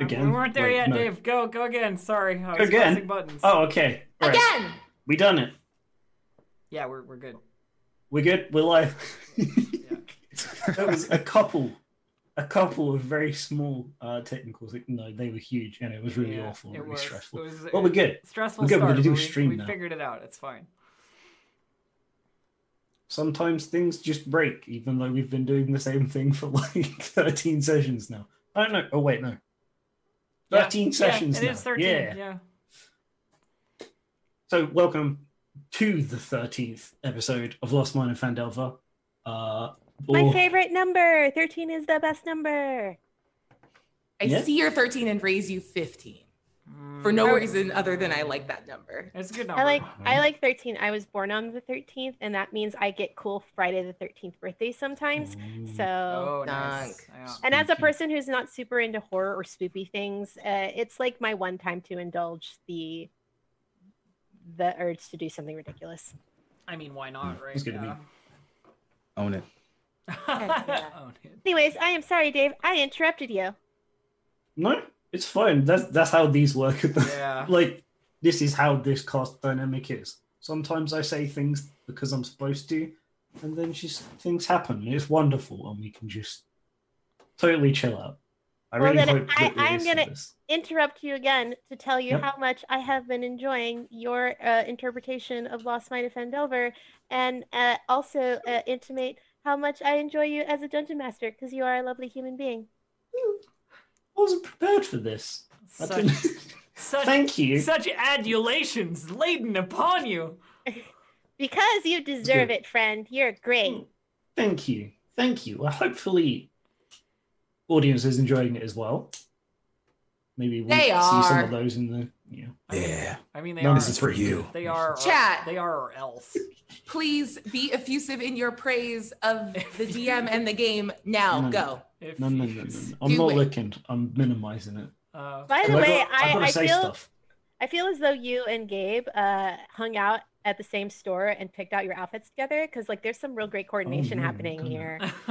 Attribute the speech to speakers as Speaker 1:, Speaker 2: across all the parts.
Speaker 1: Again?
Speaker 2: Um, We weren't there
Speaker 1: Wait,
Speaker 2: yet,
Speaker 1: no.
Speaker 2: Dave. Go, go again. Sorry, I was
Speaker 1: Again?
Speaker 2: pressing buttons.
Speaker 1: Oh, okay. All right.
Speaker 3: Again!
Speaker 1: We done it.
Speaker 2: yeah, we're we're good.
Speaker 1: We're good. We're live. that was a couple, a couple of very small uh, technicals. No, they were huge, and it was really
Speaker 2: Yeah,
Speaker 1: awful,
Speaker 2: it
Speaker 1: really
Speaker 2: was-
Speaker 1: stressful.
Speaker 2: It was,
Speaker 1: Well, we're good.
Speaker 2: Stressful
Speaker 1: We're good, we're
Speaker 2: start.
Speaker 1: gonna do
Speaker 2: but
Speaker 1: a stream
Speaker 2: we,
Speaker 1: now.
Speaker 2: we figured it out. It's fine.
Speaker 1: Sometimes things just break, even though we've been doing the same thing for like 13 sessions now. I don't know. Oh wait, no. 13
Speaker 2: yeah,
Speaker 1: sessions
Speaker 2: Yeah, it
Speaker 1: now.
Speaker 2: is 13.
Speaker 1: Yeah.
Speaker 2: yeah.
Speaker 1: So welcome to the 13th episode of Lost Mine and Fandelver. Uh,
Speaker 4: My
Speaker 1: or-
Speaker 4: favorite number. 13 is the best number.
Speaker 3: I
Speaker 1: Yeah.
Speaker 3: see your 13 and raise you 15 for
Speaker 2: Mm.
Speaker 3: no reason other than I like that number.
Speaker 2: It's a good number.
Speaker 4: I like I
Speaker 1: Mhm.
Speaker 4: like 13. I was born on the 13th and that means I get cool Friday the 13th birthday sometimes. So
Speaker 2: Oh, nice.
Speaker 3: Dunk.
Speaker 2: Yeah.
Speaker 4: and as a
Speaker 1: spooky.
Speaker 4: person who's not super into horror or spoopy things, uh, it's like my one time to indulge the the urge to do something ridiculous.
Speaker 2: I mean, why not, right?
Speaker 1: Mm, it's gonna be-
Speaker 5: Own it.
Speaker 2: yeah.
Speaker 3: yeah.
Speaker 2: Own it.
Speaker 4: Anyways, I am sorry, Dave. I interrupted you.
Speaker 1: No, it's fine. That's that's how these work.
Speaker 2: Yeah.
Speaker 1: like this is how this cast dynamic is. Sometimes I say things because I'm supposed to, and then just things happen. It's wonderful, and we can just totally chill out. I
Speaker 4: Well,
Speaker 1: really
Speaker 4: then
Speaker 1: hope
Speaker 4: I-
Speaker 1: that we
Speaker 4: I'm
Speaker 1: listen to
Speaker 4: gonna-
Speaker 1: this.
Speaker 4: Interrupt you again to tell you
Speaker 1: Yep.
Speaker 4: how much I have been enjoying your uh, interpretation of Lost Might of Fandelver and uh, also uh, intimate how much I enjoy you as a dungeon master because you are a lovely human being.
Speaker 1: I wasn't prepared for this. I
Speaker 2: Such,
Speaker 1: didn't-
Speaker 2: such,
Speaker 1: Thank you.
Speaker 2: such adulations laden upon you.
Speaker 4: Because you deserve it, friend. You're
Speaker 1: Hmm.
Speaker 4: great.
Speaker 1: Thank you. Thank you. Well, hopefully, audience is enjoying it as well. Maybe we'll
Speaker 3: They
Speaker 1: see some
Speaker 3: are.
Speaker 1: of those in the yeah.
Speaker 5: Yeah.
Speaker 2: I mean, they
Speaker 1: No,
Speaker 2: are.
Speaker 5: This is for you.
Speaker 2: They are.
Speaker 3: Chat.
Speaker 2: They are or else.
Speaker 3: Please be effusive in your praise of the DM and the game. Now
Speaker 1: No, no.
Speaker 3: go.
Speaker 2: If
Speaker 1: No, no,
Speaker 2: you-
Speaker 1: no, no. no. I'm
Speaker 3: Do
Speaker 1: not
Speaker 3: it.
Speaker 1: looking. I'm minimizing it.
Speaker 2: Uh,
Speaker 4: By the
Speaker 1: I've
Speaker 4: way,
Speaker 1: got- I've
Speaker 4: I,
Speaker 1: gotta
Speaker 4: I
Speaker 1: say
Speaker 4: feel
Speaker 1: stuff.
Speaker 4: I feel as though you and Gabe uh, hung out at the same store and picked out your outfits together because like there's some real great coordination
Speaker 1: yeah,
Speaker 4: happening
Speaker 1: kinda.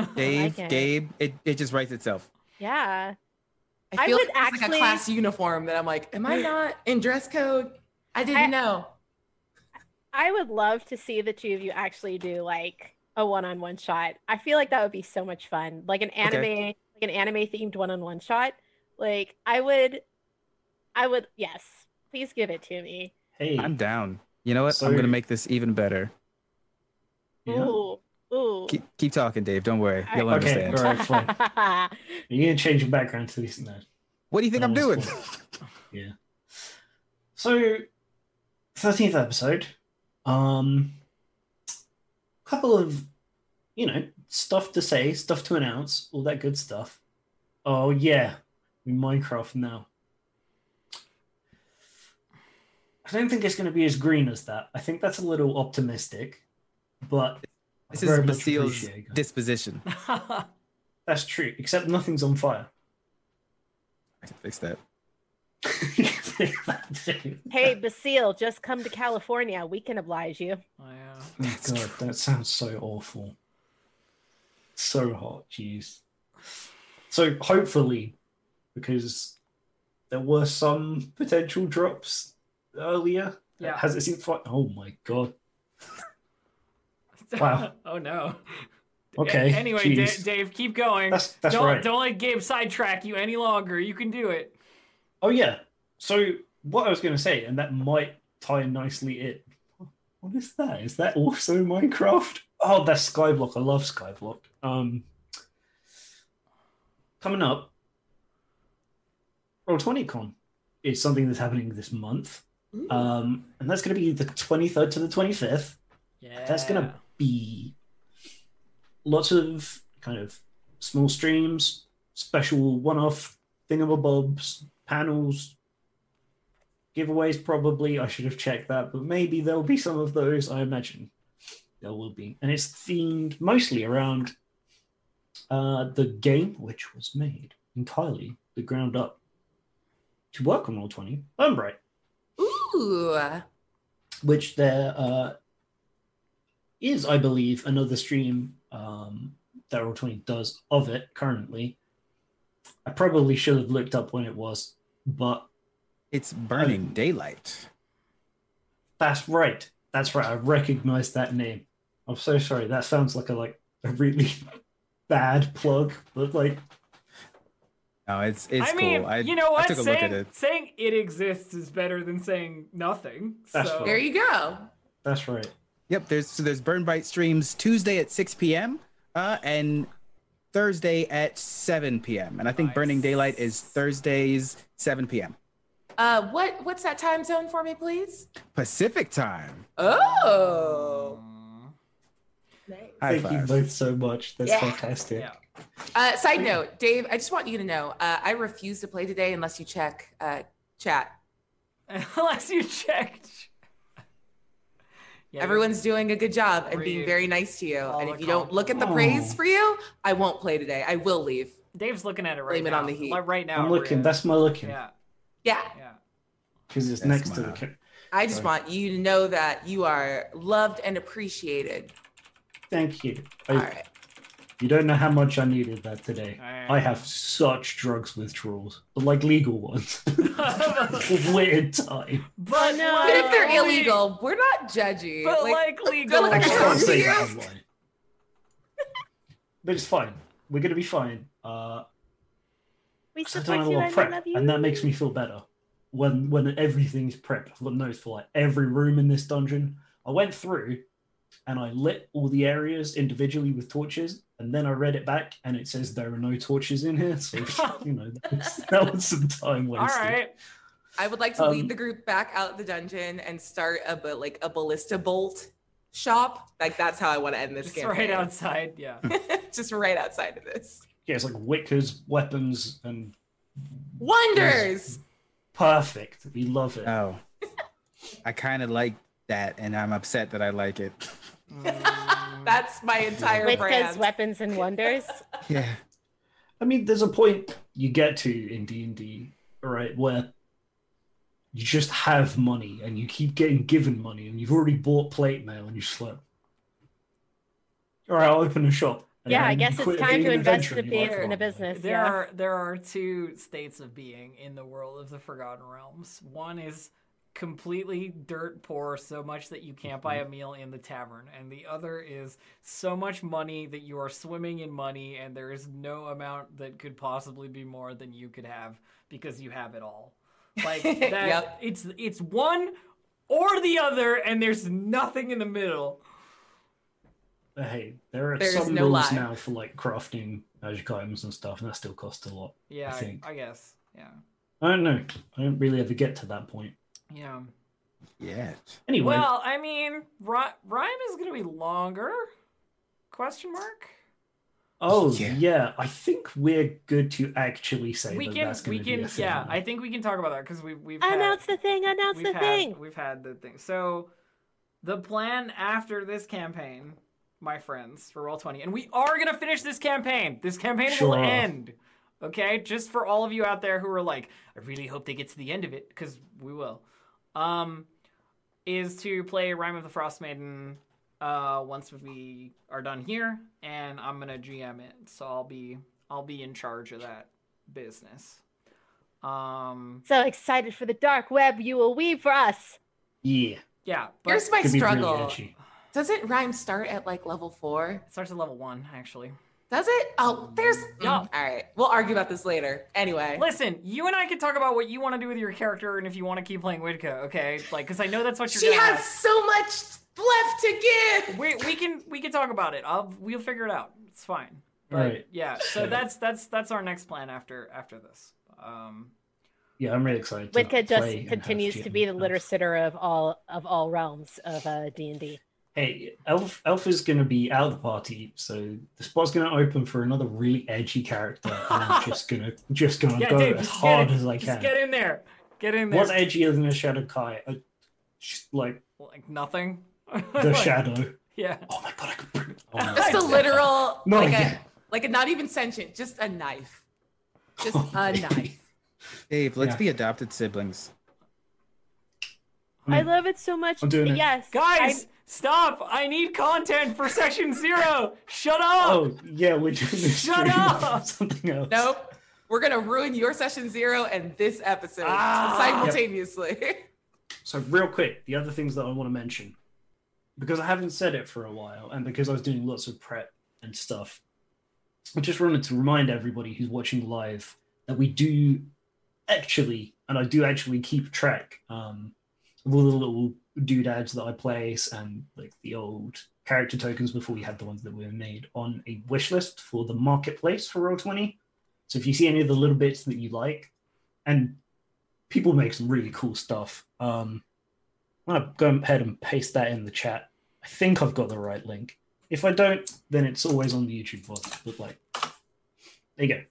Speaker 4: here.
Speaker 5: Dave,
Speaker 4: it.
Speaker 5: Gabe, it, it just writes itself.
Speaker 4: Yeah.
Speaker 3: I
Speaker 4: I
Speaker 3: feel
Speaker 4: would
Speaker 3: like it's like
Speaker 4: actually-
Speaker 3: a class uniform that I'm like, am I not in dress code? I didn't
Speaker 4: I-
Speaker 3: know.
Speaker 4: I would love to see the two of you actually do like a one-on-one shot. I feel like that would be so much fun. Like an anime, like an anime themed one-on-one shot. Like I would I would yes, please give it to me.
Speaker 1: Hey,
Speaker 5: I'm down. You know what? I'm
Speaker 1: Sorry.
Speaker 5: gonna make this even better.
Speaker 1: yeah.
Speaker 4: Ooh. Ooh.
Speaker 5: Keep, keep talking, Dave. Don't worry.
Speaker 4: I-
Speaker 5: You'll
Speaker 1: Okay,
Speaker 5: understand.
Speaker 1: all right, fine. You're gonna change your background to this now.
Speaker 5: What do you think I'm doing?
Speaker 1: yeah. So, thirteenth episode. Um, couple of, you know, stuff to say, stuff to announce, all that good stuff. Oh yeah, we Minecraft now. I don't think it's going to be as green as that. I think that's a little optimistic, but I
Speaker 5: This is
Speaker 1: very much
Speaker 5: Basil's
Speaker 1: appreciate it.
Speaker 5: disposition.
Speaker 1: That's true, except nothing's on fire.
Speaker 5: I can fix that.
Speaker 4: hey, Basile, just come to California. We can oblige you.
Speaker 2: yeah.
Speaker 1: Oh god, that sounds so awful. So hot, jeez. So hopefully, because there were some potential drops earlier.
Speaker 2: Yeah.
Speaker 1: Has it seemed fi- Oh my god. Wow.
Speaker 2: oh no.
Speaker 1: Okay.
Speaker 2: A- anyway,
Speaker 1: jeez.
Speaker 2: Da- Dave, keep going.
Speaker 1: that's that's
Speaker 2: don't
Speaker 1: right.
Speaker 2: don't let Gabe sidetrack you any longer. You can do it.
Speaker 1: Oh yeah. So what I was going to say, and that might tie nicely in. What is that? Is that also Minecraft? Oh, that's Skyblock. I love Skyblock. Um, coming up, Roll Twenty Con is something that's happening this month,
Speaker 3: Ooh.
Speaker 1: um, and that's going to be the twenty third to the twenty fifth
Speaker 2: Yeah.
Speaker 1: that's gonna be lots of kind of small streams, special one-off thingamabobs, panels, giveaways. Probably I should have checked that, but maybe there'll be some of those. I imagine there will be, and it's themed mostly around uh, the game, which was made entirely the ground up to work on Roll Twenty. Umbright
Speaker 3: Ooh.
Speaker 1: which there uh, is, I believe, another stream um, that Roll Twenty does of it currently. I probably should have looked up when it was, but
Speaker 5: It's burning daylight.
Speaker 1: that's right. That's right. I recognize that name. I'm so sorry. That sounds like a like a really bad plug, but like
Speaker 5: No, it's it's
Speaker 2: I mean,
Speaker 5: cool. I,
Speaker 2: you know
Speaker 5: I
Speaker 2: what?
Speaker 5: took a
Speaker 2: saying,
Speaker 5: look at it.
Speaker 2: saying it exists is better than saying nothing.
Speaker 1: That's
Speaker 2: so
Speaker 3: There you go.
Speaker 1: that's right.
Speaker 5: Yep, there's so there's Burn Bite streams Tuesday at 6 p.m. Uh, and Thursday at 7 p.m. And I think
Speaker 2: Nice.
Speaker 5: Burning Daylight is Thursdays 7 p.m.
Speaker 3: Uh, what what's that time zone for me, please?
Speaker 5: Pacific time.
Speaker 3: Oh.
Speaker 5: High
Speaker 1: Thank you
Speaker 5: five.
Speaker 1: both so much. That's
Speaker 3: Yeah.
Speaker 1: fantastic.
Speaker 2: Yeah.
Speaker 3: Uh, side note, Dave, I just want you to know, uh, I refuse to play today unless you check uh, chat.
Speaker 2: Unless you checked. Yeah,
Speaker 3: Everyone's doing a good job and being
Speaker 2: Read
Speaker 3: very nice to you.
Speaker 2: all
Speaker 3: And
Speaker 2: the
Speaker 3: if you don't look at the
Speaker 1: compliments.
Speaker 3: praise for you, I won't play today. I will leave.
Speaker 2: Dave's looking at it right
Speaker 3: Blame it
Speaker 2: now.
Speaker 3: on the heat.
Speaker 2: Like, Right now,
Speaker 1: I'm looking.
Speaker 2: Maria.
Speaker 1: That's my looking
Speaker 2: yeah,
Speaker 3: Yeah,
Speaker 2: yeah.
Speaker 1: because it's
Speaker 5: That's
Speaker 1: next to
Speaker 5: my-
Speaker 1: the. ca-
Speaker 3: I just
Speaker 5: Sorry.
Speaker 3: want you to know that you are loved and appreciated.
Speaker 1: Thank you. I,
Speaker 3: All right.
Speaker 1: You don't know how much I needed that today.
Speaker 2: I-
Speaker 1: I have such drugs withdrawals, but like legal ones. Weird time.
Speaker 2: But
Speaker 4: no.
Speaker 2: like,
Speaker 3: But if they're
Speaker 2: we-
Speaker 3: illegal, we're not judging.
Speaker 2: but
Speaker 3: Like,
Speaker 2: like legal,
Speaker 3: feel like
Speaker 1: I
Speaker 3: I
Speaker 1: can't
Speaker 3: can't
Speaker 1: say
Speaker 3: hear.
Speaker 1: that online. But it's fine. We're gonna be fine. Uh,
Speaker 4: We
Speaker 1: 'cause I
Speaker 4: support
Speaker 1: don't have a
Speaker 4: you
Speaker 1: lot of
Speaker 4: and we
Speaker 1: prep,
Speaker 4: love you.
Speaker 1: and that makes me feel better. When when everything's prepped, I've got notes for like every room in this dungeon. I went through, and I lit all the areas individually with torches, and then I read it back, and it says there are no torches in here. So you know that was, that was some time
Speaker 2: all
Speaker 1: wasted.
Speaker 2: right.
Speaker 3: I would like to
Speaker 1: Um,
Speaker 3: lead the group back out the dungeon and start a bu- like a ballista bolt shop. Like that's how I want to end this
Speaker 2: Just
Speaker 3: game.
Speaker 2: right outside. Yeah.
Speaker 3: just right outside of this.
Speaker 1: Yeah, it's like wickers, weapons, and
Speaker 3: Wonders.
Speaker 1: perfect. We love it.
Speaker 5: Oh. I kind of like that and I'm upset that I like it.
Speaker 2: Mm.
Speaker 3: That's my entire
Speaker 4: With those
Speaker 3: brand.
Speaker 4: weapons and wonders.
Speaker 5: Yeah.
Speaker 1: I mean, there's a point you get to in D and D, right, where you just have money and you keep getting given money, and you've already bought plate mail, and you're just like, "All right, I'll open a shop." And
Speaker 4: yeah, I
Speaker 1: then
Speaker 4: guess
Speaker 1: you quit
Speaker 4: it's time
Speaker 1: being
Speaker 4: to
Speaker 1: an
Speaker 4: invest
Speaker 1: adventurer and you're like,
Speaker 4: in being in
Speaker 1: "Oh,
Speaker 4: a business.
Speaker 2: There
Speaker 4: yeah.
Speaker 2: are there are two states of being in the world of the Forgotten Realms. One is completely dirt poor, so much that you can't buy a meal in the tavern, and the other is so much money that you are swimming in money, and there is no amount that could possibly be more than you could have because you have it all. Like that,
Speaker 3: Yep.
Speaker 2: it's it's one or the other, and there's nothing in the middle.
Speaker 1: But hey, there are
Speaker 3: There is
Speaker 1: some
Speaker 3: no
Speaker 1: rules
Speaker 3: lie.
Speaker 1: now for like crafting magic items and stuff, and that still costs a lot.
Speaker 2: Yeah,
Speaker 1: I
Speaker 2: I,
Speaker 1: think.
Speaker 2: I guess. Yeah,
Speaker 1: I don't know. I don't really ever get to that point.
Speaker 2: yeah.
Speaker 5: Yeah.
Speaker 1: Anyway,
Speaker 2: Well, I mean, ri- rhyme is going to be longer? Question mark.
Speaker 1: Oh yeah.
Speaker 5: Yeah.
Speaker 1: I think we're good to actually say
Speaker 2: we
Speaker 1: that
Speaker 2: can,
Speaker 1: that's
Speaker 2: we
Speaker 1: going to be
Speaker 2: can,
Speaker 1: a thing.
Speaker 2: yeah. I think we can talk about that because we we've had,
Speaker 4: Announce the thing, announce
Speaker 2: we've
Speaker 4: the
Speaker 2: had,
Speaker 4: thing.
Speaker 2: We've had the thing. So, the plan after this campaign, my friends, for roll twenty, and we are going to finish this campaign. This campaign
Speaker 1: Sure.
Speaker 2: will end. Okay, just for all of you out there who are like, I really hope they get to the end of it because we will. Um, is to play Rhyme of the Frost Maiden uh, once we are done here, and I'm gonna GM it, so I'll be I'll be in charge of that business. Um,
Speaker 4: So excited for the dark web you will weave for us.
Speaker 1: Yeah,
Speaker 2: yeah, but
Speaker 3: Here's my
Speaker 1: could be really
Speaker 3: struggle.
Speaker 1: edgy.
Speaker 3: Doesn't rhyme start at like level four?
Speaker 2: it starts at level one actually.
Speaker 3: Does it? Oh, there's. mm,
Speaker 2: Yeah.
Speaker 3: All right. We'll argue about this later. Anyway.
Speaker 2: Listen, you and I can talk about what you want to do with your character and if you want to keep playing Widka, okay? Like, because I know that's what you're.
Speaker 3: She
Speaker 2: gonna
Speaker 3: has so much left to give.
Speaker 2: ask. We we can we can talk about it. I'll we'll figure it out. It's fine. But,
Speaker 1: Right.
Speaker 2: Yeah. So
Speaker 1: Sure.
Speaker 2: that's that's that's our next plan after after this. Um.
Speaker 1: yeah, I'm really excited. to
Speaker 4: Witka
Speaker 1: play and
Speaker 4: just
Speaker 1: have
Speaker 4: continues to
Speaker 1: GM
Speaker 4: be the litter
Speaker 1: elf.
Speaker 4: sitter of all of all realms of uh, D&D.
Speaker 1: Hey, Elf, Elf is going to be out of the party, so the spot's going to open for another really edgy character. and I'm just gonna just gonna
Speaker 2: Yeah,
Speaker 1: go
Speaker 2: Dave,
Speaker 1: as
Speaker 2: just
Speaker 1: hard
Speaker 2: get in,
Speaker 1: as I
Speaker 2: just
Speaker 1: can.
Speaker 2: get in there. Get in there.
Speaker 1: What's edgier than a shadow kai? A, just like
Speaker 2: like nothing.
Speaker 1: the shadow.
Speaker 2: Yeah.
Speaker 1: Oh my god, I could bring. Oh my
Speaker 3: Just a
Speaker 1: God.
Speaker 3: literal,
Speaker 1: No,
Speaker 3: like
Speaker 1: yeah.
Speaker 3: a, like a not even sentient, just a knife, just
Speaker 1: Oh,
Speaker 3: a knife.
Speaker 5: Dave, let's
Speaker 1: Yeah.
Speaker 5: be adopted siblings.
Speaker 2: Hmm.
Speaker 1: I
Speaker 4: I
Speaker 1: mean,
Speaker 4: love it so much.
Speaker 1: I'm doing it.
Speaker 4: yes.
Speaker 2: Guys, stop! I need content for session zero. Shut up.
Speaker 1: oh yeah, we're doing this
Speaker 2: Shut
Speaker 1: stream
Speaker 2: up!
Speaker 1: something else.
Speaker 3: Nope. We're gonna ruin your session zero and this episode
Speaker 2: Ah.
Speaker 3: simultaneously.
Speaker 1: So, real quick, the other things that I want to mention, because I haven't said it for a while, and because I was doing lots of prep and stuff, I just wanted to remind everybody who's watching live that we do actually, and I do actually keep track um, of all the little doodads that I place and like the old character tokens before we had the ones that were made on a wish list for the marketplace for Roll20. So, if you see any of the little bits that you like, and people make some really cool stuff. Um, I'm gonna go ahead and paste that in the chat. I think I've got the right link. If I don't, then it's always on the YouTube vlog. But like, there you go.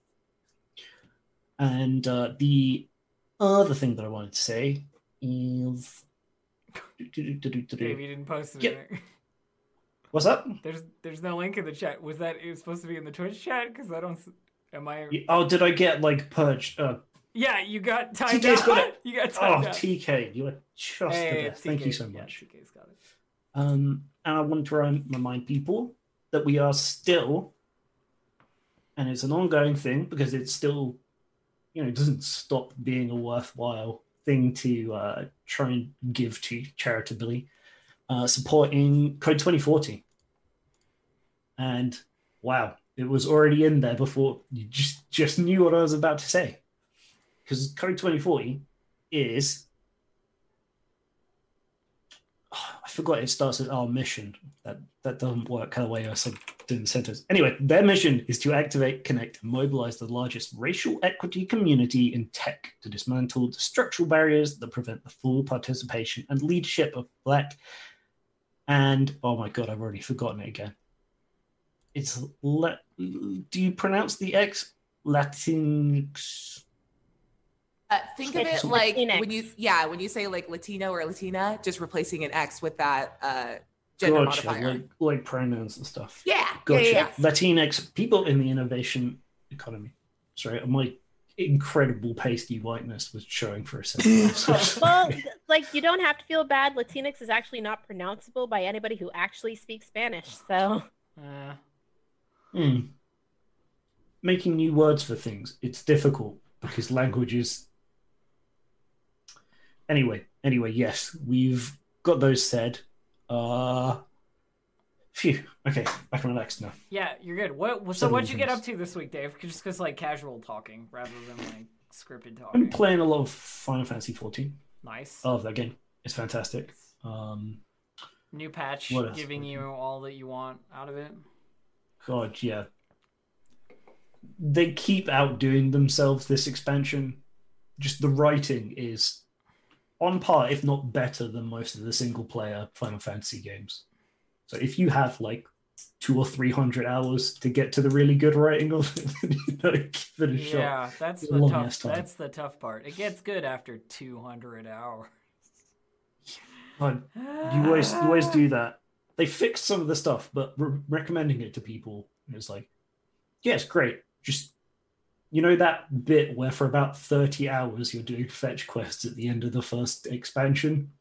Speaker 1: And uh, the other thing that I wanted to say is,
Speaker 2: Dave, you didn't post
Speaker 1: Yeah.
Speaker 2: anything.
Speaker 1: what's up?
Speaker 2: There's there's no link in the chat. Was that it was supposed to be in the Twitch chat? Because I don't. s- Am I?
Speaker 1: Oh, did I get like purged? Uh,
Speaker 2: Yeah, you got timed
Speaker 1: TK's
Speaker 2: out.
Speaker 1: got it.
Speaker 2: You got
Speaker 1: oh,
Speaker 2: timed out.
Speaker 1: TK, you are just the
Speaker 2: Hey,
Speaker 1: best. Thank you
Speaker 2: TK
Speaker 1: so
Speaker 2: 's- yeah,
Speaker 1: much.
Speaker 2: TK's got it.
Speaker 1: Um, and I want to rem- remind people that we are still, and it's an ongoing thing because it's still, you know, it doesn't stop being a worthwhile thing to uh, try and give to charitably, uh, supporting Code 2040. And wow, it was already in there before you just, just knew what I was about to say. Because Code 2040 is I forgot it starts with our mission. That that doesn't work the way I said doing the sentence. Anyway, their mission is to activate, connect, and mobilize the largest racial equity community in tech to dismantle the structural barriers that prevent the full participation and leadership of black and oh my god, I've already forgotten it again. It's let do you pronounce the X Latinx?
Speaker 3: Uh, think of it
Speaker 1: It's
Speaker 3: like
Speaker 4: Latinx.
Speaker 3: when you yeah when you say like Latino or Latina, just replacing an X with that uh, gender
Speaker 1: Gotcha,
Speaker 3: modifier.
Speaker 1: like like pronouns and stuff.
Speaker 3: yeah,
Speaker 1: Gotcha.
Speaker 3: yeah, yeah, yeah.
Speaker 1: Latinx people in the innovation economy. Sorry, my incredible pasty whiteness was showing for a second. So
Speaker 4: Well,
Speaker 1: sorry.
Speaker 4: th- like you don't have to feel bad. Latinx is actually not pronounceable by anybody who actually speaks Spanish. So
Speaker 2: Uh,
Speaker 1: Hmm. Making new words for things, it's difficult because language is. Anyway, anyway, yes, we've got those said. Uh, phew. Okay, I can relax now.
Speaker 2: yeah, you're good. What? So
Speaker 1: Seven
Speaker 2: what'd you get up
Speaker 1: things.
Speaker 2: to this week, Dave? 'Cause- Just because like casual talking rather than like scripted
Speaker 1: I'm uh,
Speaker 2: talking.
Speaker 1: playing a lot of Final Fantasy 14.
Speaker 2: nice.
Speaker 1: I love that game. It's fantastic. Um,
Speaker 2: New patch
Speaker 1: What else?
Speaker 2: giving you all that you want out of it.
Speaker 1: God, yeah. They keep outdoing themselves this expansion. Just the writing is on par, if not better, than most of the single player Final Fantasy games. So if you have like two or three hundred hours to get to the really good writing of it, then you better give it a shot.
Speaker 2: Yeah, that's the
Speaker 1: Long
Speaker 2: tough.
Speaker 1: ass time.
Speaker 2: That's the tough part. It gets good after 200 hours.
Speaker 1: God, you always you always do that. They fixed some of the stuff, but re- recommending it to people is like, yeah, it's great. Just you know that bit where for about thirty hours you're doing fetch quests at the end of the first expansion.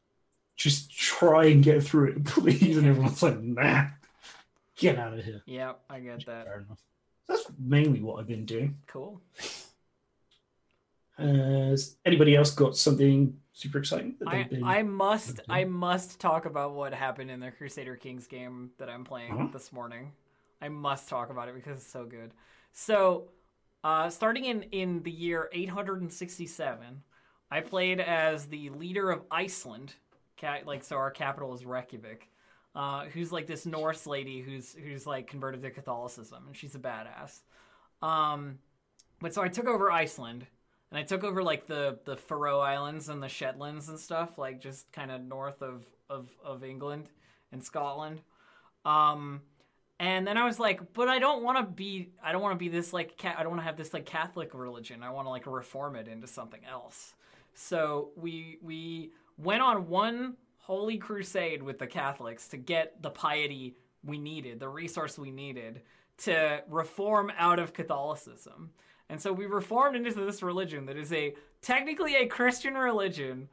Speaker 1: Just try and get through it, please. And everyone's like, nah, get out of here.
Speaker 2: Yeah, I get that.
Speaker 1: Fair enough. That's mainly what I've been doing.
Speaker 2: Cool.
Speaker 1: Has anybody else got something super exciting that
Speaker 2: I,
Speaker 1: they've been?
Speaker 2: I must
Speaker 1: Okay.
Speaker 2: I must talk about what happened in the Crusader Kings game that I'm playing
Speaker 1: Huh?
Speaker 2: this morning. I must talk about it because it's so good. So, uh, starting in in the year 867, I played as the leader of Iceland. Ca- like so, our capital is Reykjavik. Uh, who's like this Norse lady who's who's like converted to Catholicism, and she's a badass. Um, but so I took over Iceland, and I took over like the the Faroe Islands and the Shetlands and stuff, like just kind of north of of of England and Scotland. Um, and then I was like, but I don't want to be, I don't want to be this like, ca- I don't want to have this like Catholic religion. I want to like reform it into something else. So we we went on one holy crusade with the Catholics to get the piety we needed, the resource we needed to reform out of Catholicism. And so we reformed into this religion that is a technically a Christian religion,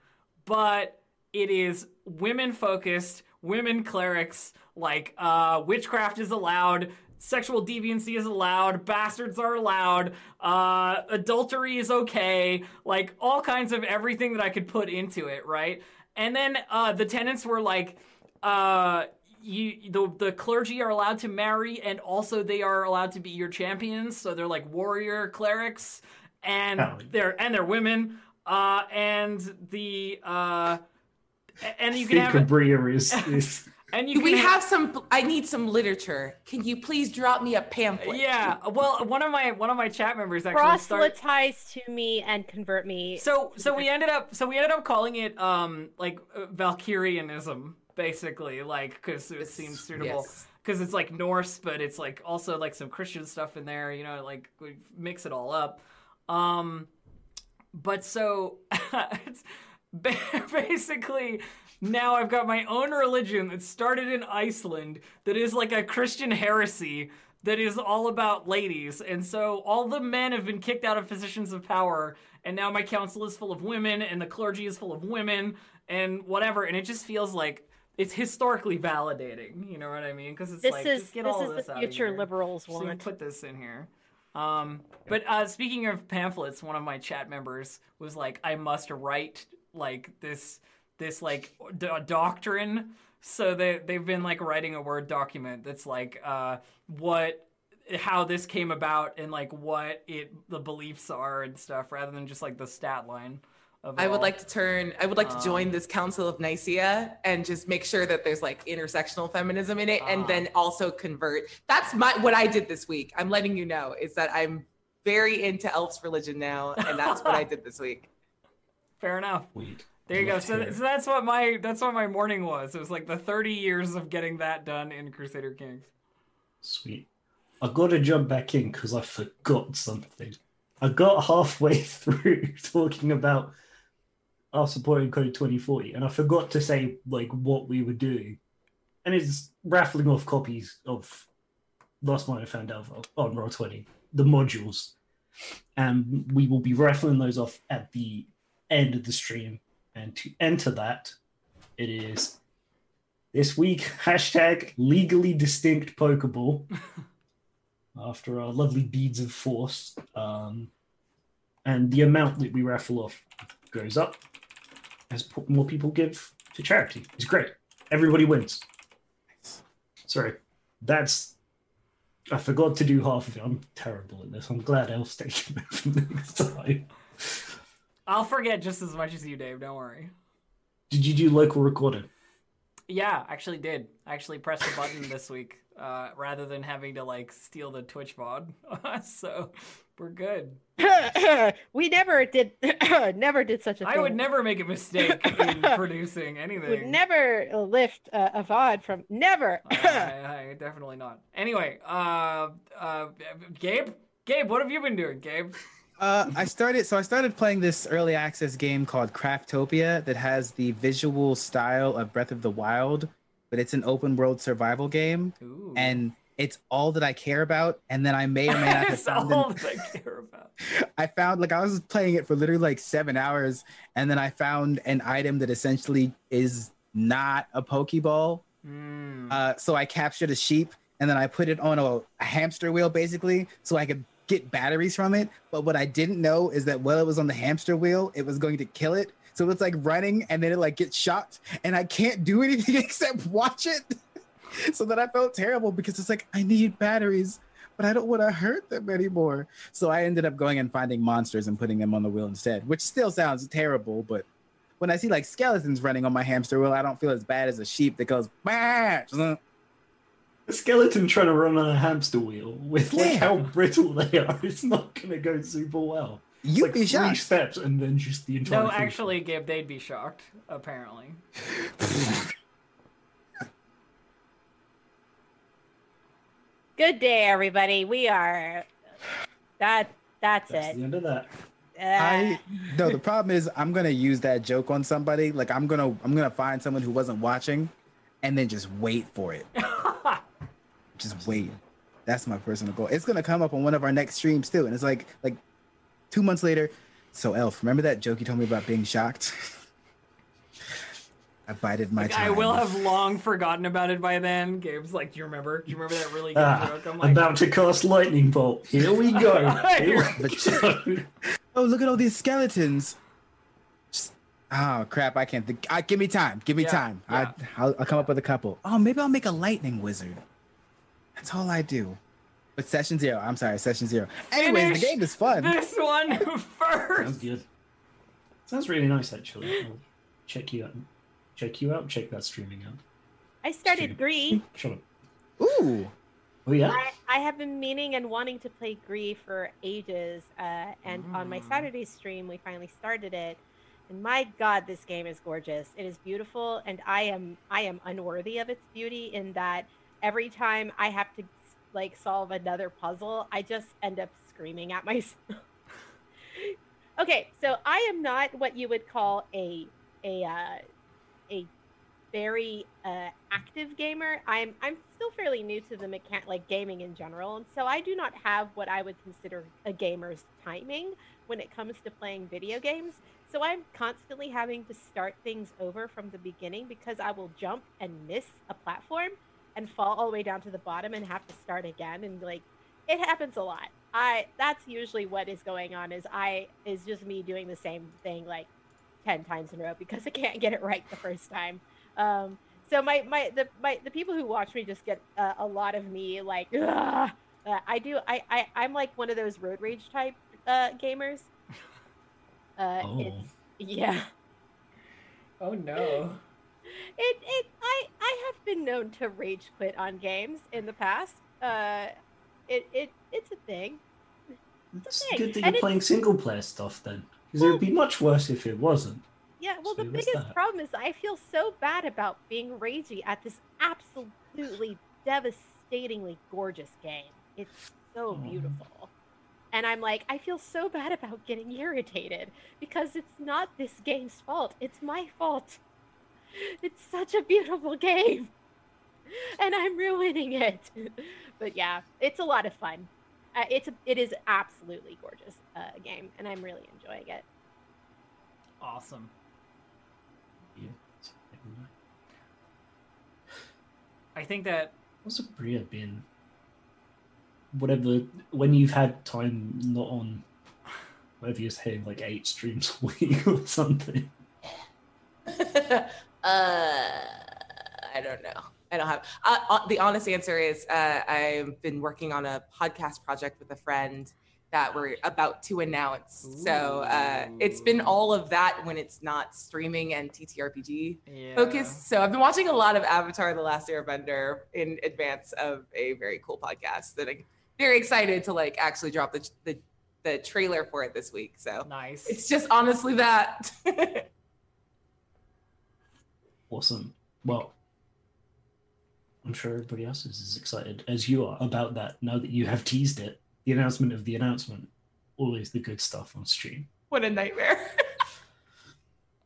Speaker 2: but it is women focused women clerics, like uh, witchcraft is allowed, sexual deviancy is allowed, bastards are allowed, uh, adultery is okay, like all kinds of everything that I could put into it, right? And then uh, the tenants were like, uh, you the the clergy are allowed to marry, and also they are allowed to be your champions. So they're like warrior clerics, and
Speaker 1: Oh.
Speaker 2: they're and they're women, uh, and the uh, a- and you can
Speaker 1: Steve
Speaker 2: have
Speaker 1: Cabria is, is
Speaker 2: and you
Speaker 3: Do
Speaker 2: can
Speaker 3: we have some? I need some literature. Can you please drop me a pamphlet?
Speaker 2: Yeah, well, one of my one of my chat members actually started.
Speaker 4: proselytize to me and convert me.
Speaker 2: So so we ended up so we ended up calling it um like uh, Valkyrianism basically like because it
Speaker 3: This-
Speaker 2: seems suitable
Speaker 3: yes.
Speaker 2: because it's like Norse but it's like also like some Christian stuff in there you know like we mix it all up. Um, but so it's ba- basically now I've got my own religion that started in Iceland that is like a Christian heresy that is all about ladies. And so all the men have been kicked out of positions of power. And now my council is full of women and the clergy is full of women and whatever. And it just feels like it's historically validating. You know what I mean? Because it's
Speaker 4: this
Speaker 2: like,
Speaker 4: is
Speaker 2: just get
Speaker 4: this
Speaker 2: all
Speaker 4: is
Speaker 2: this
Speaker 4: the
Speaker 2: out of
Speaker 4: future
Speaker 2: here.
Speaker 4: liberals
Speaker 2: So we
Speaker 4: want.
Speaker 2: put this in here. Um, but uh, speaking of pamphlets, one of my chat members was like, "I must write like this, this like d- doctrine." So they they've been like writing a word document that's like uh, what how this came about and like what it the beliefs are and stuff, rather than just like the stat line. Of it
Speaker 3: I would
Speaker 2: all.
Speaker 3: like to turn. I would like to join
Speaker 2: Um,
Speaker 3: this Council of Nicaea and just make sure that there's like intersectional feminism in it,
Speaker 2: Ah.
Speaker 3: and then also convert. That's my what I did this week. I'm letting you know is that I'm very into elves religion now, and that's what I did this week.
Speaker 2: fair enough.
Speaker 1: weird.
Speaker 2: There you go.
Speaker 1: Left
Speaker 2: So,
Speaker 1: here.
Speaker 2: so that's what my that's what my morning was. It was like the thirty years of getting that done in Crusader Kings.
Speaker 1: Sweet. I got to jump back in because I forgot something. I got halfway through talking about our supporting code 2040, and I forgot to say like what we were doing. And it's raffling off copies of Last Night I Found Alpha on Roll 20, the modules. And we will be raffling those off at the end of the stream. And to enter that, it is this week, hashtag legally distinct Pokeball. after our lovely beads of force. Um, and the amount that we raffle off goes up as po- more people give to charity. It's great. Everybody wins. Sorry, that's. I forgot to do half of it. I'm terrible at this. I'm glad Elf's taking over next time.
Speaker 2: I'll forget just as much as you, Dave. Don't worry.
Speaker 1: Did you do local recording?
Speaker 2: Yeah, actually did. I actually pressed the button this week uh, rather than having to like steal the Twitch VOD. so we're good.
Speaker 4: we never did never did such a thing.
Speaker 2: I would never make a mistake in producing anything.
Speaker 4: would never lift uh, a VOD from never.
Speaker 2: I, Uh, I- I- definitely not. Anyway, uh, uh, Gabe, Gabe, what have you been doing, Gabe?
Speaker 5: Uh, I started, so I started playing this early access game called Craftopia that has the visual style of Breath of the Wild, but it's an open world survival game,
Speaker 2: Ooh.
Speaker 5: and it's all that I care about. And then I may or may not have
Speaker 2: that's
Speaker 5: found.
Speaker 2: all
Speaker 5: An,
Speaker 2: that I care about.
Speaker 5: I found like I was playing it for literally like seven hours, and then I found an item that essentially is not a Pokeball.
Speaker 2: Mm.
Speaker 5: Uh, so I captured a sheep and then I put it on a, a hamster wheel basically so I could get batteries from it. But what I didn't know is that while it was on the hamster wheel, it was going to kill it. So it's like running and then it like gets shot and I can't do anything except watch it. so then I felt terrible because it's like I need batteries, but I don't want to hurt them anymore. So I ended up going and finding monsters and putting them on the wheel instead, which still sounds terrible, but when I see like skeletons running on my hamster wheel, I don't feel as bad as a sheep that goes bah!
Speaker 1: A skeleton trying to run on a hamster wheel with like
Speaker 5: Yeah.
Speaker 1: how brittle they are, it's not going to go super well. It's
Speaker 5: You'd
Speaker 1: like
Speaker 5: be
Speaker 1: three
Speaker 5: shocked.
Speaker 1: steps and then just the entire.
Speaker 2: No,
Speaker 1: thing.
Speaker 2: actually, Gabe, they'd be shocked. Apparently.
Speaker 4: Good day, everybody. We are. That that's,
Speaker 1: that's
Speaker 4: it.
Speaker 1: the end of that.
Speaker 4: Uh,
Speaker 5: I no. The problem is, I'm gonna use that joke on somebody. Like I'm gonna, I'm gonna find someone who wasn't watching, and then just wait for it. just wait. That's my personal goal. It's gonna come up on one of our next streams too, and it's like, like two months later. So Elf, remember that joke you told me about being shocked? I bided my
Speaker 2: Like,
Speaker 5: time.
Speaker 2: I will have long forgotten about it by then. Gabe's like, do you remember? Do you remember that really good
Speaker 1: Ah,
Speaker 2: joke? I'm like,
Speaker 1: About to cast lightning bolt. Here we go. Here we go.
Speaker 5: Oh, look at all these skeletons. Just- Oh crap! I can't think. I, give me time. Give me
Speaker 2: Yeah,
Speaker 5: time.
Speaker 2: yeah.
Speaker 5: I, I'll, I'll come up with a couple. Oh, maybe I'll make a lightning wizard. That's all I do. But session zero. I'm sorry, session zero. Anyways,
Speaker 2: Finish
Speaker 5: the game is fun.
Speaker 2: this one
Speaker 1: Sounds
Speaker 2: first.
Speaker 1: good. Sounds really nice, actually. I'll check you out. Check you out. Check that streaming out.
Speaker 4: I started Gree.
Speaker 1: Shut up.
Speaker 5: Ooh,
Speaker 1: Oh yeah.
Speaker 4: I, I have been meaning and wanting to play Gree for ages, uh, and on my
Speaker 2: Mm.
Speaker 4: Saturday stream, we finally started it. And my God, this game is gorgeous! It is beautiful, and I am I am unworthy of its beauty in that every time I have to like solve another puzzle, I just end up screaming at myself. okay, so I am not what you would call a a uh, a very uh, active gamer. I'm I'm still fairly new to the mechan- like gaming in general, and so I do not have what I would consider a gamer's timing when it comes to playing video games. So I'm constantly having to start things over from the beginning because I will jump and miss a platform and fall all the way down to the bottom and have to start again and like it happens a lot. I that's usually what is going on is I is just me doing the same thing like 10 times in a row because I can't get it right the first time. Um, so my my the my the people who watch me just get uh, a lot of me like "Ugh." uh, I do I, I I'm like one of those road rage type uh, gamers. Uh,
Speaker 1: Oh.
Speaker 4: it's, yeah.
Speaker 2: Oh no.
Speaker 4: It, it I I have been known to rage quit on games in the past. Uh, it it it's a thing.
Speaker 1: It's
Speaker 4: thing.
Speaker 1: good that
Speaker 4: And
Speaker 1: you're
Speaker 4: it-
Speaker 1: playing single player stuff then, because it would be much worse if it wasn't.
Speaker 4: Yeah, well, the
Speaker 1: See, what's
Speaker 4: biggest
Speaker 1: that?
Speaker 4: problem is I feel so bad about being ragey at this absolutely devastatingly gorgeous game. It's so
Speaker 1: Aw.
Speaker 4: beautiful. And I'm like, I feel so bad about getting irritated because it's not this game's fault. It's my fault. It's such a beautiful game. And I'm ruining it. but yeah, it's a lot of fun. Uh, it's a, it is absolutely gorgeous uh, game, and I'm really enjoying it.
Speaker 2: Awesome.
Speaker 1: Yeah. it's- never mind.
Speaker 2: I think that
Speaker 1: What's Bria been? Whatever. When you've had time not on, whether you're saying like eight streams a week or something.
Speaker 3: uh, I don't know. I don't have. Uh, uh, the honest answer is uh, I've been working on a podcast project with a friend that we're about to announce. So uh, it's been
Speaker 2: Ooh.
Speaker 3: all of that when it's not streaming and TTRPG
Speaker 2: yeah.
Speaker 3: focused. So I've been watching a lot of Avatar: The Last Airbender in advance of a very cool podcast that I'm very excited to like actually drop the the, the trailer for it this week. So
Speaker 2: Nice.
Speaker 3: it's just honestly that.
Speaker 1: Awesome. Well, I'm sure everybody else is as excited as you are about that now that you have teased it. The announcement of the announcement. Always the good stuff on stream.
Speaker 3: what a nightmare.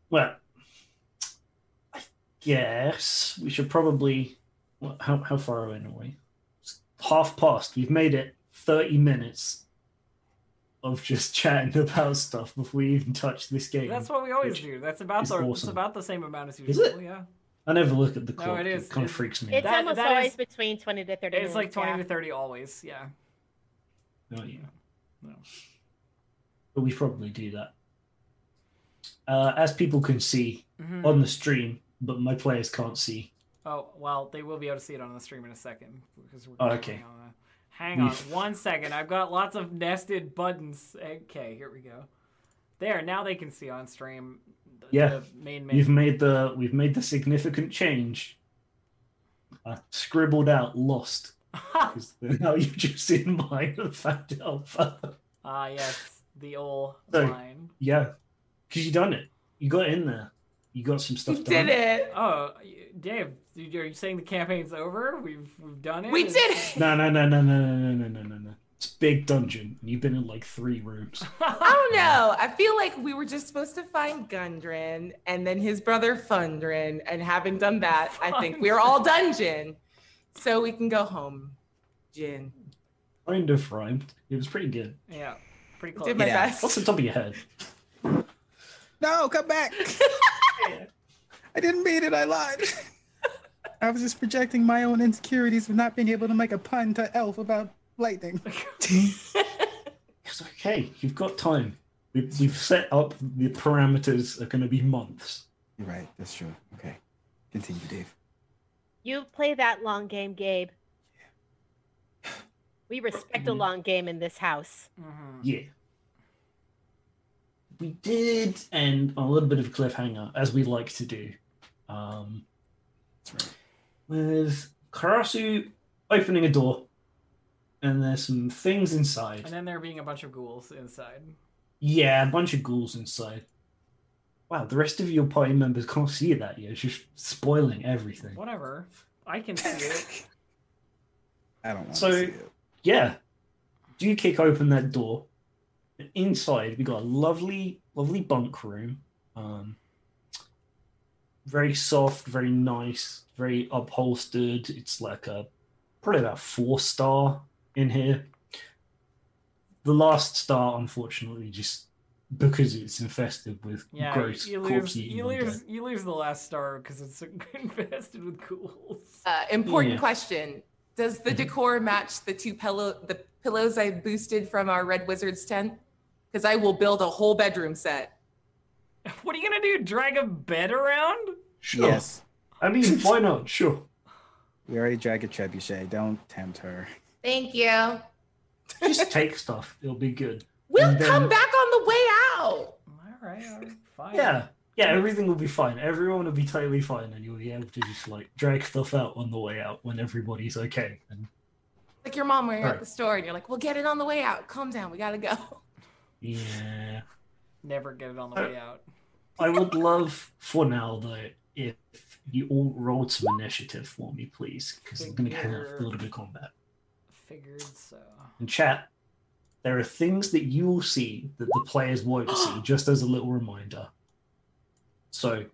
Speaker 1: Well, I guess we should probably. Well, how, how far in are we? It's half past. We've made it 30 minutes of just chatting about stuff before we even touch this game.
Speaker 2: That's what we always
Speaker 1: which
Speaker 2: do. That's about
Speaker 1: is
Speaker 2: the it's
Speaker 1: awesome.
Speaker 2: about the same amount as
Speaker 1: Is
Speaker 2: usual.
Speaker 1: it?
Speaker 2: Yeah.
Speaker 1: I never look at the
Speaker 2: No,
Speaker 1: clock.
Speaker 2: it
Speaker 1: it,
Speaker 2: is-
Speaker 1: kind
Speaker 2: it-
Speaker 1: of freaks me
Speaker 4: It's
Speaker 1: out.
Speaker 2: That-
Speaker 4: almost
Speaker 2: that
Speaker 4: always
Speaker 2: is-
Speaker 4: between 20 to 30
Speaker 2: It's
Speaker 4: minutes.
Speaker 2: like twenty
Speaker 4: yeah.
Speaker 2: to thirty always. Yeah.
Speaker 1: Oh, yeah.
Speaker 2: No.
Speaker 1: But we probably do that. Uh, as people can see
Speaker 2: Mhm.
Speaker 1: on the stream, but my players can't see.
Speaker 2: Oh well, they will be able to see it on the stream in a second because we're
Speaker 1: Oh,
Speaker 2: going
Speaker 1: okay.
Speaker 2: on a- Hang on one second. I've got lots of nested buttons. Okay, here we go. There, now they can see on stream. The,
Speaker 1: Yeah.
Speaker 2: the main
Speaker 1: You've
Speaker 2: menu.
Speaker 1: made the we've made the significant change. I scribbled out lost
Speaker 2: Ah,
Speaker 1: Because now you've just seen mine and found alpha.
Speaker 2: Ah, yes, the old
Speaker 1: So-
Speaker 2: line.
Speaker 1: Yeah. Because you done it. You got in there. You got some stuff
Speaker 3: You
Speaker 1: done.
Speaker 3: did it.
Speaker 2: Oh, y- Dave, dude, are you saying the campaign's over? We've we've done it.
Speaker 3: We
Speaker 2: It's-
Speaker 3: did it.
Speaker 1: No, no, no, no, no, no, no, no, no, no. It's big dungeon. and You've been in like three rooms.
Speaker 3: I don't know. I feel like we were just supposed to find Gundren and then his brother Fundren. And having done that, I think we're all dungeon. So we can go home. Jin.
Speaker 1: kind of rhymed. It was pretty good.
Speaker 2: yeah, pretty
Speaker 3: I
Speaker 2: close.
Speaker 3: Did my
Speaker 5: Yeah.
Speaker 3: best.
Speaker 1: What's the top of your head?
Speaker 5: No, come back. I didn't mean it. I lied. I was just projecting my own insecurities of not being able to make a pun to Elf about lightning.
Speaker 1: It's okay. You've got time. We've, we've set up the parameters are going to be months.
Speaker 5: You're right. That's true. Okay. Continue, Dave.
Speaker 4: You play that long game, Gabe. We respect a
Speaker 2: Mm.
Speaker 1: Mhm.
Speaker 4: long game in this house.
Speaker 2: Mhm.
Speaker 1: Yeah. We did end on a little bit of a cliffhanger, as we like to do. Um,
Speaker 5: That's right.
Speaker 1: with Karasu opening a door, and there's some things inside.
Speaker 2: And then there being a bunch of ghouls inside.
Speaker 1: Yeah, a bunch of ghouls inside. Wow, the rest of your party members can't see that. You're just spoiling everything.
Speaker 2: Whatever. I can see it.
Speaker 5: I don't want
Speaker 1: So-
Speaker 5: to see it.
Speaker 1: Yeah. Do you kick open that door? And inside, we got a lovely, lovely bunk room. Um, very soft, very nice, very upholstered. It's like a probably about four star in here. The last star, unfortunately, just because it's infested with
Speaker 2: Yeah,
Speaker 1: gross
Speaker 2: you
Speaker 1: corpse
Speaker 2: lose, you
Speaker 1: eating.
Speaker 2: lose, you lose the last star because it's infested with ghouls.
Speaker 3: Uh, important
Speaker 1: Yeah.
Speaker 3: question. Does the
Speaker 1: Mhm.
Speaker 3: decor match the two pillow the pillows I boosted from our Red Wizard's tent? Because I will build a whole bedroom set.
Speaker 2: What are you gonna do? Drag a bed around?
Speaker 1: Sure.
Speaker 5: Yes.
Speaker 1: I mean, why not? Sure.
Speaker 5: We already dragged a trebuchet. Don't tempt her.
Speaker 3: Thank you.
Speaker 1: Just take stuff. It'll be good.
Speaker 3: We'll
Speaker 1: And then-
Speaker 3: come back on the way out.
Speaker 2: All right, all right fine.
Speaker 1: Yeah. Yeah, everything will be fine. Everyone will be totally fine, and you'll be able to just like drag stuff out on the way out when everybody's okay. And
Speaker 3: Like your mom when you're
Speaker 1: All
Speaker 3: at
Speaker 1: right.
Speaker 3: the store and you're like, we'll get it on the way out. Calm down. We got to go.
Speaker 1: yeah,
Speaker 2: Never get it on the
Speaker 1: Uh,
Speaker 2: way out.
Speaker 1: I would love for now though if you all rolled some initiative for me, please, because I'm going to have a little bit of combat.
Speaker 2: Figured so.
Speaker 1: And chat, there are things that you will see that the players won't see, just as a little reminder. So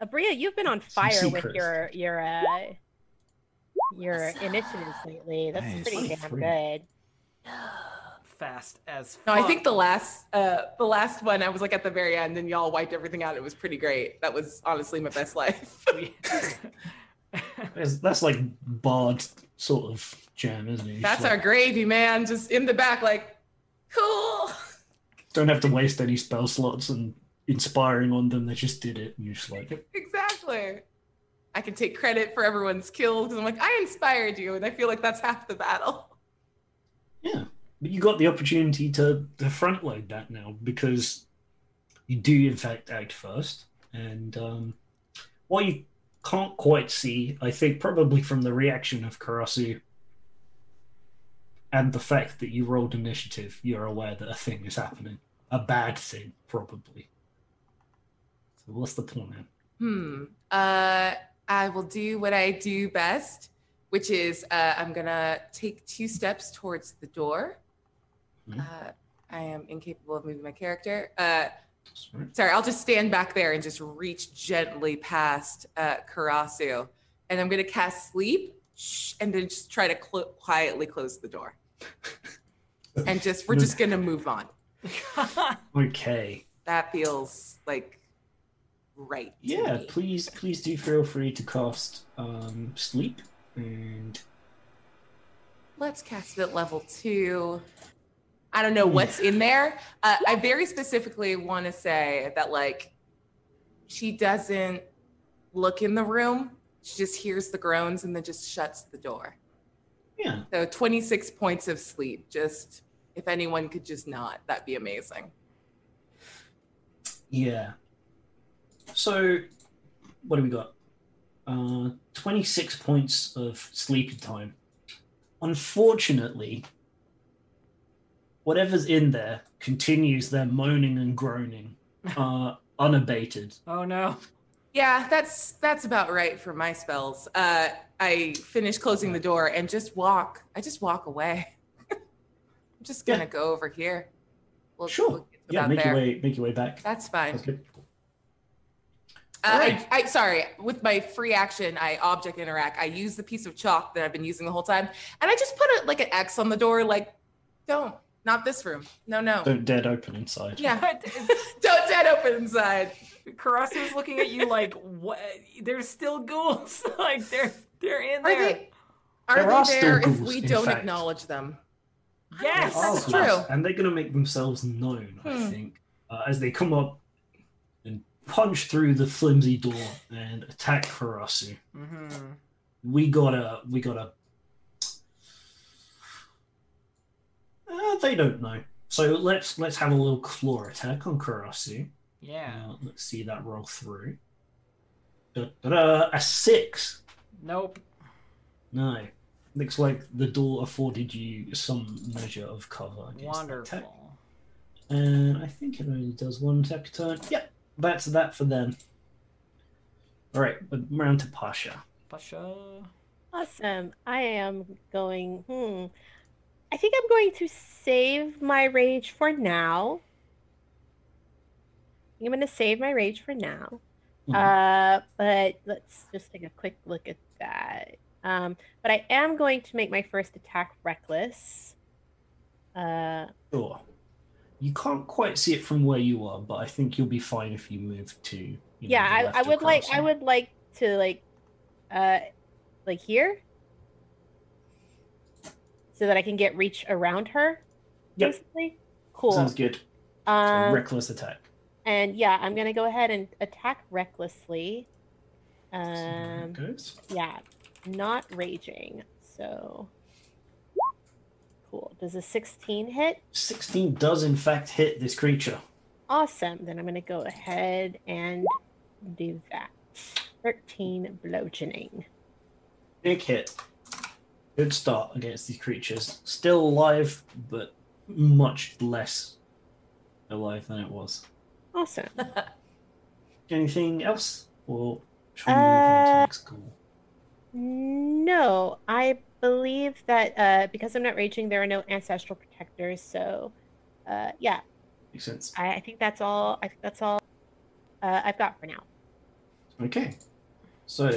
Speaker 4: Abria, you've been on
Speaker 1: Some
Speaker 4: fire with
Speaker 1: secrets.
Speaker 4: your your uh, your
Speaker 3: What's up?
Speaker 4: initiatives lately. That's
Speaker 5: Nice.
Speaker 4: pretty damn
Speaker 1: 23.
Speaker 4: good.
Speaker 2: Fast as fuck.
Speaker 3: No, I think the last uh the last one I was like at the very end and y'all wiped everything out. It was pretty great. That was honestly my best life.
Speaker 2: We-
Speaker 1: that's that's like barred sort of jam, isn't it? It's
Speaker 3: That's
Speaker 1: like,
Speaker 3: our gravy, man. Just in the back, like, cool.
Speaker 1: don't have to waste any spell slots and inspiring on them. They just did it, and you're just like,
Speaker 3: Exactly. I can take credit for everyone's kill because I'm like, I inspired you, and I feel like that's half the battle.
Speaker 1: yeah. But you got the opportunity to, to front load that now because you do, in fact, act first. And um, what you can't quite see, I think, probably from the reaction of Karasu and the fact that you rolled initiative, you're aware that a thing is happening. A bad thing, probably. So, what's the plan?
Speaker 3: Hmm. Uh, I will do what I do best, which is uh, I'm gonna take two steps towards the door.
Speaker 1: Mhm.
Speaker 3: Uh, I am incapable of moving my character. Uh,
Speaker 1: Sorry.
Speaker 3: sorry, I'll just stand back there and just reach gently past uh, Karasu, and I'm gonna cast sleep, shh, and then just try to clo- quietly close the door, and just we're just gonna move on.
Speaker 1: Okay.
Speaker 3: That feels like right. to
Speaker 1: yeah
Speaker 3: me.
Speaker 1: please please do feel free to cast um sleep and
Speaker 3: Let's cast it at level two. I don't know what's in there. Uh, I very specifically want to say that, like, she doesn't look in the room. She just hears the groans and then just shuts the door.
Speaker 1: yeah
Speaker 3: So 26 points of sleep. Just if anyone could just not, that'd be amazing.
Speaker 1: yeah so what do we got uh 26 points of sleep time unfortunately whatever's in there continues their moaning and groaning uh unabated
Speaker 2: oh no.
Speaker 3: Yeah, that's that's about right for my spells. Uh, I finish closing the door and just walk. I just walk away. I'm just gonna
Speaker 1: Yeah.
Speaker 3: go over here. We'll,
Speaker 1: Sure.
Speaker 3: we'll get
Speaker 1: yeah
Speaker 3: about
Speaker 1: make
Speaker 3: there.
Speaker 1: your way make your way back
Speaker 3: That's fine.
Speaker 1: That's good.
Speaker 3: Uh,
Speaker 1: Alright.
Speaker 3: I, I sorry. With my free action, I object interact. I use the piece of chalk that I've been using the whole time, and I just put a, like an X on the door. Like, don't not this room. No, no.
Speaker 1: don't dead open inside
Speaker 3: Yeah,
Speaker 2: What is-
Speaker 3: don't dead open inside.
Speaker 2: Karasu is looking at you like, what? There's still ghouls. like they're they're in
Speaker 3: Are
Speaker 2: there.
Speaker 3: they are
Speaker 1: There
Speaker 3: they
Speaker 1: are still
Speaker 3: there if
Speaker 1: ghouls,
Speaker 3: we
Speaker 1: in
Speaker 3: don't
Speaker 1: fact.
Speaker 3: acknowledge them?
Speaker 2: Yes.
Speaker 1: They are
Speaker 3: That's
Speaker 1: class,
Speaker 3: true.
Speaker 1: And they're going to make themselves known, I
Speaker 3: Hmm.
Speaker 1: think, uh, as they come up and punch through the flimsy door and attack Karasu.
Speaker 2: Mm-hmm.
Speaker 1: We gotta, we gotta. Uh, they don't know. So let's let's have a little claw attack on Karasu.
Speaker 2: Yeah.
Speaker 1: Uh, let's see that roll through. Da-da-da, a six.
Speaker 2: Nope.
Speaker 1: No. Looks like the door afforded you some measure of cover. against that attack.
Speaker 2: Wonderful.
Speaker 1: And Uh, I think it only does one attack a turn. Yep, that's that for them. All right, round to Pasha.
Speaker 2: Pasha.
Speaker 4: Awesome. I am going. Hmm. I think I'm going to save my rage for now. I think I'm going to save my rage for now.
Speaker 1: Mm-hmm. Hmm,
Speaker 4: Uh, but let's just take a quick look at that. Um, but I am going to make my first attack reckless. Uh,
Speaker 1: sure. You can't quite see it from where you are, but I think you'll be fine if you move to. you know, the
Speaker 4: yeah,
Speaker 1: left
Speaker 4: I, I
Speaker 1: or
Speaker 4: would like. I
Speaker 1: crossing.
Speaker 4: would like to like, uh, like here, so that I can get reach around her.
Speaker 1: Yep.
Speaker 4: Basically, cool.
Speaker 1: Sounds good. So
Speaker 4: Um,
Speaker 1: reckless attack.
Speaker 4: and yeah, I'm gonna go ahead and attack recklessly.
Speaker 1: So there it
Speaker 4: Um,
Speaker 1: goes.
Speaker 4: yeah, not raging. So cool. Does a 16 hit?
Speaker 1: Sixteen does in fact hit this creature.
Speaker 4: Awesome. Then I'm gonna go ahead and do that. 13 bludgeoning.
Speaker 1: Big hit. Good start against these creatures. Still alive, but much less alive than it was.
Speaker 4: Awesome.
Speaker 1: Anything else? Or should we move on to
Speaker 4: Uh,
Speaker 1: next call?
Speaker 4: No, I believe that uh, because I'm not raging, there are no ancestral protectors. So, uh, yeah,
Speaker 1: Makes sense.
Speaker 4: I, I think that's all. I think that's all uh, I've got for now.
Speaker 1: Okay. So,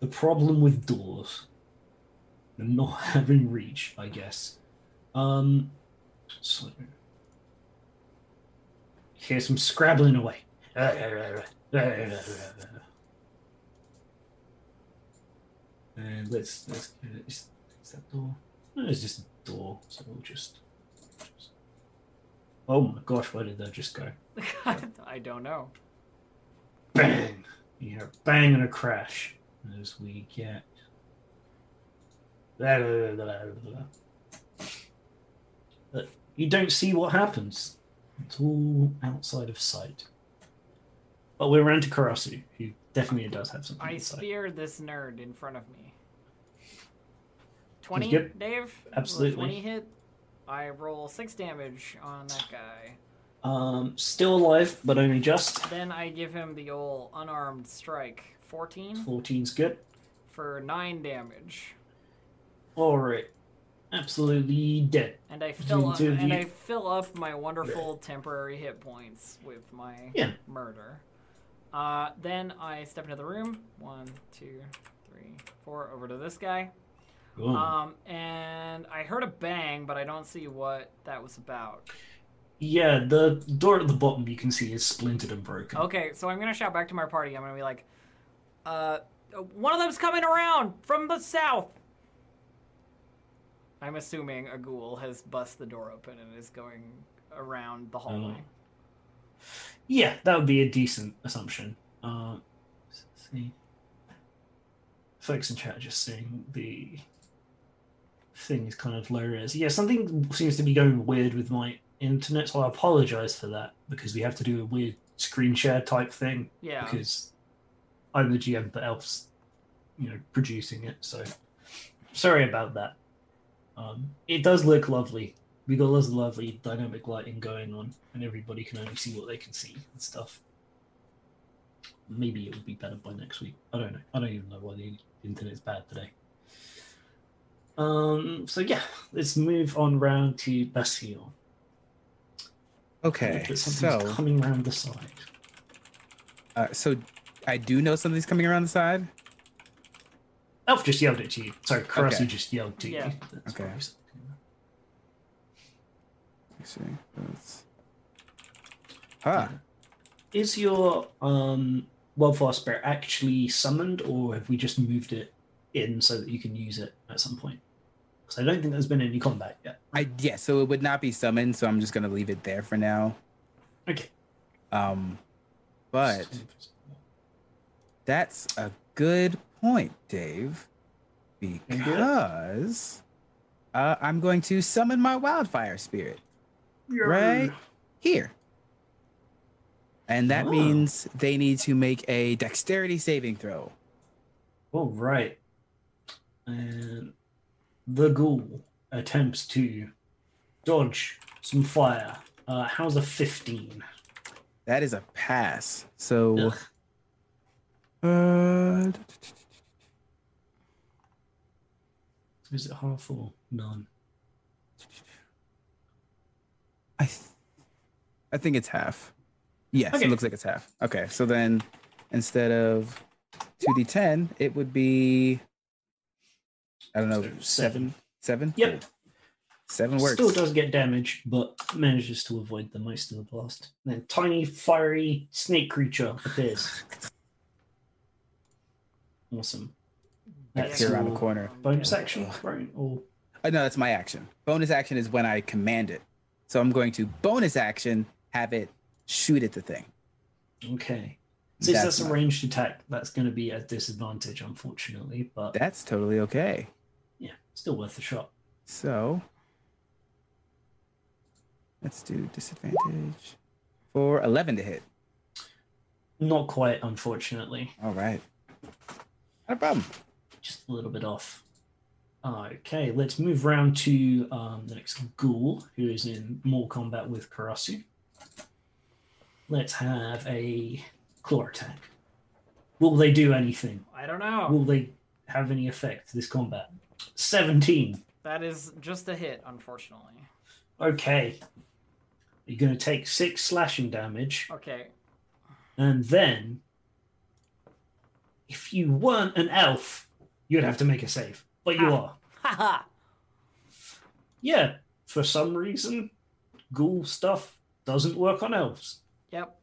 Speaker 1: the problem with doors and not having reach, I guess. Um, so, here's some scrabbling away. And let's let's is, is that door? No, it's just a door. So we'll just, just. Oh my gosh! Where did that just go?
Speaker 2: I don't know.
Speaker 1: bang. You hear a bang and a crash as we get. But you don't see what happens. It's all outside of sight. But we're around to Karasu, who definitely does have something
Speaker 2: I
Speaker 1: in sight.
Speaker 2: spear this nerd in front of me. 20,
Speaker 1: Yep.
Speaker 2: Dave? Will a
Speaker 1: Absolutely.
Speaker 2: 20 hit. I roll 6 damage on that guy.
Speaker 1: Um, still alive, but only just.
Speaker 2: Then I give him the old unarmed strike. 14
Speaker 1: 14's good.
Speaker 2: for 9 damage.
Speaker 1: All right, absolutely dead.
Speaker 2: And I fill up,
Speaker 1: do you-
Speaker 2: and I fill up my wonderful temporary hit points with my
Speaker 1: Yeah.
Speaker 2: murder. Uh, then I step into the room. One, two, three, four. Over to this guy.
Speaker 1: Go on.
Speaker 2: Um, and I heard a bang, but I don't see what that was about.
Speaker 1: yeah, the door at the bottom you can see is splintered and broken.
Speaker 2: Okay, so I'm gonna shout back to my party. I'm gonna be like, uh, one of them's coming around from the south. I'm assuming a ghoul has bust the door open and is going around the hallway.
Speaker 1: Yeah, that would be a decent assumption. Uh, let's see, folks in chat just saying the thing is kind of low res. Yeah, something seems to be going weird with my internet, so I apologize for that because we have to do a weird screen share type thing
Speaker 2: Yeah.
Speaker 1: because I'm the GM, but Elf's, you know, producing it. So sorry about that. Um, it does look lovely. We got lots of lovely dynamic lighting going on, and everybody can only see what they can see and stuff. Maybe it would be better by next week. I don't know. I don't even know why the internet's bad today. Um. So yeah, let's move on round to Basile.
Speaker 5: Okay,
Speaker 1: But something's
Speaker 5: so
Speaker 1: coming round the side.
Speaker 5: uh, so I do know something's coming around the side.
Speaker 1: Elf Oh, just yelled at you. Sorry, Karasu
Speaker 5: Okay.
Speaker 1: just yelled to
Speaker 2: Yeah.
Speaker 1: you. That's
Speaker 5: Okay.
Speaker 1: what I was-
Speaker 5: Let's see. That's... Huh.
Speaker 1: Is your um, Wildfire Spirit actually summoned, or have we just moved it in so that you can use it at some point? Because I don't think there's been any combat yet.
Speaker 5: I yeah, so it would not be summoned, so I'm just gonna leave it there for now.
Speaker 1: Okay.
Speaker 5: Um, but that's a good point, Dave, because uh, I'm going to summon my wildfire spirit right here, and that
Speaker 1: Oh.
Speaker 5: means they need to make a dexterity saving throw.
Speaker 1: All right. And the ghoul attempts to dodge some fire. Uh, how's a 15?
Speaker 5: That is a pass. So
Speaker 1: Ugh.
Speaker 5: uh,
Speaker 1: Is it half or none?
Speaker 5: I th- I think it's half. Yes,
Speaker 1: Okay.
Speaker 5: it looks like it's half. Okay, so then instead of 2d10, it would be I don't know,
Speaker 1: So seven.
Speaker 5: Seven?
Speaker 1: Yep.
Speaker 5: Cool. Seven works.
Speaker 1: Still does get damage, but manages to avoid the most of the blast. Then tiny fiery snake creature appears. awesome. That's
Speaker 5: Here around the
Speaker 1: your
Speaker 5: corner.
Speaker 1: Bonus action, right? Or
Speaker 5: Uh, no, that's my action. Bonus action is when I command it. So I'm going to bonus action have it shoot at the thing.
Speaker 1: okay. Since that's, a
Speaker 5: my-
Speaker 1: ranged attack, that's going to be a disadvantage, unfortunately. But
Speaker 5: that's totally okay.
Speaker 1: yeah, still worth a shot.
Speaker 5: So let's do disadvantage for 11 to hit.
Speaker 1: Not quite, unfortunately.
Speaker 5: All right. Not a problem.
Speaker 1: Just a little bit off. Okay, let's move round to um, the next ghoul, who is in more combat with Karasu. Let's have a claw attack. Will they do anything?
Speaker 2: I don't know.
Speaker 1: Will they have any effect this combat? 17.
Speaker 2: That is just a hit, unfortunately.
Speaker 1: Okay. You're going to take six slashing damage.
Speaker 2: Okay.
Speaker 1: And then, if you weren't an elf, you'd have to make a save. But you
Speaker 2: Ah.
Speaker 1: are.
Speaker 2: Haha.
Speaker 1: Yeah, for some reason, ghoul stuff doesn't work on elves.
Speaker 2: yep.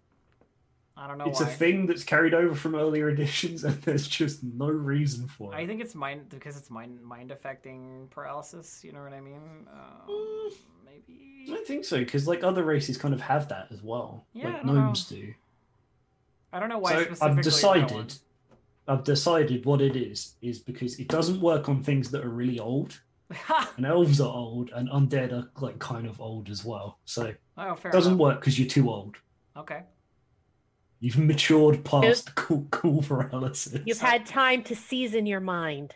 Speaker 2: I don't know
Speaker 1: it's
Speaker 2: why.
Speaker 1: a thing that's carried over from earlier editions, and there's just no reason for it.
Speaker 2: I think it's mind because it's mind mind affecting paralysis. You know what I mean? Um,
Speaker 1: Mm. I
Speaker 2: maybe.
Speaker 1: don't think so, because like other races kind of have that as well.
Speaker 2: Yeah, I
Speaker 1: like
Speaker 2: don't know.
Speaker 1: gnomes do.
Speaker 2: I don't know why.
Speaker 1: so
Speaker 2: specifically
Speaker 1: I've
Speaker 2: that one.
Speaker 1: decided. I've decided what it is is because it doesn't work on things that are really old,
Speaker 2: Ha!
Speaker 1: and elves are old, and undead are like kind of old as well. So it
Speaker 2: oh, fair
Speaker 1: doesn't
Speaker 2: enough.
Speaker 1: work because you're too old.
Speaker 2: Okay.
Speaker 1: You've matured past cool, cool paralysis.
Speaker 4: You've had time to season your mind.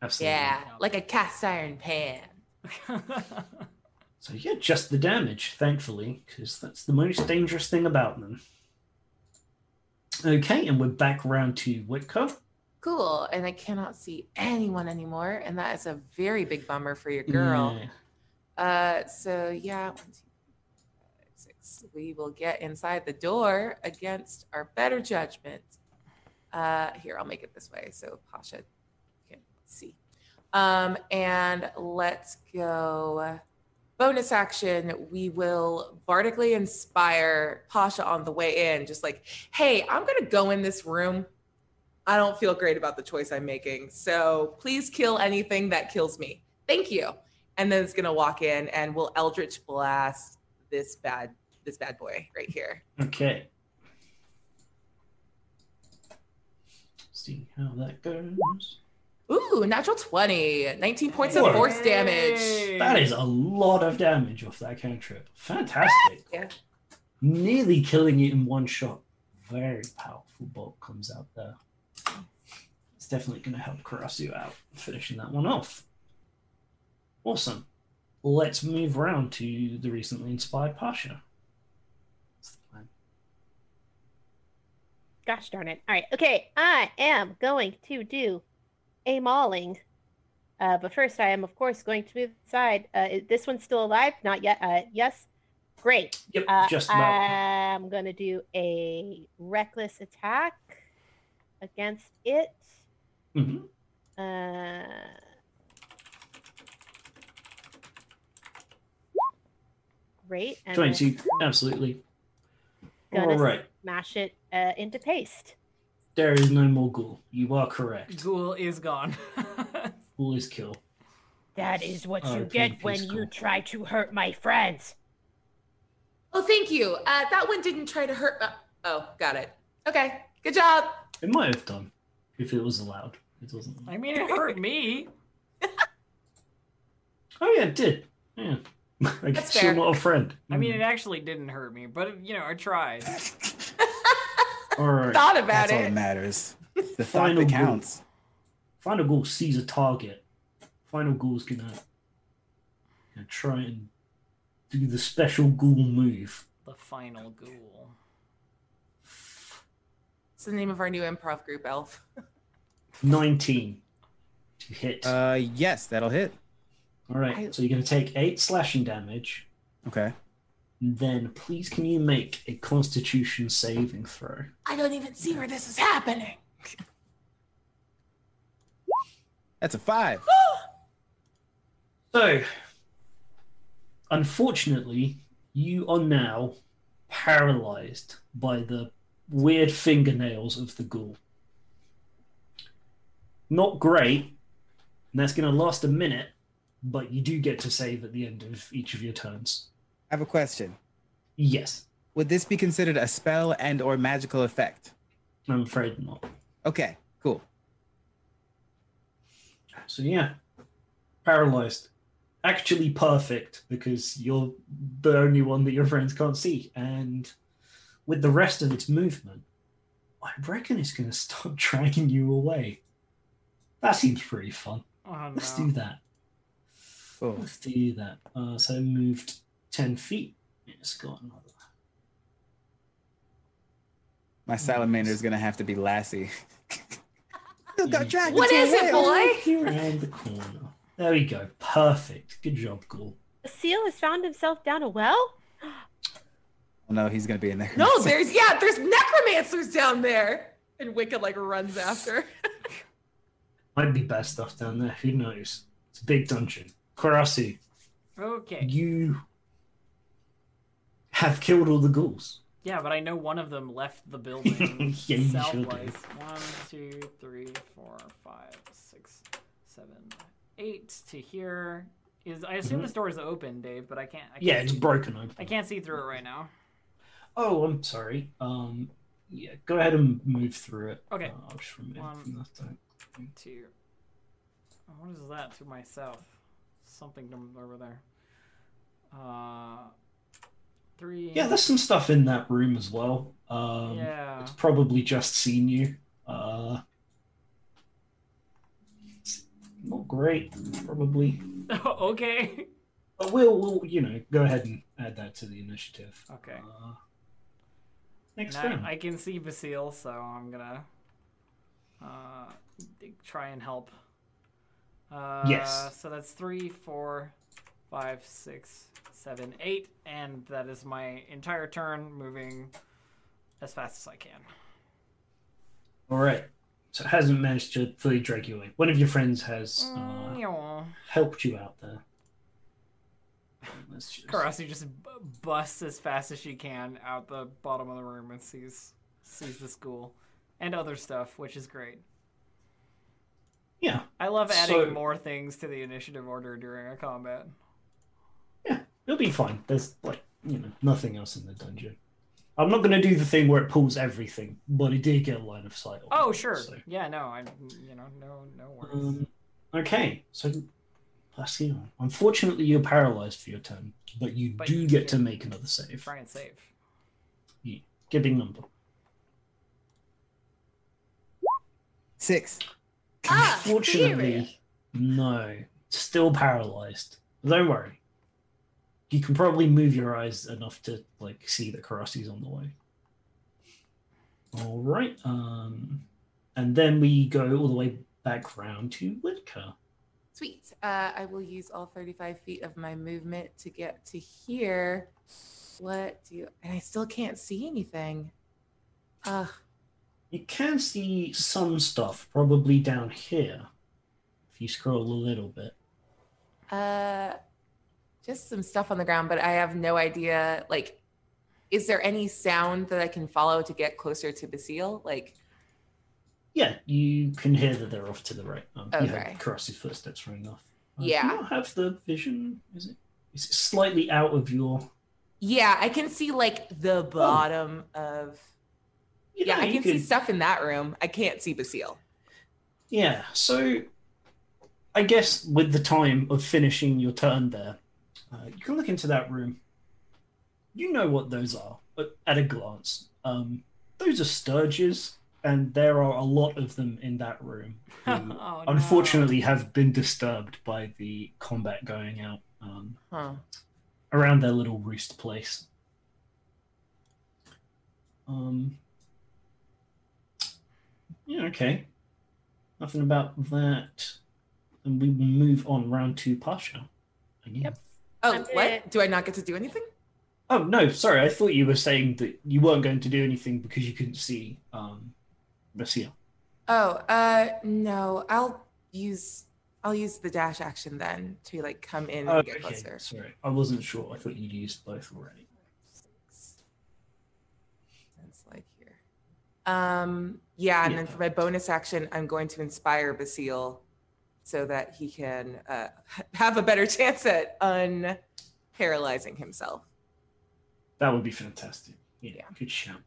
Speaker 1: Absolutely.
Speaker 3: Yeah, like a cast iron pan.
Speaker 1: So yeah, just the damage, thankfully, because that's the most dangerous thing about them. Okay, and we're back round to Whitcuff.
Speaker 3: Cool. And I cannot see anyone anymore. And that is a very big bummer for
Speaker 1: Mm-hmm.
Speaker 3: your girl.
Speaker 1: Yeah.
Speaker 3: Uh, so, yeah, one, two, three, five, six. We will get inside the door against our better judgment. Uh, here, I'll make it this way so Pasha can see. Um, and let's go. Bonus action, we will bardically inspire Pasha on the way in, just like, hey, I'm going to go in this room. I don't feel great about the choice I'm making. So please kill anything that kills me. Thank you. And then it's going to walk in and we'll Eldritch blast this bad this bad boy right here.
Speaker 1: Okay. See how that goes.
Speaker 3: Ooh, natural 20. 19 points
Speaker 1: Whoa.
Speaker 3: of force damage.
Speaker 2: Yay!
Speaker 1: That is a lot of damage off that cantrip. Fantastic.
Speaker 3: Yeah.
Speaker 1: Nearly killing it in one shot. Very powerful bolt comes out there. It's definitely going to help Karasu out finishing that one off. Awesome. Let's move around to the recently inspired Pasha. That's the plan.
Speaker 4: Gosh darn it. All right. Okay. I am going to do a mauling. Uh, but first, I am, of course, going to move inside. Uh, is this one's still alive? Not yet. Uh, yes. Great.
Speaker 1: Yep,
Speaker 4: Uh,
Speaker 1: just about.
Speaker 4: I'm going to do a reckless attack against it.
Speaker 1: Mhm.
Speaker 4: Uh, great. And
Speaker 1: 22, absolutely.
Speaker 4: Gonna
Speaker 1: All right.
Speaker 4: mash it uh, into paste.
Speaker 1: There is no more ghoul. You are correct.
Speaker 2: Ghoul is gone.
Speaker 1: Ghoul is kill.
Speaker 4: That is what
Speaker 1: Oh,
Speaker 4: you
Speaker 1: okay,
Speaker 4: get when
Speaker 1: peace,
Speaker 4: you
Speaker 1: cool.
Speaker 4: try to hurt my friends.
Speaker 3: Oh, thank you. Uh, that one didn't try to hurt. Uh, oh, got it. Okay, good job.
Speaker 1: It might have done if it was allowed. It wasn't.
Speaker 2: I mean, it hurt me.
Speaker 1: Oh yeah, it did. Yeah. I
Speaker 3: That's
Speaker 1: guess you're
Speaker 3: fair.
Speaker 1: not a friend.
Speaker 2: I mean, it actually didn't hurt me, but you know, I tried.
Speaker 1: Mm. all right.
Speaker 3: Thought about
Speaker 5: That's all that
Speaker 3: it.
Speaker 5: matters. The thought
Speaker 1: Final
Speaker 5: that
Speaker 1: ghoul.
Speaker 5: counts.
Speaker 1: Final goal sees a target. Final goal's gonna, gonna try and do the special ghoul move.
Speaker 2: The final ghoul.
Speaker 3: It's the name of our new improv group, Elf.
Speaker 1: Nineteen to hit.
Speaker 5: Uh, yes, that'll hit.
Speaker 1: all right. So you're gonna take eight slashing damage.
Speaker 5: Okay.
Speaker 1: Then please can you make a Constitution saving throw?
Speaker 3: I don't even see where this is happening.
Speaker 5: That's a five.
Speaker 1: So, unfortunately, you are now paralyzed by the weird fingernails of the ghoul. Not great, and that's going to last a minute, but you do get to save at the end of each of your turns.
Speaker 5: I have a question.
Speaker 1: Yes,
Speaker 5: Would this be considered a spell and or magical effect?
Speaker 1: I'm afraid not.
Speaker 5: Okay, cool.
Speaker 1: So, yeah, paralyzed. Actually, perfect because you're the only one that your friends can't see, and with the rest of its movement, I reckon it's going to start dragging you away. That seems pretty fun.
Speaker 2: Oh
Speaker 1: Let's
Speaker 2: no.
Speaker 1: do that.
Speaker 5: Cool.
Speaker 1: Let's do that. Uh, so it moved 10 feet. It's got another.
Speaker 5: My salamander is gonna have to be Lassie. Still got dragons
Speaker 3: What is
Speaker 5: away.
Speaker 3: it, boy?
Speaker 1: Here around the corner. There we go. Perfect. Good job, Ghoul.
Speaker 4: The seal has found himself down a well?
Speaker 5: Oh, no, he's gonna be in there.
Speaker 3: No, there's yeah, there's necromancers down there. And Wicked like runs after.
Speaker 1: Might be bad stuff down there. Who knows? It's a big dungeon. Karasu,
Speaker 2: Okay.
Speaker 1: you have killed all the ghouls.
Speaker 2: Yeah, but I know one of them left the building.
Speaker 1: Yeah, you sure did.
Speaker 2: Southwise. One, two, three, four, five, six, seven, eight to here. Is I assume
Speaker 1: Mhm.
Speaker 2: this door is open, Dave, but I can't. I can't
Speaker 1: Yeah, it's
Speaker 2: see-
Speaker 1: broken open.
Speaker 2: I can't see through it right now.
Speaker 1: Oh, I'm sorry. Um, yeah, go ahead and move through it.
Speaker 2: Okay.
Speaker 1: Uh, I'll just remove
Speaker 2: One.
Speaker 1: it from that time.
Speaker 2: To what is that to my south? Something to- over there. Uh, three.
Speaker 1: Yeah, there's some stuff in that room as well. Um,
Speaker 2: yeah.
Speaker 1: It's probably just seen you. Uh, it's not great, probably.
Speaker 2: okay.
Speaker 1: But we'll, we'll, you know, go ahead and add that to the initiative.
Speaker 2: Okay.
Speaker 1: Uh, next
Speaker 2: And I-
Speaker 1: round.
Speaker 2: I, can see Basile, so I'm gonna uh, d- try and help. Uh,
Speaker 1: Yes.
Speaker 2: So that's three, four, five, six, seven, eight, and that is my entire turn, moving as fast as I can.
Speaker 1: All right. So it hasn't managed to fully drag you away. One of your friends has uh,
Speaker 3: Ah,
Speaker 2: Meow.
Speaker 1: helped you out there. Let's just-
Speaker 2: Karasu just b- busts as fast as she can out the bottom of the room and sees sees the school and other stuff, which is great.
Speaker 1: Yeah.
Speaker 2: I love adding
Speaker 1: So-
Speaker 2: more things to the initiative order during a combat.
Speaker 1: It'll be fine. There's like you know nothing else in the dungeon. I'm not going to do the thing where it pulls everything, but it did get a line of sight. on
Speaker 2: Oh
Speaker 1: it,
Speaker 2: sure,
Speaker 1: so.
Speaker 2: yeah, no, I, you know, no, no worries.
Speaker 1: Um, okay, so plus you. Unfortunately, you're paralyzed for your turn, but you
Speaker 2: But
Speaker 1: do
Speaker 2: you
Speaker 1: get to
Speaker 2: can-
Speaker 1: make another save.
Speaker 2: Try and save.
Speaker 1: Giving number.
Speaker 5: Six.
Speaker 3: Ah, serious.
Speaker 1: Fortunately, no. Still paralyzed. Don't worry. You can probably move your eyes enough to like see that Karasi's on the way. All right. Um, and then we go all the way back round to Whitaker.
Speaker 3: Sweet. Uh, I will use all 35 feet of my movement to get to here. What do you? And I still can't see anything. Ugh.
Speaker 1: You can see some stuff probably down here if you scroll a little bit.
Speaker 3: Uh, just some stuff on the ground, but I have no idea. Like, is there any sound that I can follow to get closer to Basile? Like,
Speaker 1: Yeah, you can hear that they're off to the right. Um, You
Speaker 3: Okay.
Speaker 1: heard Karasi's footsteps running off. Uh, Do
Speaker 3: Yeah.
Speaker 1: you not have the vision? Is it? Is it slightly out of your?
Speaker 3: yeah, I can see like the bottom of.
Speaker 1: Oh. You
Speaker 3: Yeah,
Speaker 1: know,
Speaker 3: I
Speaker 1: you
Speaker 3: can see
Speaker 1: could-
Speaker 3: stuff in that room. I can't see Basile.
Speaker 1: Yeah, so I guess with the time of finishing your turn there, uh, you can look into that room. You know what those are but at a glance. Um, those are Sturges, and there are a lot of them in that room. who
Speaker 2: Oh, no.
Speaker 1: unfortunately, have been disturbed by the combat going out um,
Speaker 3: Huh.
Speaker 1: around their little roost place. Um. Yeah. Okay. Nothing about that. And we will move on round two, Pasha. Again.
Speaker 4: Yep.
Speaker 3: Oh,
Speaker 4: I'm gonna-
Speaker 3: what? Do I not get to do anything?
Speaker 1: Oh no, sorry. I thought you were saying that you weren't going to do anything because you couldn't see um, Basia.
Speaker 3: Oh, uh, no. I'll use I'll use the dash action then to like come in and get closer.
Speaker 1: Oh, Sorry, I wasn't sure. I thought you'd used both already.
Speaker 3: Six. That's like here. Um, yeah, and then
Speaker 1: Yeah.
Speaker 3: for my bonus action, I'm going to inspire Basile so that he can uh, have a better chance at unparalyzing himself.
Speaker 1: That would be fantastic. Yeah.
Speaker 3: Yeah.
Speaker 1: Good shout.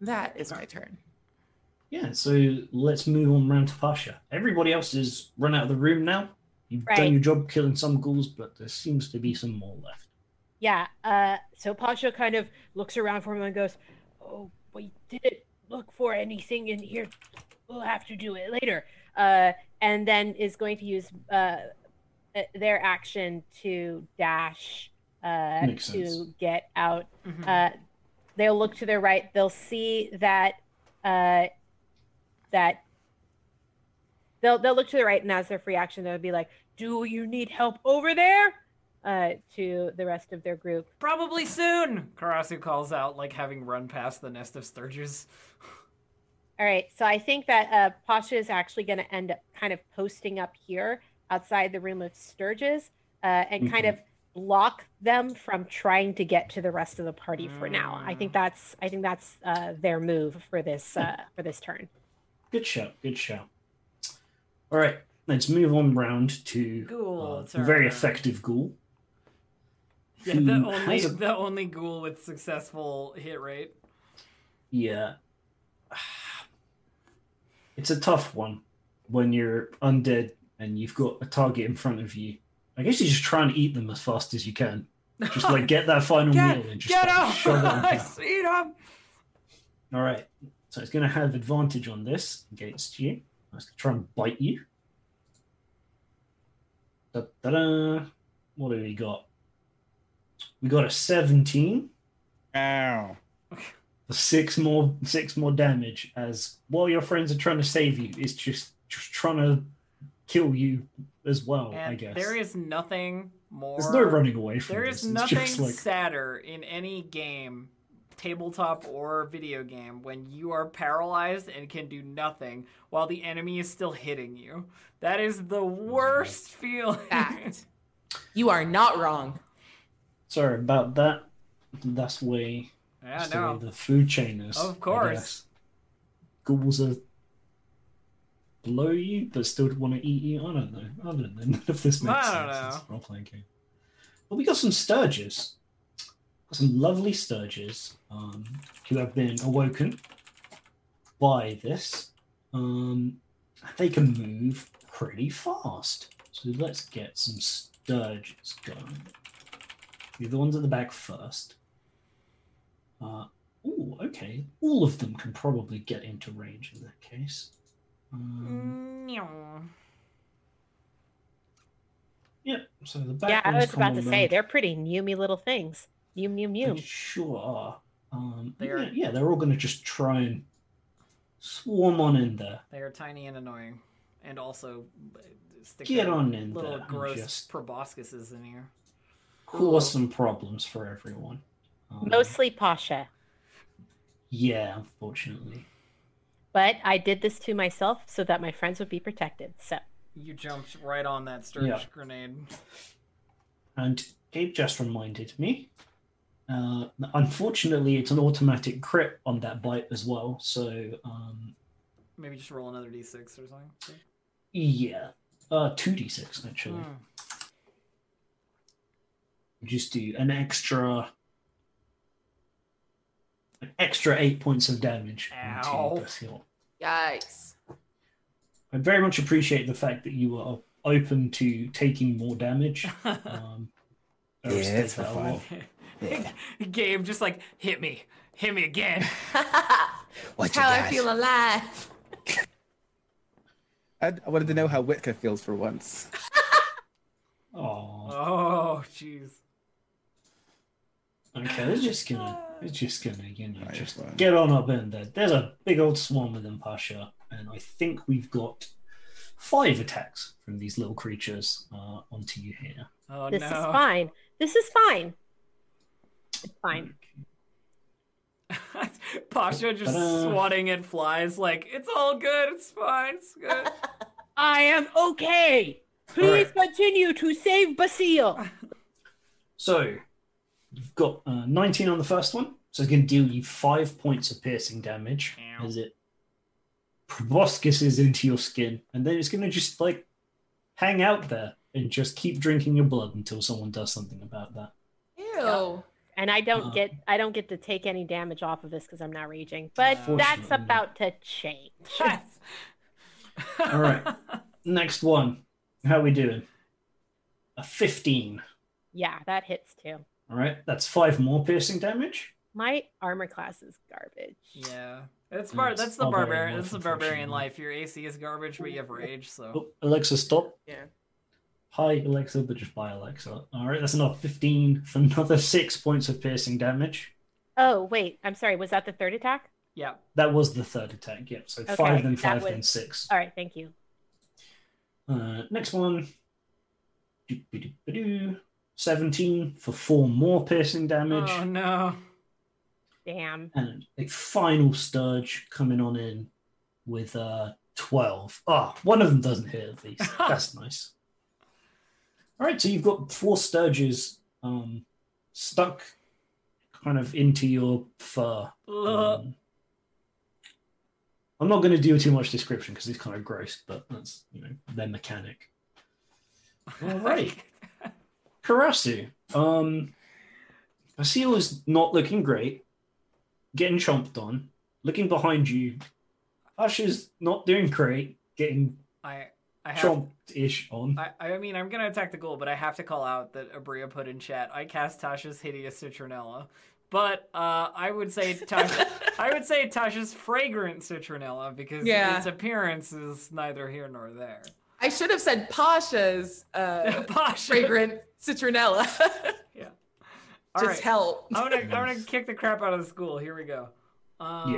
Speaker 3: That is my turn.
Speaker 1: Yeah, so let's move on round to Pasha. Everybody else has run out of the room now. You've
Speaker 4: Right.
Speaker 1: done your job killing some ghouls, but there seems to be some more left.
Speaker 4: Yeah. Uh, so Pasha kind of looks around for him and goes, "Oh, we didn't look for anything in here. We'll have to do it later." Uh, and then is going to use uh, th- their action to dash uh,
Speaker 1: Makes sense.
Speaker 4: to get out
Speaker 2: Mhm.
Speaker 4: uh, they'll look to their right. They'll see that uh, that they'll they'll look to the right, and as their free action, they'll be like, "Do you need help over there?" Uh, to the rest of their group.
Speaker 2: Probably soon. Karasu calls out, like having run past the nest of sturges.
Speaker 4: All right, so I think that uh, Pasha is actually going to end up kind of posting up here outside the room of Sturges uh, and kind
Speaker 1: Mhm.
Speaker 4: of block them from trying to get to the rest of the party for now. I think
Speaker 2: Mm.
Speaker 4: that's I think that's uh, their move for this uh, for this turn.
Speaker 1: Good shout, good shout. All right, let's move on round to
Speaker 2: Ghoul
Speaker 1: uh, the very
Speaker 2: turn.
Speaker 1: effective ghoul.
Speaker 2: Yeah, the
Speaker 1: who
Speaker 2: only
Speaker 1: has a-
Speaker 2: the only ghoul with successful hit rate.
Speaker 1: Yeah. It's a tough one when you're undead and you've got a target in front of you. I guess you just try and eat them as fast as you can. Just like get that final
Speaker 2: Get-
Speaker 1: meal and just
Speaker 2: Get
Speaker 1: like,
Speaker 2: up!
Speaker 1: shove it on
Speaker 2: I
Speaker 1: down.
Speaker 2: see him.
Speaker 1: All right. So it's going to have advantage on this against you. It's going to try and bite you. Da, da, da. What do we got? We got a 17
Speaker 5: Ow.
Speaker 1: for six more six more damage as while your friends are trying to save you, it's just, just trying to kill you as well, Oh, I
Speaker 2: And
Speaker 1: guess.
Speaker 2: there is nothing more.
Speaker 1: There's no running away from
Speaker 2: There
Speaker 1: this.
Speaker 2: is
Speaker 1: It's
Speaker 2: nothing
Speaker 1: just like
Speaker 2: sadder in any game, tabletop or video game, when you are paralyzed and can do nothing while the enemy is still hitting you. That is the worst feeling.
Speaker 3: Fact. you are not wrong.
Speaker 1: sorry about that. That's way
Speaker 2: yeah,
Speaker 1: It's the way
Speaker 2: no.
Speaker 1: the food chain is.
Speaker 2: Of
Speaker 1: I
Speaker 2: course.
Speaker 1: guess. Ghouls are below you, but still want to eat you. I don't know. I don't know if this makes
Speaker 2: I don't
Speaker 1: sense.
Speaker 2: know.
Speaker 1: It's role playing game. But we got some sturges. Got some lovely sturges um, who have been awoken by this. Um, they can move pretty fast. So let's get some sturges going. Do the ones at the back first. Uh, ooh, okay. All of them can probably get into range in that case. Um,
Speaker 2: Meow.
Speaker 1: Yep.
Speaker 2: Mm.
Speaker 1: So the back.
Speaker 4: yeah, I
Speaker 1: ones
Speaker 4: was about
Speaker 1: come
Speaker 4: to
Speaker 1: on
Speaker 4: say
Speaker 1: round.
Speaker 4: they're pretty newmy little things. Neum, neum,
Speaker 1: They
Speaker 4: neum.
Speaker 1: sure are. Um,
Speaker 2: They are-
Speaker 1: yeah, yeah, they're all going to just try and swarm on in there.
Speaker 2: They are tiny and annoying, and also uh, stick
Speaker 1: Get
Speaker 2: their
Speaker 1: on in
Speaker 2: little
Speaker 1: there. and
Speaker 2: gross
Speaker 1: Just
Speaker 2: proboscises in here.
Speaker 1: cause some problems for everyone. Um,
Speaker 4: Mostly Pasha,
Speaker 1: Yeah, unfortunately.
Speaker 4: but I did this to myself so that my friends would be protected. So
Speaker 2: You jumped right on that sturge
Speaker 1: Yeah.
Speaker 2: grenade.
Speaker 1: And Gabe just reminded me Uh, unfortunately, it's an automatic crit on that bite as well. So um,
Speaker 2: Maybe just roll another d6 or something.
Speaker 1: yeah, uh, two d six actually.
Speaker 2: Hmm.
Speaker 1: Just do an extra, an extra eight points of damage. onto
Speaker 2: Ow.
Speaker 1: Basil.
Speaker 3: Yikes.
Speaker 1: I very much appreciate the fact that you are open to taking more damage.
Speaker 2: Hmm.
Speaker 1: Um, I
Speaker 5: Yeah,
Speaker 1: respect
Speaker 5: it's for
Speaker 1: that a
Speaker 5: fun.
Speaker 1: lot.
Speaker 5: Yeah.
Speaker 2: Gabe just like hit me, hit me again.
Speaker 5: What
Speaker 3: That's
Speaker 5: you
Speaker 3: how I
Speaker 5: got?
Speaker 3: feel alive.
Speaker 5: I, I wanted to know how Witka feels for once.
Speaker 1: Oh,
Speaker 2: Oh, jeez.
Speaker 1: okay. They're just gonna, they're just gonna, you know,
Speaker 5: Right,
Speaker 1: just
Speaker 5: fine.
Speaker 1: get on up in there. There's a big old swarm of them, Pasha, and I think we've got five attacks from these little creatures uh, onto you here.
Speaker 2: Oh
Speaker 4: this
Speaker 2: no.
Speaker 4: is fine. This is fine. It's fine.
Speaker 2: Pasha just
Speaker 1: Ta-da.
Speaker 2: swatting at flies like it's all good, it's fine, it's good.
Speaker 4: I am okay. Please continue to save Basile.
Speaker 1: So you've got uh, 19 on the first one, so it's going to deal you five points of piercing damage
Speaker 2: Ow.
Speaker 1: as it proboscises into your skin, and then it's going to just like hang out there and just keep drinking your blood until someone does something about that.
Speaker 3: Ew.
Speaker 4: And I don't
Speaker 1: Uh-huh.
Speaker 4: get I don't get to take any damage off of this because I'm not raging. But that's
Speaker 1: Unfortunately.
Speaker 4: about to change.
Speaker 2: Yes.
Speaker 1: All right. Next one, how we doing? A 15.
Speaker 4: yeah, that hits too.
Speaker 1: All right, that's five more piercing damage.
Speaker 4: My armor class is garbage.
Speaker 2: Yeah. That's bar-
Speaker 1: It's
Speaker 2: that's the
Speaker 1: barbarian
Speaker 2: barbarian
Speaker 1: life,
Speaker 2: that's the barbarian
Speaker 1: unfortunately.
Speaker 2: life. Your AC is garbage, but you have rage, so
Speaker 1: Oh, Alexa, stop.
Speaker 3: Yeah.
Speaker 1: Hi, Alexa, but just buy Alexa. All right, that's another 15 for another six points of piercing damage.
Speaker 4: Oh wait, I'm sorry. Was that the third attack?
Speaker 2: yeah.
Speaker 1: That was the third attack, yep. So
Speaker 4: Okay,
Speaker 1: five, then
Speaker 4: that
Speaker 1: five, then
Speaker 4: was-
Speaker 1: six.
Speaker 4: All right, thank you.
Speaker 1: Uh, next one. Doo-ba-doo-ba-doo. 17 for four more piercing damage.
Speaker 2: Oh no.
Speaker 4: Damn.
Speaker 1: And a final Sturge coming on in with uh, 12. Ah, one of them doesn't hit at least. That's nice. All right, so you've got four Sturges um, stuck kind of into your fur.
Speaker 2: Ugh.
Speaker 1: Um, I'm not going to do too much description because it's kind of gross, but that's, you know, their mechanic. All right. Karasu. Um, Basile is not looking great, getting chomped on, looking behind you. Asha's not doing great, getting
Speaker 2: I I have
Speaker 1: chomped ish on.
Speaker 2: I, I mean, I'm gonna attack the goal, but I have to call out that Abria put in chat. I cast Tasha's hideous citronella, but uh, I would say Tasha, I would say Tasha's fragrant citronella because
Speaker 3: Yeah.
Speaker 2: its appearance is neither here nor there.
Speaker 3: I should have said Pasha's uh,
Speaker 2: Pasha,
Speaker 3: fragrant citronella.
Speaker 2: All
Speaker 3: Just
Speaker 2: right.
Speaker 3: help.
Speaker 2: I'm gonna I'm gonna kick the crap out of the school. Here we go. Um,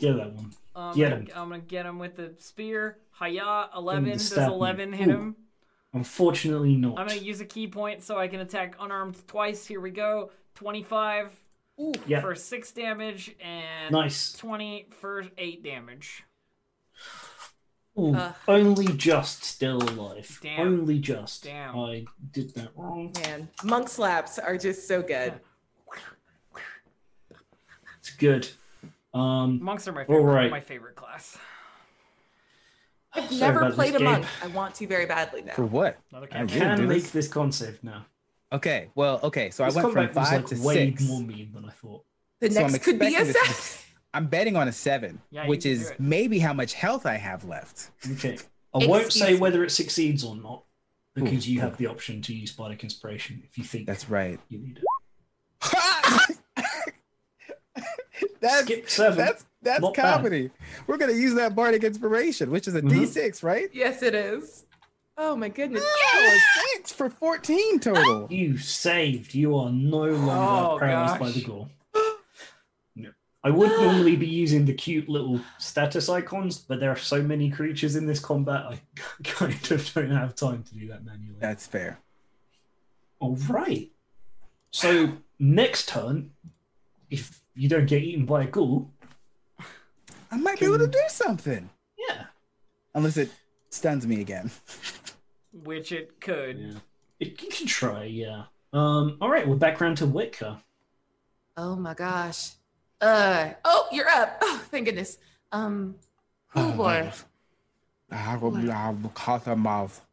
Speaker 1: Yeah. Yeah, that one.
Speaker 2: I'm,
Speaker 1: Get
Speaker 2: gonna,
Speaker 1: him.
Speaker 2: I'm gonna get him with the spear. Haya eleven. Does
Speaker 1: stab him.
Speaker 2: eleven hit
Speaker 1: Ooh.
Speaker 2: him?
Speaker 1: Unfortunately, not.
Speaker 2: I'm gonna use a key point so I can attack unarmed twice. Here we go. Twenty-five
Speaker 3: Ooh.
Speaker 1: Yeah.
Speaker 2: for six damage and
Speaker 1: Nice.
Speaker 2: twenty for eight damage.
Speaker 1: Ooh,
Speaker 3: Ugh.
Speaker 1: only just still alive.
Speaker 2: Damn.
Speaker 1: Only just.
Speaker 2: Damn.
Speaker 1: I did that wrong.
Speaker 3: Man, monk slaps are just so good.
Speaker 1: It's good. Um,
Speaker 2: Monks are my
Speaker 1: All
Speaker 2: favorite,
Speaker 1: right.
Speaker 2: my favorite class.
Speaker 3: I've
Speaker 1: Sorry about
Speaker 3: never
Speaker 1: this
Speaker 3: played a
Speaker 1: game.
Speaker 3: monk. I want to very badly now.
Speaker 5: For what?
Speaker 2: Another
Speaker 5: I
Speaker 1: I
Speaker 5: really
Speaker 2: campaign.
Speaker 5: do
Speaker 1: can make
Speaker 5: this.
Speaker 1: this con save now.
Speaker 5: Okay, well, okay. So
Speaker 1: This
Speaker 5: I went from
Speaker 1: combat was,
Speaker 5: five
Speaker 1: like,
Speaker 5: to
Speaker 1: way
Speaker 5: six.
Speaker 1: more mean than I thought.
Speaker 3: The
Speaker 5: So I'm
Speaker 3: next could be a
Speaker 5: expecting this to be-
Speaker 3: seven.
Speaker 5: I'm betting on a seven,
Speaker 2: Yeah, you
Speaker 5: which
Speaker 2: can do
Speaker 5: is
Speaker 2: it.
Speaker 5: maybe how much health I have left.
Speaker 1: Okay. I won't
Speaker 3: Excuse
Speaker 1: say
Speaker 3: me.
Speaker 1: whether it succeeds or not because
Speaker 5: Ooh,
Speaker 1: you
Speaker 5: ooh.
Speaker 1: have the option to use Bardic Inspiration if you think
Speaker 5: Hmm. That's right.
Speaker 1: you need it.
Speaker 5: that's
Speaker 1: Skip seven.
Speaker 5: that's that's
Speaker 1: Not bad.
Speaker 5: comedy. We're gonna use that bardic inspiration, which is a
Speaker 1: Mhm.
Speaker 5: 6 right?
Speaker 3: Yes, it is. Oh my goodness.
Speaker 5: Oh, a six for fourteen total.
Speaker 1: You saved. You are no longer
Speaker 2: Oh,
Speaker 1: paralyzed by
Speaker 2: gosh.
Speaker 1: the gore. No. I would normally be using the cute little status icons, but there are so many creatures in this combat, I kind of don't have time to do that manually.
Speaker 5: That's fair.
Speaker 1: All right. So next turn, if you don't get eaten by a ghoul,
Speaker 5: I might be able to do something
Speaker 1: yeah,
Speaker 5: unless it stuns me again.
Speaker 2: Which it could.
Speaker 1: yeah, it, you can try. Yeah. Um. All right, we're back round to Wicker.
Speaker 3: Oh my gosh. Uh oh, you're up. Oh, thank goodness. Um oh boy.
Speaker 6: I will be um, cut them off.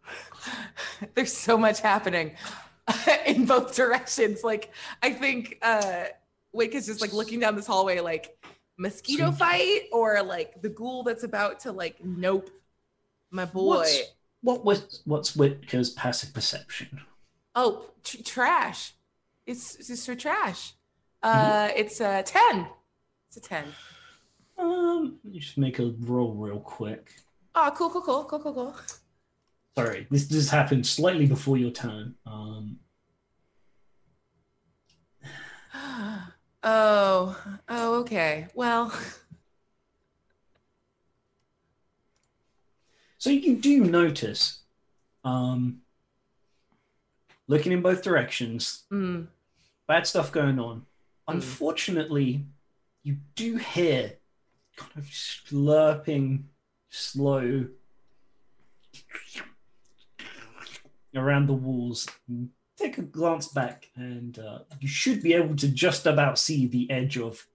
Speaker 3: There's so much happening in both directions. Like I think uh Wake is just like looking down this hallway like mosquito fight or like the ghoul that's about to like nope my boy.
Speaker 1: What's, what was what's Whitaker's passive perception?
Speaker 3: Oh, tr- trash. It's it's just for trash. Uh, it's a ten. It's a ten.
Speaker 1: Um, you should make a roll real quick.
Speaker 3: Oh, cool, cool, cool, cool, cool, cool.
Speaker 1: Sorry, this this happened slightly before your time. Um,
Speaker 3: Oh, oh, okay. Well,
Speaker 1: so you do notice, um, looking in both directions,
Speaker 3: mm,
Speaker 1: bad stuff going on.
Speaker 3: Mm.
Speaker 1: Unfortunately, you do hear kind of slurping, slow around the walls. Take a glance back, and uh, you should be able to just about see the edge of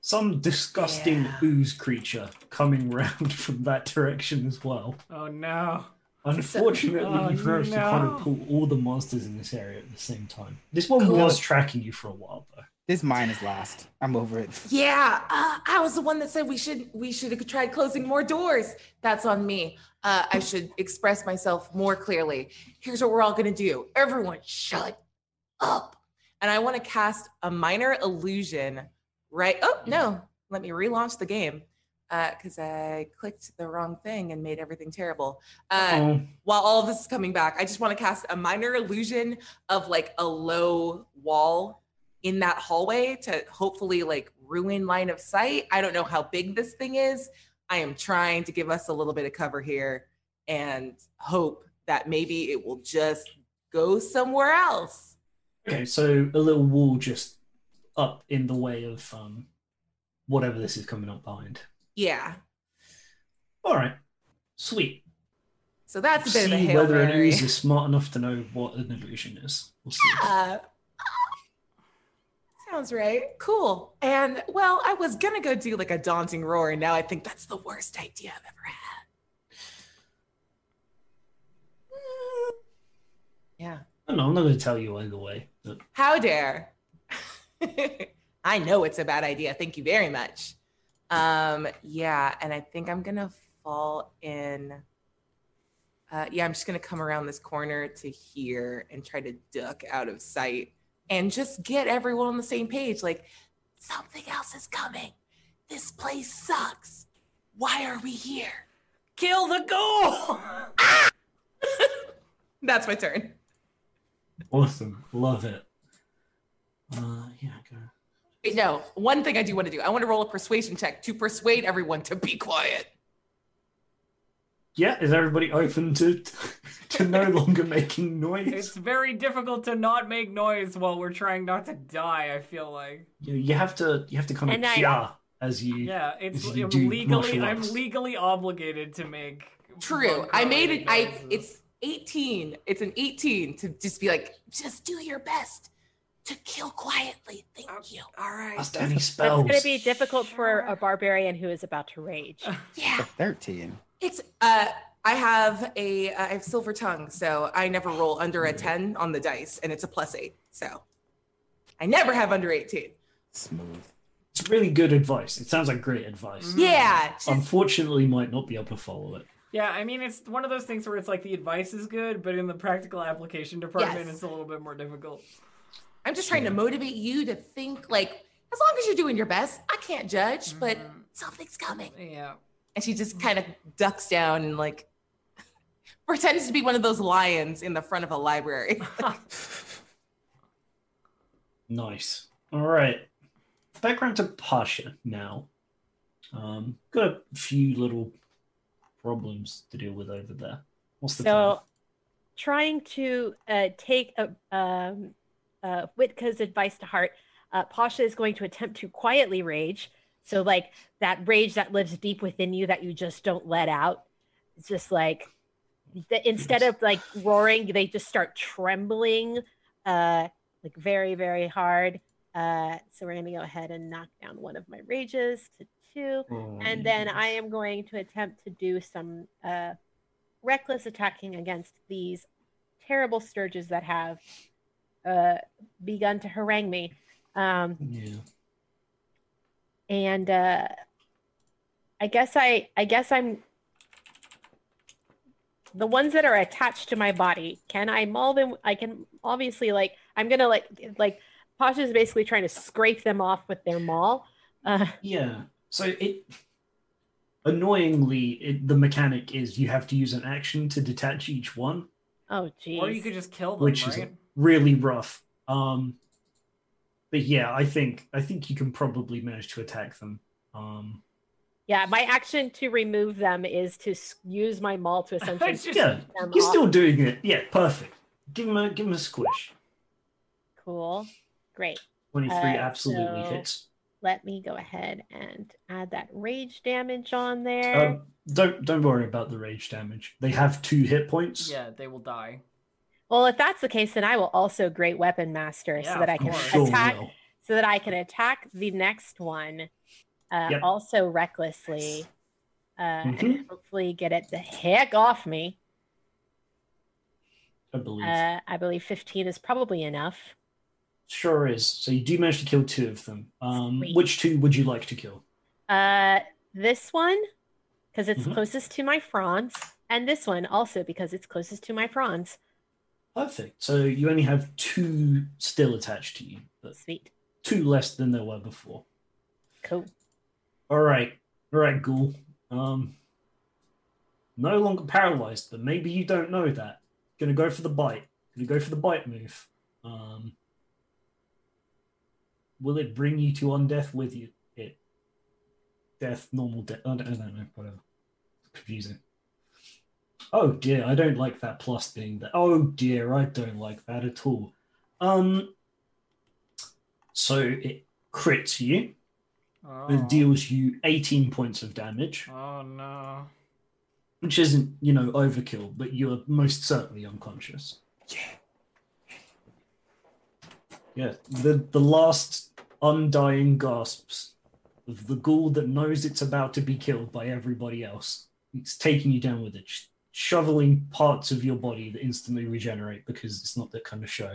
Speaker 1: some disgusting
Speaker 3: Yeah.
Speaker 1: ooze creature coming round from that direction as well.
Speaker 2: Oh no.
Speaker 1: Unfortunately,
Speaker 2: Oh,
Speaker 1: you've managed to kind
Speaker 2: no.
Speaker 1: of pull all the monsters in this area at the same time. This one
Speaker 3: Cool.
Speaker 1: was tracking you for a while, though.
Speaker 5: This mine is lost. I'm over it.
Speaker 3: yeah. Uh, I was the one that said we should we should have tried closing more doors. That's on me. Uh, I should express myself more clearly. Here's what we're all gonna do. Everyone, shut up. And I want to cast a minor illusion. Right? Oh no! Let me relaunch the game because I clicked the wrong thing and made everything terrible. Uh,
Speaker 1: Oh.
Speaker 3: while all of this is coming back, I just want to cast a minor illusion of like a low wall in that hallway to hopefully like ruin line of sight. I don't know how big this thing is. I am trying to give us a little bit of cover here and hope that maybe it will just go somewhere else.
Speaker 1: Okay, so a little wall just up in the way of um, whatever this is coming up behind.
Speaker 3: Yeah.
Speaker 1: All right, sweet.
Speaker 3: So that's a bit of a
Speaker 1: see
Speaker 3: hail
Speaker 1: whether an
Speaker 3: Mary.
Speaker 1: ooze is smart enough to know what an illusion is. We'll see.
Speaker 3: Uh, sounds right. Cool. And well, I was gonna go do like a daunting roar, and now I think that's the worst idea I've ever had. Mm. Yeah.
Speaker 1: I don't know, I'm not going to tell you either way. But
Speaker 3: How dare? I know it's a bad idea. Thank you very much. Um, yeah, and I think I'm gonna fall in. Uh, yeah, I'm just gonna come around this corner to here and try to duck out of sight and just get everyone on the same page. Like, something else is coming. This place sucks. Why are we here?
Speaker 2: Kill the ghoul!
Speaker 3: That's my turn.
Speaker 1: awesome, love it. Uh, yeah, go.
Speaker 3: Wait, no, one thing I do want to do. I want to roll a persuasion check to persuade everyone to be quiet.
Speaker 1: Yeah, is everybody open to to no longer making
Speaker 2: it's
Speaker 1: noise?
Speaker 2: very difficult to not make noise while we're trying not to die, I feel like.
Speaker 1: You, you have to you have to kind
Speaker 4: And
Speaker 1: of
Speaker 4: I-
Speaker 1: yeah as you
Speaker 2: Yeah, it's
Speaker 1: If you
Speaker 2: I'm
Speaker 1: do
Speaker 2: legally
Speaker 1: martial
Speaker 2: I'm
Speaker 1: arts.
Speaker 2: legally obligated to make
Speaker 3: True.
Speaker 2: bug
Speaker 3: I made it. I
Speaker 2: noises.
Speaker 3: it's 18. It's an 18 to just be like, just do your best to kill quietly. Thank you.
Speaker 2: all right.
Speaker 1: cast any
Speaker 4: That's
Speaker 1: spells.
Speaker 4: going to be difficult for a barbarian who is about to rage.
Speaker 3: Yeah.
Speaker 5: Thirteen.
Speaker 3: It's uh I have a uh, I have silver tongue, so I never roll under a 10 on the dice and it's a plus 8. So I never have under 18.
Speaker 5: Smooth.
Speaker 1: It's really good advice. It sounds like great advice.
Speaker 4: Mm-hmm.
Speaker 2: Mhm.
Speaker 3: Yeah.
Speaker 1: Um,
Speaker 3: just-
Speaker 1: Unfortunately, might not be able to follow it.
Speaker 2: Yeah, I mean it's one of those things where it's like the advice is good, but in the practical application department
Speaker 3: Yes.
Speaker 2: it's a little bit more difficult.
Speaker 3: I'm just trying to motivate you to think like as long as you're doing your best, I can't judge, but
Speaker 2: Mhm.
Speaker 3: something's coming.
Speaker 2: Yeah.
Speaker 3: and she just kind of ducks down and like pretends to be one of those lions in the front of a library.
Speaker 1: Nice. All right. Back around to Pasha now. Um, got a few little problems to deal with over there. What's the
Speaker 4: So, trying to uh, take a, um, uh, Whitka's advice to heart, uh, Pasha is going to attempt to quietly rage. So, like that rage that lives deep within you that you just don't let out. It's just like the, instead of like roaring, they just start trembling, uh, like very, very hard. Uh, so we're going to go ahead and knock down one of my rages to two.
Speaker 2: Oh,
Speaker 4: And then I am going to attempt to do some uh, reckless attacking against these terrible sturges that have uh, begun to harangue me. Um,
Speaker 1: Yeah.
Speaker 4: and uh, I guess I I guess I'm the ones that are attached to my body. Can I maul them? I can obviously like I'm gonna like like Pasha's basically trying to scrape them off with their maul. Uh,
Speaker 1: Yeah. So it annoyingly it, the mechanic is you have to use an action to detach each one.
Speaker 4: oh geez.
Speaker 2: Or you could just kill them,
Speaker 1: Which
Speaker 2: right?
Speaker 1: is- Really rough. Um but yeah, I think I think you can probably manage to attack them. Um
Speaker 4: yeah, my action to remove them is to s- use my maul to essentially
Speaker 2: It's just-
Speaker 1: yeah,
Speaker 4: scrape them
Speaker 1: you're
Speaker 4: off.
Speaker 1: still doing it. Yeah, perfect. Give him a give him a squish.
Speaker 4: cool. Great.
Speaker 1: 23
Speaker 4: Uh,
Speaker 1: absolutely
Speaker 4: so-
Speaker 1: hits.
Speaker 4: Let me go ahead and add that rage damage on there.
Speaker 1: Um, don't don't worry about the rage damage. They have two hit points.
Speaker 2: Yeah, they will die.
Speaker 4: Well, if that's the case, then I will also great weapon master
Speaker 2: Yeah,
Speaker 4: so that I
Speaker 2: of
Speaker 4: can
Speaker 1: You
Speaker 2: course.
Speaker 1: sure
Speaker 4: attack
Speaker 1: will.
Speaker 4: so that I can attack the next one uh,
Speaker 1: Yep.
Speaker 4: also recklessly uh, and
Speaker 1: Mhm.
Speaker 4: hopefully get it the heck off me.
Speaker 1: I believe.
Speaker 4: Uh, I believe 15 is probably enough.
Speaker 1: sure is. So you do manage to kill two of them. Um,
Speaker 4: Sweet.
Speaker 1: which two would you like to kill?
Speaker 4: Uh, this one because it's
Speaker 1: Mhm.
Speaker 4: closest to my fronds and this one also because it's closest to my fronds.
Speaker 1: Perfect. So you only have two still attached to you, but
Speaker 4: Sweet.
Speaker 1: two less than there were before.
Speaker 4: Cool.
Speaker 1: All right, all right, ghoul. Um, no longer paralyzed, but maybe you don't know that. Gonna go for the bite. Gonna go for the bite move. Um, will it bring you to undeath with you? It death, normal death. I don't, I don't know. Whatever. Confusing. Oh dear, I don't like that plus thing. That oh dear, I don't like that at all. Um, so it crits you
Speaker 2: Oh,
Speaker 1: and deals you 18 points of damage,
Speaker 2: oh no.
Speaker 1: which isn't, you know, overkill, but you're most certainly unconscious. Yeah, the, the last undying gasps of the ghoul that knows it's about to be killed by everybody else. It's taking you down with it, sh- shoveling parts of your body that instantly regenerate because it's not that kind of show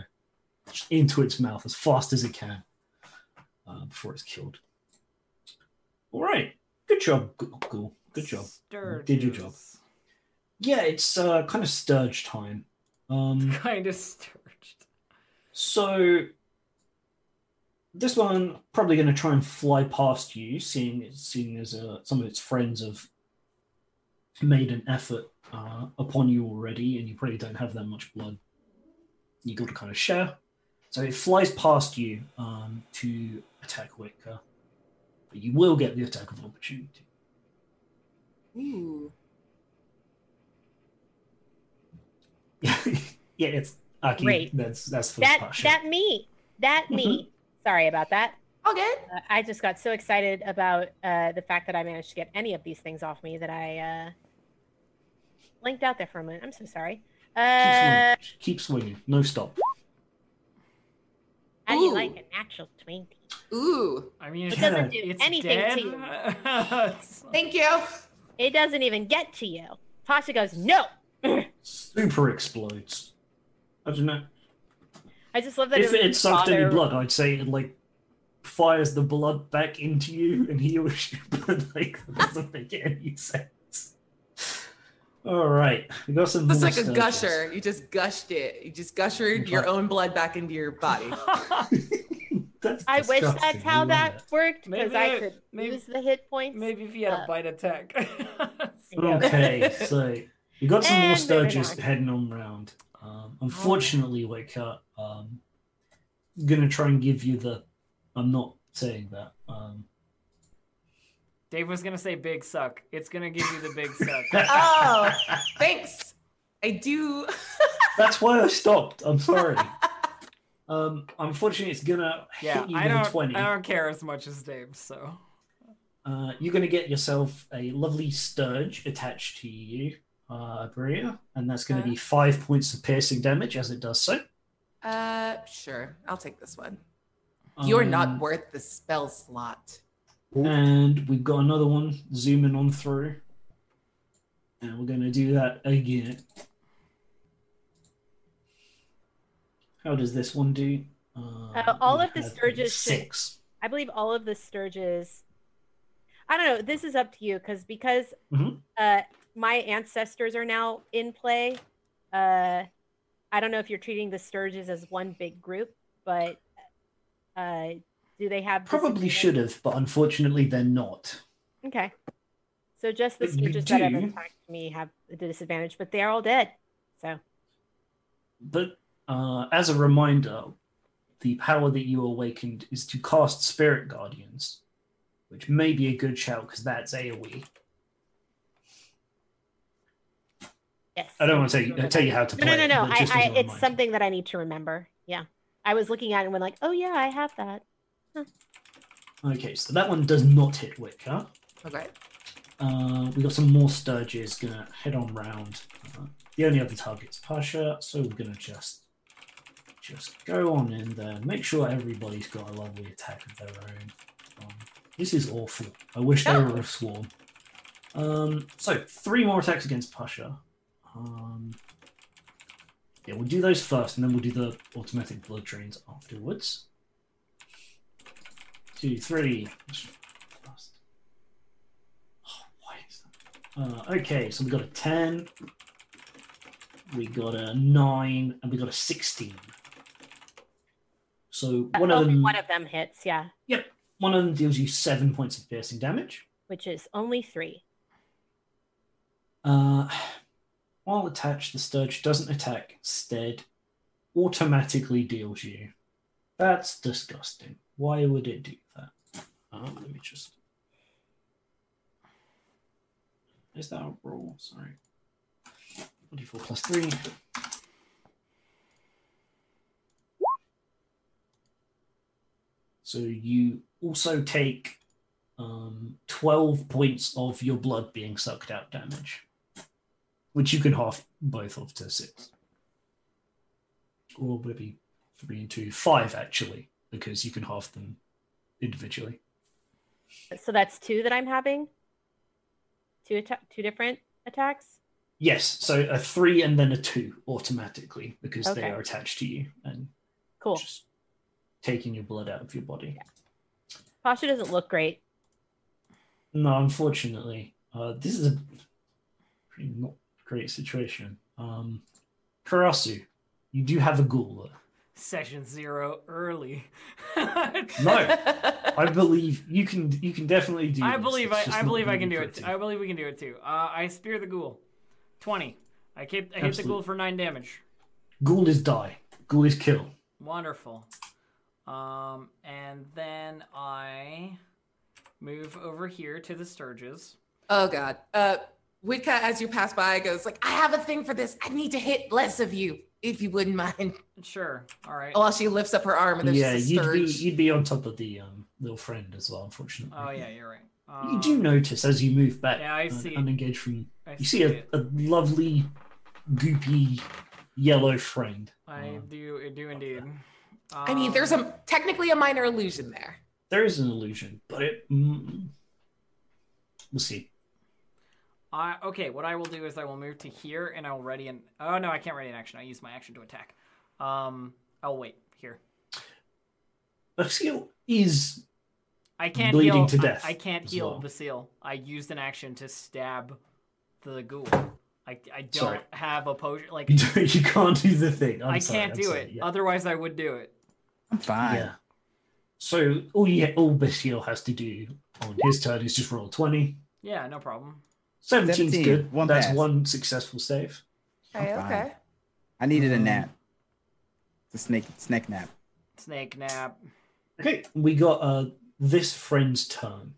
Speaker 1: into its mouth as fast as it can uh, before it's killed. All right. Good job, ghoul- ghoul. Good job. Did your job.
Speaker 2: Sturges.
Speaker 1: Yeah, it's uh, kind of Sturge time. Um,
Speaker 2: kind of sturged.
Speaker 1: so this one probably going to try and fly past you, seeing seeing as uh, some of its friends have made an effort uh, upon you already, and you probably don't have that much blood. You got to kind of share. So it flies past you um, to attack Wicker, but you will get the attack of opportunity.
Speaker 3: Ooh.
Speaker 1: yeah, it's Aki.
Speaker 4: Great.
Speaker 1: That's that's for
Speaker 4: That
Speaker 1: Pasha.
Speaker 4: that me. That me. Sorry about that.
Speaker 3: All good.
Speaker 4: Uh, I just got so excited about uh, the fact that I managed to get any of these things off me that I uh, blinked out there for a minute. I'm so sorry. Uh,
Speaker 1: Keep swinging. Keep swinging. No stop.
Speaker 4: how do you
Speaker 3: Ooh.
Speaker 4: like a natural 20?
Speaker 3: Ooh.
Speaker 2: I mean,
Speaker 4: It
Speaker 1: Yeah.
Speaker 4: doesn't do
Speaker 2: it's
Speaker 4: anything
Speaker 2: dead.
Speaker 4: to you.
Speaker 2: It's-
Speaker 3: Thank you.
Speaker 4: It doesn't even get to you. Pasha goes, No!
Speaker 1: Super explodes. I don't know.
Speaker 4: I just love that
Speaker 1: If
Speaker 4: it,
Speaker 1: it
Speaker 4: was your
Speaker 1: sucked any
Speaker 4: father-
Speaker 1: blood, I'd say it like fires the blood back into you and heals you, but like that doesn't make any sense. All right, we got some.
Speaker 3: It's
Speaker 1: more
Speaker 3: like a
Speaker 1: sturges.
Speaker 3: gusher. You just gushed it. You just gushered your own blood back into your body.
Speaker 1: That's
Speaker 4: I wish that's
Speaker 1: disgusting.
Speaker 4: how
Speaker 1: love
Speaker 4: that
Speaker 1: it.
Speaker 4: worked because
Speaker 2: Maybe
Speaker 4: I
Speaker 2: it-
Speaker 4: could
Speaker 2: maybe-
Speaker 4: lose the hit points.
Speaker 2: Maybe if you had a
Speaker 4: Uh,
Speaker 2: bite attack.
Speaker 1: Okay, so we got some more
Speaker 4: And moving
Speaker 1: sturges
Speaker 4: on.
Speaker 1: heading on round. Um,
Speaker 3: Oh.
Speaker 1: unfortunately, Wicker, um, gonna try and give you the. I'm not saying that. Um,
Speaker 2: Dave was gonna say big suck. It's gonna give you the big suck.
Speaker 3: Oh, thanks. I do.
Speaker 1: That's why I stopped. I'm sorry. um, unfortunately, it's gonna
Speaker 2: Yeah,
Speaker 1: hit you
Speaker 2: I
Speaker 1: with
Speaker 2: don't.
Speaker 1: a twenty.
Speaker 2: I don't care as much as Dave. So
Speaker 1: Uh, you're gonna get yourself a lovely sturge attached to you, uh, Bria, and that's gonna be five points of piercing damage as it does so.
Speaker 3: Uh, sure. I'll take this one. You're
Speaker 1: Um,
Speaker 3: not worth the spell slot.
Speaker 1: And we've got another one zooming on through. And we're going to do that again. How does this one do? Uh,
Speaker 4: all
Speaker 1: we
Speaker 4: of the
Speaker 1: have
Speaker 4: Sturgis should-
Speaker 1: Six.
Speaker 4: I believe all of the Sturges. I don't know. This is up to you because because
Speaker 1: Mhm.
Speaker 4: uh, my ancestors are now in play. Uh, I don't know if you're treating the Sturges as one big group, but uh, do they have
Speaker 1: Probably
Speaker 4: disagreements?
Speaker 1: should have, but unfortunately they're not.
Speaker 4: Okay. So just the
Speaker 1: But you
Speaker 4: Sturges that have
Speaker 1: do-
Speaker 4: attacked me have the disadvantage, but they are all dead. So
Speaker 1: But uh, as a reminder, the power that you awakened is to cast Spirit Guardians, which may be a good shout because that's E. AoE.
Speaker 4: yes.
Speaker 1: I don't want to tell you, tell you how to
Speaker 4: No,
Speaker 1: play.
Speaker 4: no, no,
Speaker 1: it,
Speaker 4: no.
Speaker 1: but
Speaker 4: I,
Speaker 1: just as
Speaker 4: I,
Speaker 1: a
Speaker 4: it's
Speaker 1: reminder.
Speaker 4: something that I need to remember. Yeah. I was looking at it and went like, oh yeah, I have that.
Speaker 1: Okay, so that one does not hit Wick, huh?
Speaker 3: Okay.
Speaker 1: Uh, we got some more Sturges gonna head on round. Uh, the only other target's Pasha, so we're gonna just just go on in there. Make sure everybody's got a lovely attack of their own. Um, this is awful. I wish they were a swarm. Um, so three more attacks against Pasha. Um, yeah, we'll do those first, and then we'll do the automatic blood drains afterwards. Two, three. Last. Oh, Why is that? Uh, okay, so we got a 10, we got a 9, and we got a 16. So one of,
Speaker 4: Only
Speaker 1: them,
Speaker 4: one of them hits, yeah.
Speaker 1: one of them deals you 7 points of piercing damage.
Speaker 4: which is only three.
Speaker 1: Uh, while attached, the Sturge doesn't attack, instead, automatically deals you. That's disgusting. Why would it do that? Um, let me just. Is that a roll? Sorry. 24 plus 3. So you also take um, 12 points of your blood being sucked out damage, which you can half both of to six. Or maybe three and two, five actually, because you can half them individually.
Speaker 4: So that's two that I'm having. Two atta- two different attacks.
Speaker 1: Yes, so a three and then a two automatically because they
Speaker 4: Okay.
Speaker 1: are attached to you and
Speaker 4: Cool.
Speaker 1: just taking your blood out of your body.
Speaker 4: Pasha doesn't look great.
Speaker 1: No, unfortunately, uh, this is a pretty not great situation. Um, Karasu, you do have a ghoul though.
Speaker 2: Session zero early. Oh,
Speaker 1: No, I believe you can. You can definitely do.
Speaker 2: I
Speaker 1: this.
Speaker 2: believe
Speaker 1: It's
Speaker 2: I,
Speaker 1: just
Speaker 2: I
Speaker 1: not
Speaker 2: believe I
Speaker 1: gonna
Speaker 2: can
Speaker 1: be
Speaker 2: do it.
Speaker 1: pretty.
Speaker 2: I believe we can do it too. Uh, I spear the ghoul, twenty. I hit I hit the
Speaker 1: Absolutely.
Speaker 2: ghoul for nine damage.
Speaker 1: Ghoul is die. Ghoul is kill.
Speaker 2: Wonderful. Um, and then I move over here to the Sturges.
Speaker 3: Oh God. Uh, Witka, as you pass by, goes like, "I have a thing for this. I need to hit less of you, if you wouldn't mind."
Speaker 2: Sure. All right.
Speaker 1: Oh,
Speaker 3: While she lifts up her arm, and there's
Speaker 1: yeah,
Speaker 3: just a
Speaker 1: you'd be
Speaker 3: sturge.
Speaker 1: you'd be on top of the um, little friend as well. Unfortunately.
Speaker 2: Oh yeah, you're right. Um,
Speaker 1: You do notice as you move back
Speaker 2: Yeah, I
Speaker 1: and
Speaker 2: see.
Speaker 1: unengage from.
Speaker 2: I
Speaker 1: You see a,
Speaker 2: it.
Speaker 1: a lovely, goopy, yellow friend.
Speaker 2: I
Speaker 1: Um,
Speaker 2: do. I do indeed.
Speaker 3: I mean, there's
Speaker 2: Um,
Speaker 3: a technically a minor illusion there.
Speaker 1: there is an illusion, but it. Mm, we'll see.
Speaker 2: I okay, what I will do is I will move to here and I will ready an oh no, I can't ready an action. I use my action to attack. Um I'll wait here.
Speaker 1: Basile is
Speaker 2: I can't
Speaker 1: Bleeding
Speaker 2: heal
Speaker 1: to
Speaker 2: I-
Speaker 1: death
Speaker 2: I, can't
Speaker 1: as
Speaker 2: heal
Speaker 1: well.
Speaker 2: Basile. I used an action to stab the ghoul. I, I don't
Speaker 1: Sorry.
Speaker 2: have a potion like
Speaker 1: you, don't- you can't do the thing. I'm
Speaker 2: I
Speaker 1: sorry,
Speaker 2: can't
Speaker 1: I'm
Speaker 2: do
Speaker 1: sorry,
Speaker 2: it.
Speaker 1: yeah.
Speaker 2: Otherwise I would do it.
Speaker 5: I'm fine.
Speaker 1: Yeah. So all you, all Bestial has to do on his turn is just roll 20.
Speaker 2: Yeah, no problem.
Speaker 1: 17's
Speaker 5: 17,
Speaker 1: good.
Speaker 5: one
Speaker 1: That's
Speaker 5: pass.
Speaker 1: one successful save.
Speaker 3: Okay,
Speaker 5: fine.
Speaker 3: Oh, okay.
Speaker 5: I needed a
Speaker 1: Um,
Speaker 5: nap. It's a snake snake nap.
Speaker 2: Snake nap.
Speaker 1: Okay, we got uh, this friend's turn.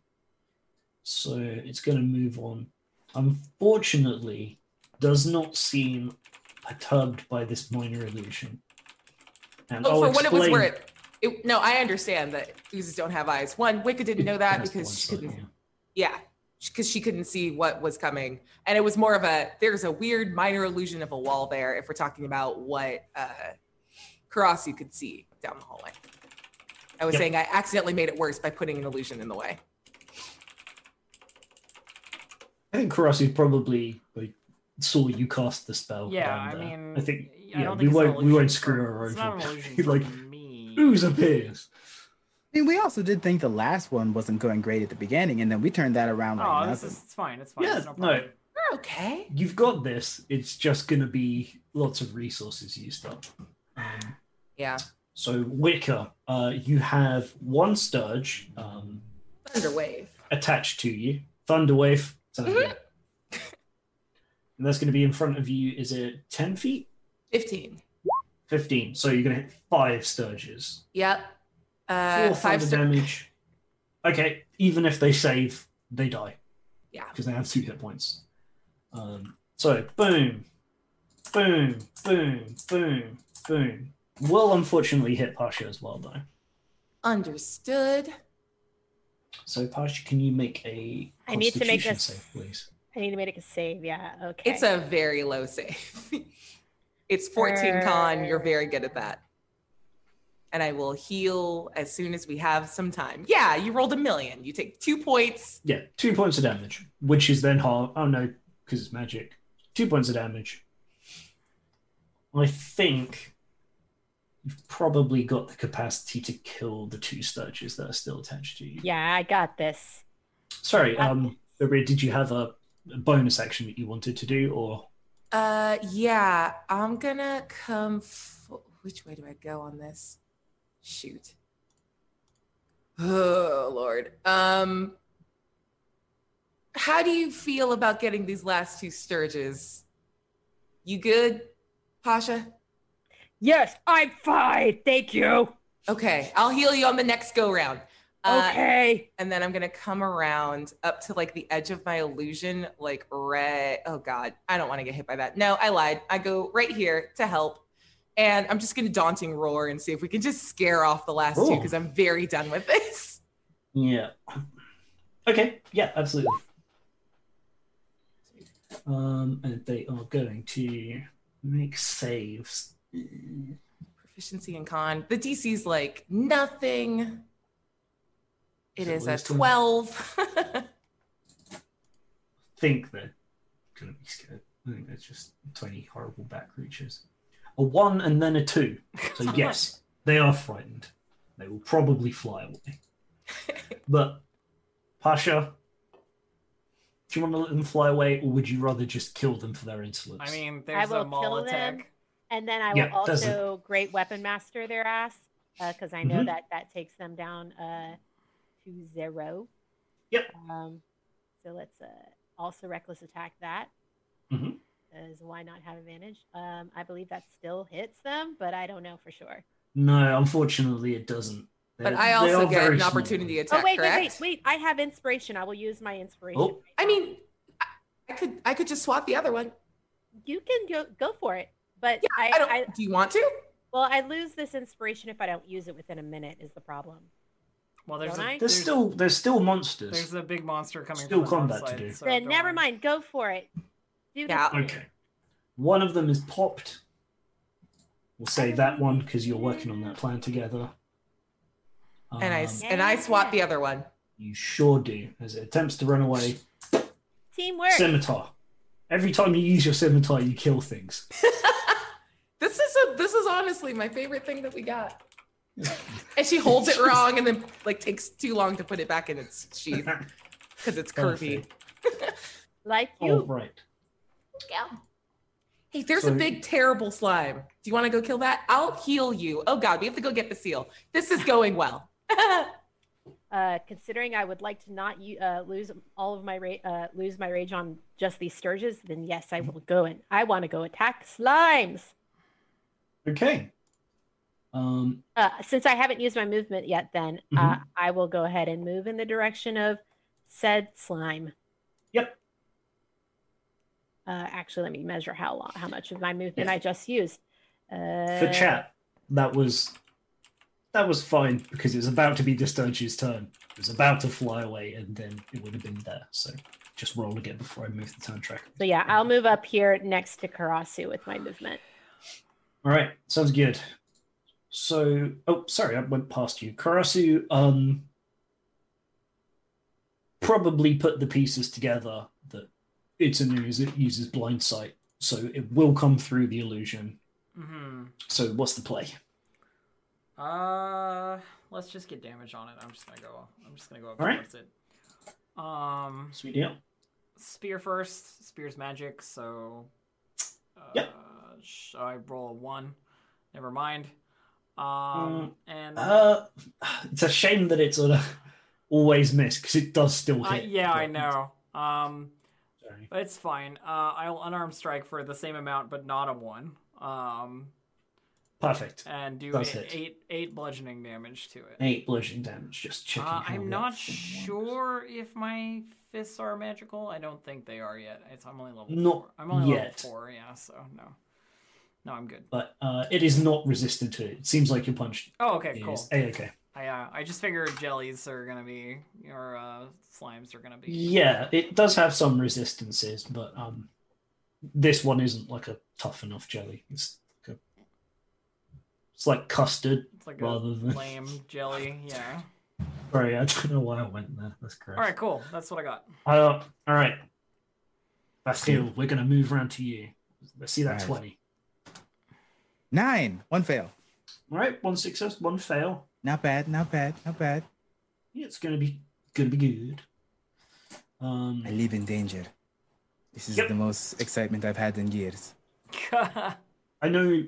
Speaker 1: So it's going to move on. Unfortunately, does not seem perturbed by this minor illusion. And
Speaker 3: Oh,
Speaker 1: I'll
Speaker 3: for when it was
Speaker 1: explain-
Speaker 3: where it, it- No, I understand that oozes don't have eyes. One, Wicca didn't know that
Speaker 1: That's the
Speaker 3: because
Speaker 1: one
Speaker 3: she
Speaker 1: side,
Speaker 3: couldn't.
Speaker 1: yeah.
Speaker 3: Yeah, because she couldn't see what was coming, and it was more of a there's a weird minor illusion of a wall there. If we're talking about what uh, Karasu could see down the hallway. I was
Speaker 1: Yep.
Speaker 3: saying I accidentally made it worse by putting an illusion in the way.
Speaker 1: I think Karasi probably like saw you cast the spell.
Speaker 2: Yeah,
Speaker 1: down
Speaker 2: I
Speaker 1: there.
Speaker 2: mean,
Speaker 1: Oh, uh, I think
Speaker 2: I
Speaker 1: yeah,
Speaker 2: don't
Speaker 1: we
Speaker 2: think it's
Speaker 1: won't-
Speaker 2: an
Speaker 1: we won't
Speaker 2: illusion
Speaker 1: screw
Speaker 2: for-
Speaker 1: her
Speaker 2: It's not an
Speaker 1: over.
Speaker 2: illusion
Speaker 1: Like,
Speaker 2: for me.
Speaker 1: ooze appears.
Speaker 5: I mean, we also did think the last one wasn't going great at the beginning, and then we turned that around like
Speaker 2: Oh, this
Speaker 5: nothing.
Speaker 2: is it's fine. It's fine.
Speaker 1: Yeah,
Speaker 2: it's no
Speaker 1: no.
Speaker 2: problem.
Speaker 3: You're okay.
Speaker 1: You've got this. It's just going to be lots of resources used up. Um,
Speaker 3: Yeah.
Speaker 1: so Wicker, uh, you have one Sturge um,
Speaker 3: Thunderwave.
Speaker 1: attached to you. Thunderwave. Sounds
Speaker 3: Mhm.
Speaker 1: good. and that's going to be in front of you. Is it ten feet?
Speaker 3: 15.
Speaker 1: 15. So you're going to hit five Sturges.
Speaker 3: Yep.
Speaker 1: Four
Speaker 3: Uh, five
Speaker 1: thunder
Speaker 3: star.
Speaker 1: damage. Okay, even if they save, they die.
Speaker 3: Yeah.
Speaker 1: Because they have two hit points. Um, so, boom, boom, boom, boom, boom. Will unfortunately hit Pasha as well, though.
Speaker 3: Understood.
Speaker 1: So, Pasha, can you make a
Speaker 4: I need to make
Speaker 1: constitution
Speaker 4: this-
Speaker 1: save, please?
Speaker 4: I need to make a save. Yeah. Okay.
Speaker 3: It's a very low save. it's 14 con. You're very good at that. And I will heal as soon as we have some time. Yeah, you rolled a million. You take two points.
Speaker 1: Yeah, two points of damage, which is then half. Oh, no, because it's magic. Two points of damage. I think you've probably got the capacity to kill the two Sturges that are still attached to you.
Speaker 4: Yeah, I got this.
Speaker 1: Sorry,
Speaker 4: Uh,
Speaker 1: um, Maria, did you have a a bonus action that you wanted to do, or
Speaker 3: Uh, yeah, I'm gonna come. F- Which way do I go on this? Shoot. Oh Lord. Um, how do you feel about getting these last two sturges? You good, Pasha?
Speaker 4: Yes, I'm fine. Thank you.
Speaker 3: Okay, I'll heal you on the next go round. Uh,
Speaker 4: Okay.
Speaker 3: and then I'm gonna come around up to like the edge of my illusion, like right. Oh God, I don't want to get hit by that. No, I lied. I go right here to help, and I'm just gonna daunting roar and see if we can just scare off the last two
Speaker 1: Cool.
Speaker 3: because I'm very done with this.
Speaker 1: yeah? Okay, yeah, absolutely. Um, and they are going to make saves.
Speaker 3: Proficiency and con. The DC's like nothing. It
Speaker 1: So
Speaker 3: is
Speaker 1: what
Speaker 3: a
Speaker 1: is doing?
Speaker 3: 12.
Speaker 1: Think they're gonna be scared. I think they're just tiny horrible bat creatures. A one and then a two. So yes, they are frightened. They will probably fly away. But Pasha, do you want to let them fly away, or would you rather just kill them for their insolence?
Speaker 2: I mean, there's
Speaker 4: will
Speaker 2: a maul
Speaker 4: kill them.
Speaker 2: attack.
Speaker 4: And then I will
Speaker 1: Yeah, doesn't-
Speaker 4: also great weapon master their ass because I know
Speaker 1: Mhm.
Speaker 4: that that takes them down uh, to zero.
Speaker 1: Yep.
Speaker 4: Um, so let's uh, also reckless attack that.
Speaker 1: Mhm.
Speaker 4: Because why not have advantage? Um, I believe that still hits them, but I don't know for sure.
Speaker 1: no, unfortunately, it doesn't.
Speaker 3: but
Speaker 1: They're-
Speaker 3: I
Speaker 1: they
Speaker 3: also
Speaker 1: are
Speaker 3: get
Speaker 1: very
Speaker 3: an
Speaker 1: small.
Speaker 3: opportunity attack.
Speaker 4: Oh wait, wait, wait,
Speaker 3: correct?
Speaker 4: wait! I have inspiration. I will use my inspiration.
Speaker 1: Oh.
Speaker 3: I mean, I- I could I could just swap the other one.
Speaker 4: you can go go for it, but
Speaker 3: Yeah,
Speaker 4: I,
Speaker 3: I don't.
Speaker 4: I
Speaker 3: do you want to?
Speaker 4: well, I lose this inspiration if I don't use it within a minute. Is the problem?
Speaker 2: Well, there's
Speaker 4: Don't I?
Speaker 2: a,
Speaker 1: There's still there's still monsters.
Speaker 2: there's a big monster coming.
Speaker 1: still
Speaker 2: from the north
Speaker 1: combat to
Speaker 2: side,
Speaker 1: do.
Speaker 2: So
Speaker 4: then
Speaker 2: don't
Speaker 4: never
Speaker 2: worry.
Speaker 4: mind. Go for it. Do
Speaker 3: Yeah.
Speaker 4: this.
Speaker 1: Okay. One of them is popped. We'll say that one because you're working on that plan together.
Speaker 3: And I
Speaker 1: Um,
Speaker 3: s- and I swap the
Speaker 4: Yeah.
Speaker 3: other one.
Speaker 1: You sure do. As it attempts to run away,
Speaker 4: Teamwork.
Speaker 1: scimitar. Every time you use your scimitar, you kill things.
Speaker 3: this is a this is honestly my favorite thing that we got. and she holds it wrong and then like takes too long to put it back in its sheath because it's curvy.
Speaker 1: Perfect.
Speaker 4: like you.
Speaker 1: All right.
Speaker 3: Hey, there's a
Speaker 1: So-
Speaker 3: big terrible slime. Do you want to go kill that? I'll heal you. Oh god, we have to go get the seal. This is going well.
Speaker 4: Uh, considering I would like to not u- uh, lose all of my ra- uh, lose my rage on just these sturges, then yes, I will go and I want to go attack slimes.
Speaker 1: Okay. Um,
Speaker 4: Uh, since I haven't used my movement yet, then uh,
Speaker 1: Mm-hmm.
Speaker 4: I will go ahead and move in the direction of said slime.
Speaker 1: Yep.
Speaker 4: Uh, actually, let me measure how long, how much of my movement I just used. Uh,
Speaker 1: for chat, that was that was fine because it was about to be Disturge's turn. It was about to fly away, and then it would have been there. So just roll again before I move the turn track.
Speaker 4: So yeah, I'll move up here next to Karasu with my movement.
Speaker 1: All right, sounds good. So, oh, sorry, I went past you. Karasu um, probably put the pieces together that it's a news, it uses blind sight. So it will come through the illusion.
Speaker 2: Mm-hmm.
Speaker 1: So, what's the play?
Speaker 2: Uh, let's just get damage on it. I'm just gonna go. I'm just gonna go up
Speaker 1: All right.
Speaker 2: against it. Um,
Speaker 1: Sweet deal.
Speaker 2: spear first. Spear's magic, so. Uh,
Speaker 1: Yep.
Speaker 2: sh- I roll a one. Never mind. Um, and
Speaker 1: Uh, it's a shame that it's a always miss because it does still
Speaker 2: I,
Speaker 1: hit.
Speaker 2: yeah, I know. Um,
Speaker 1: Sorry.
Speaker 2: but it's fine. Uh, I'll unarmed strike for the same amount, but not a one. Um,
Speaker 1: Perfect.
Speaker 2: and do
Speaker 1: Does
Speaker 2: eight,
Speaker 1: hit.
Speaker 2: eight eight bludgeoning damage to it.
Speaker 1: Eight bludgeoning damage. Just checking.
Speaker 2: Uh,
Speaker 1: how
Speaker 2: I'm
Speaker 1: that
Speaker 2: not
Speaker 1: thing works.
Speaker 2: sure if my fists are magical. I don't think they are yet. It's, I'm only level
Speaker 1: Not
Speaker 2: four. I'm only
Speaker 1: yet.
Speaker 2: level four, yeah, so no. No, I'm good.
Speaker 1: but uh, it is not resistant to. It seems like your punch
Speaker 2: Oh, okay,
Speaker 1: is
Speaker 2: cool.
Speaker 1: okay.
Speaker 2: I, uh, I just figured jellies are going to be, or uh, slimes are going to be.
Speaker 1: Yeah, it does have some resistances, but um, this one isn't like a tough enough jelly. It's like a, it's like custard.
Speaker 2: It's like a
Speaker 1: Rather than-
Speaker 2: lame jelly, yeah.
Speaker 1: Sorry, I don't know why I went there. That's correct.
Speaker 2: All right, cool. That's what I got.
Speaker 1: Uh, all right. Bastille, we're gonna move around to you. Let's see that
Speaker 6: Right.
Speaker 1: twenty.
Speaker 5: Nine. One fail.
Speaker 1: All right, one success, one fail.
Speaker 5: Not bad. Not bad. Not bad.
Speaker 1: Yeah, it's gonna be gonna be good. Um,
Speaker 5: I live in danger. This is
Speaker 1: Yep.
Speaker 5: the most excitement I've had in years.
Speaker 1: I know.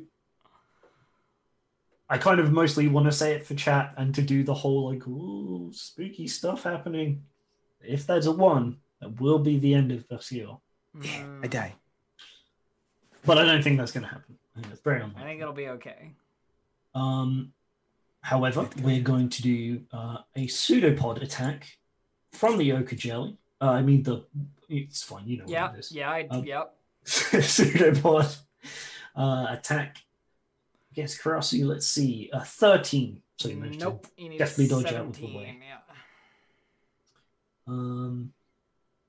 Speaker 1: I kind of mostly want to say it for chat and to do the whole like ooh spooky stuff happening. If there's a one, that will be the end of Bastille.
Speaker 5: Yeah,
Speaker 2: Mm,
Speaker 5: I die.
Speaker 1: But I don't think that's gonna happen. I think It's very
Speaker 2: I
Speaker 1: unlikely.
Speaker 2: think it'll be okay.
Speaker 1: Um, however, we're going to do uh, a pseudopod attack from the ochre jelly. Uh, I mean, the it's fine. You know
Speaker 2: Yeah,
Speaker 1: what it is.
Speaker 2: yeah, I,
Speaker 1: Um,
Speaker 2: yep.
Speaker 1: pseudopod uh, attack against Karasu. Let's see, uh, thirteen. So you managed to-
Speaker 2: Nope. You need
Speaker 1: definitely
Speaker 2: a
Speaker 1: dodge out of the
Speaker 2: 17,
Speaker 1: way.
Speaker 2: Yeah.
Speaker 1: Um,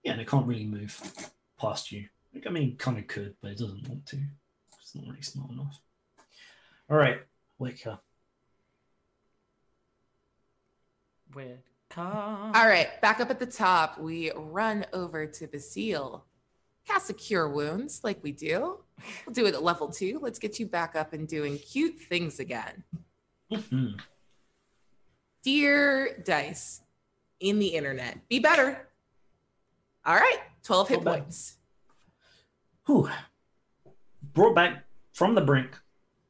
Speaker 1: yeah, and it can't really move past you. Like, I mean, kind of could, but it doesn't want to. It's not really smart enough. All right, Wicker.
Speaker 2: With All
Speaker 3: All right, back up at the top, we run over to the seal. Cast a cure wounds like we do. We'll do it at level two. Let's get you back up and doing cute things again.
Speaker 1: Mhm.
Speaker 3: Dear dice in the internet, be better. All right, 12
Speaker 1: Not
Speaker 3: hit
Speaker 1: bad.
Speaker 3: points.
Speaker 1: Whew. Brought back from the brink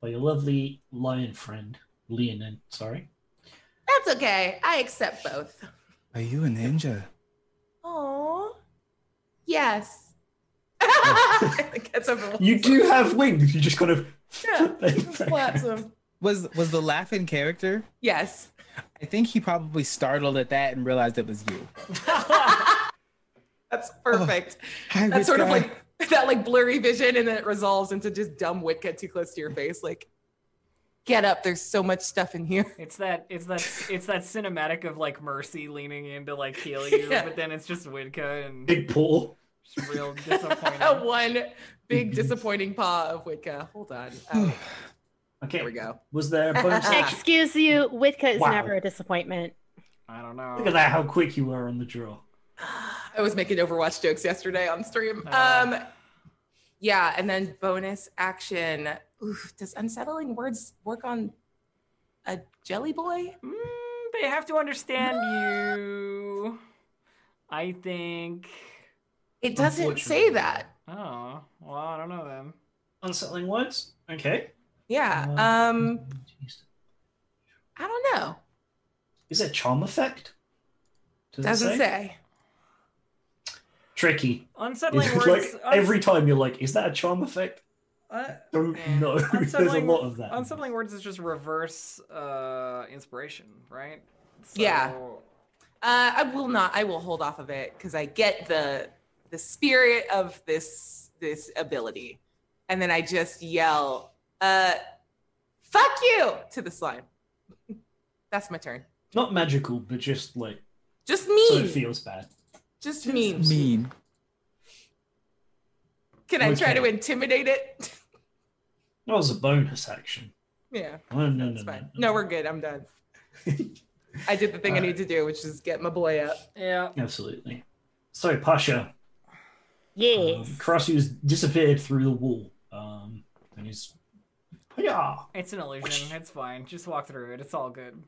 Speaker 1: by your lovely lion friend, Leonin. Sorry.
Speaker 3: That's okay. I accept both.
Speaker 5: Are you a ninja?
Speaker 3: Oh, yes. I think that's over.
Speaker 1: You do have wings. You just kind of.
Speaker 3: Yeah,
Speaker 1: they
Speaker 3: just
Speaker 1: back.
Speaker 3: flaps them.
Speaker 5: Was was the laughing character?
Speaker 3: Yes.
Speaker 5: I think he probably startled at that and realized it was you.
Speaker 1: Oh,
Speaker 3: That's perfect.
Speaker 5: Hi,
Speaker 3: That's sort of
Speaker 5: Witka.
Speaker 3: like that like blurry vision, and then it resolves into just dumb Witka too close to your face. Like, get up. There's so much stuff in here.
Speaker 2: It's that it's that it's that cinematic of like Mercy leaning in to like heal you,
Speaker 3: Yeah.
Speaker 2: but then it's just Widka and
Speaker 1: Big paw.
Speaker 2: just real disappointing.
Speaker 3: One
Speaker 1: Mm-hmm.
Speaker 3: big disappointing paw of Witka. Hold on. Oh,
Speaker 1: Okay.
Speaker 3: there we go.
Speaker 1: Was there a bonus?
Speaker 3: Ah.
Speaker 1: action?
Speaker 4: Excuse you, Witka is
Speaker 1: Wow.
Speaker 4: never a disappointment.
Speaker 2: I don't
Speaker 1: Look at
Speaker 2: know.
Speaker 1: that, how quick you were on the draw.
Speaker 3: I was making Overwatch jokes yesterday on
Speaker 1: Oh,
Speaker 3: stream. Um,
Speaker 2: Uh.
Speaker 3: yeah, and then bonus action. Oof, does unsettling words work on a jelly boy?
Speaker 2: Mm, they have to understand you. I think.
Speaker 3: It doesn't say that.
Speaker 2: Oh well, I don't know them.
Speaker 1: Unsettling words? Okay. Uh-huh.
Speaker 3: Yeah. Um,
Speaker 1: Jeez.
Speaker 3: I don't know.
Speaker 1: Is it charm effect? Does it
Speaker 3: Doesn't say.
Speaker 1: Tricky.
Speaker 2: Unsettling
Speaker 1: It's
Speaker 2: words.
Speaker 1: like every time you're like, is that a charm effect?
Speaker 2: uh,
Speaker 1: Don't
Speaker 2: Yeah.
Speaker 1: know. There's a
Speaker 2: Unsettling-
Speaker 1: lot of that.
Speaker 2: unsettling words is just reverse uh, inspiration, right?
Speaker 3: Yeah.
Speaker 2: So-
Speaker 3: Uh, I will not. I will hold off of it because I get the the spirit of this this ability, and then I just yell, uh, "Fuck you!" to the slime. That's my turn.
Speaker 1: Not magical, but just like
Speaker 3: Just
Speaker 1: so it
Speaker 3: mean.
Speaker 1: feels bad.
Speaker 3: just mean.
Speaker 5: mean.
Speaker 3: Can I try
Speaker 1: Okay.
Speaker 3: to intimidate it?
Speaker 1: That was a bonus action.
Speaker 3: Yeah.
Speaker 1: No, no,
Speaker 3: That's fine. No, we're good. I'm done. I did the thing I need to do, which is get my boy up.
Speaker 2: Yeah.
Speaker 1: Absolutely. So, Pasha, um,
Speaker 4: Yes.
Speaker 1: Karasu's disappeared through the wall. Um, and he's. Yeah.
Speaker 2: It's an illusion. It's fine. Just walk through it. It's all good.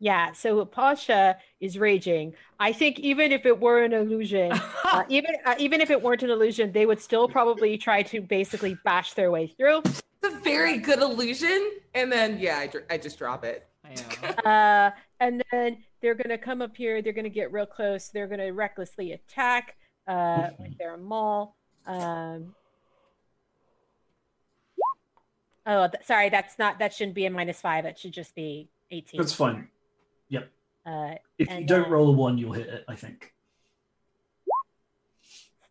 Speaker 4: Yeah, so Pasha is raging. I think even if it were an illusion, uh, even uh, even if it weren't an illusion, they would still probably try to basically bash their way through.
Speaker 3: It's a very good illusion. And then, yeah, I, dr- I just drop it.
Speaker 2: Yeah.
Speaker 4: Uh, and then they're gonna come up here. They're gonna get real close. They're gonna recklessly attack uh, with their maul. Um, oh, th- sorry, that's not. That shouldn't be a minus five. That should just be eighteen.
Speaker 1: That's fine.
Speaker 4: Uh,
Speaker 1: If you
Speaker 4: And
Speaker 1: don't
Speaker 4: then-
Speaker 1: roll a one, you'll hit it, I think.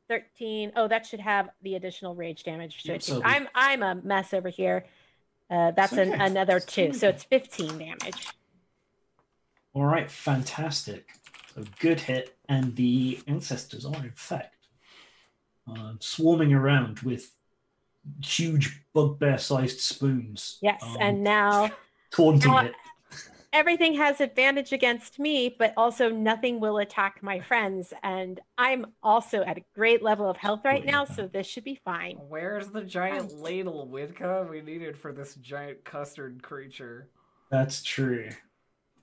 Speaker 4: Thirteen. Oh, that should have the additional rage damage. To
Speaker 1: Yep,
Speaker 4: it.
Speaker 1: so the-
Speaker 4: I'm I'm a mess over here. Uh, that's
Speaker 1: It's
Speaker 4: an,
Speaker 1: okay.
Speaker 4: another
Speaker 1: It's
Speaker 4: two, so
Speaker 1: okay.
Speaker 4: it's fifteen damage.
Speaker 1: All right, fantastic. So good hit, and the ancestors are in fact uh, swarming around with huge bugbear-sized spoons.
Speaker 4: Yes,
Speaker 1: um,
Speaker 4: and now
Speaker 1: taunting
Speaker 4: now-
Speaker 1: it.
Speaker 4: everything has advantage against me, but also nothing will attack my friends. And I'm also at a great level of health right now, so this should be fine.
Speaker 2: Where's the giant ladle, Widka? We needed for this giant custard creature.
Speaker 1: That's true.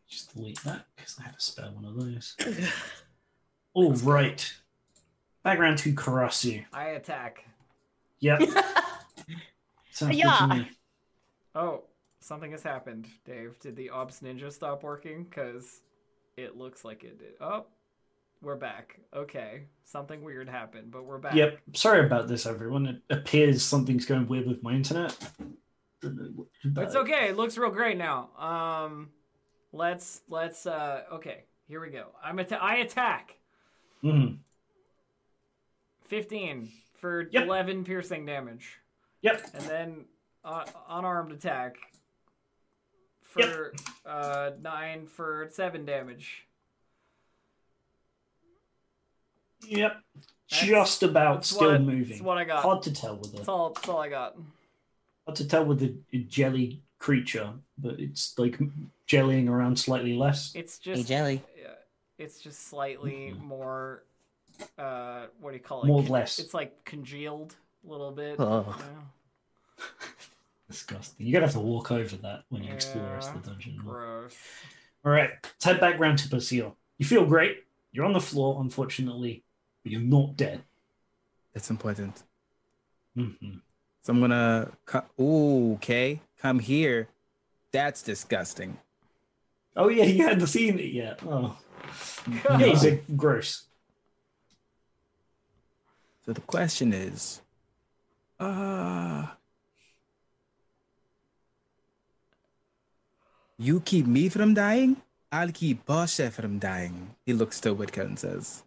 Speaker 1: Just delete that because I have to spare one of those. All right, back around to Karasu.
Speaker 2: I attack.
Speaker 1: Yep, sounds
Speaker 4: Yeah.
Speaker 1: good to me.
Speaker 2: Oh, something has happened, Dave. Did the Ops Ninja stop working? Because it looks like it did. Oh, we're back. Okay. Something weird happened, but we're back.
Speaker 1: Yep, sorry about this, everyone. It appears something's going weird with my internet. Don't know what-
Speaker 2: It's okay. It looks real great now. Um, let's, let's, uh, okay. Here we go. I'm atta- I attack.
Speaker 1: Mhm.
Speaker 2: 15 for
Speaker 1: Yep.
Speaker 2: 11 piercing damage.
Speaker 1: Yep.
Speaker 2: And then uh, unarmed attack
Speaker 1: Yep.
Speaker 2: for uh, 9 for 7 damage.
Speaker 1: Yep.
Speaker 2: That's-
Speaker 1: Just about
Speaker 2: that's
Speaker 1: still
Speaker 2: what I-
Speaker 1: moving.
Speaker 2: That's what I got.
Speaker 1: Hard to tell with
Speaker 2: That's
Speaker 1: the
Speaker 2: all, that's all I got.
Speaker 1: hard to tell with the jelly creature, but it's like jellying around slightly less.
Speaker 2: It's
Speaker 7: Hey,
Speaker 2: just
Speaker 7: Jelly.
Speaker 2: uh, it's just slightly more uh what do you call it?
Speaker 1: More or
Speaker 2: Con-
Speaker 1: less.
Speaker 2: It's like congealed a little bit.
Speaker 7: Ugh.
Speaker 2: you
Speaker 1: Disgusting. You're gonna have to walk over that when you
Speaker 2: know?
Speaker 1: explore the rest of the
Speaker 2: Yeah,
Speaker 1: dungeon.
Speaker 2: Gross.
Speaker 1: All right, let's head back round to Basile. You feel great. You're on the floor, unfortunately, but you're not dead.
Speaker 5: That's important.
Speaker 1: hmm
Speaker 5: So I'm gonna co- ooh, okay, come here. That's disgusting.
Speaker 1: Oh yeah, you hadn't seen it yet. Oh, yeah, he's a gross.
Speaker 5: So the question is, uh, you keep me from dying, I'll keep Basha from dying. He looks to Witka and says,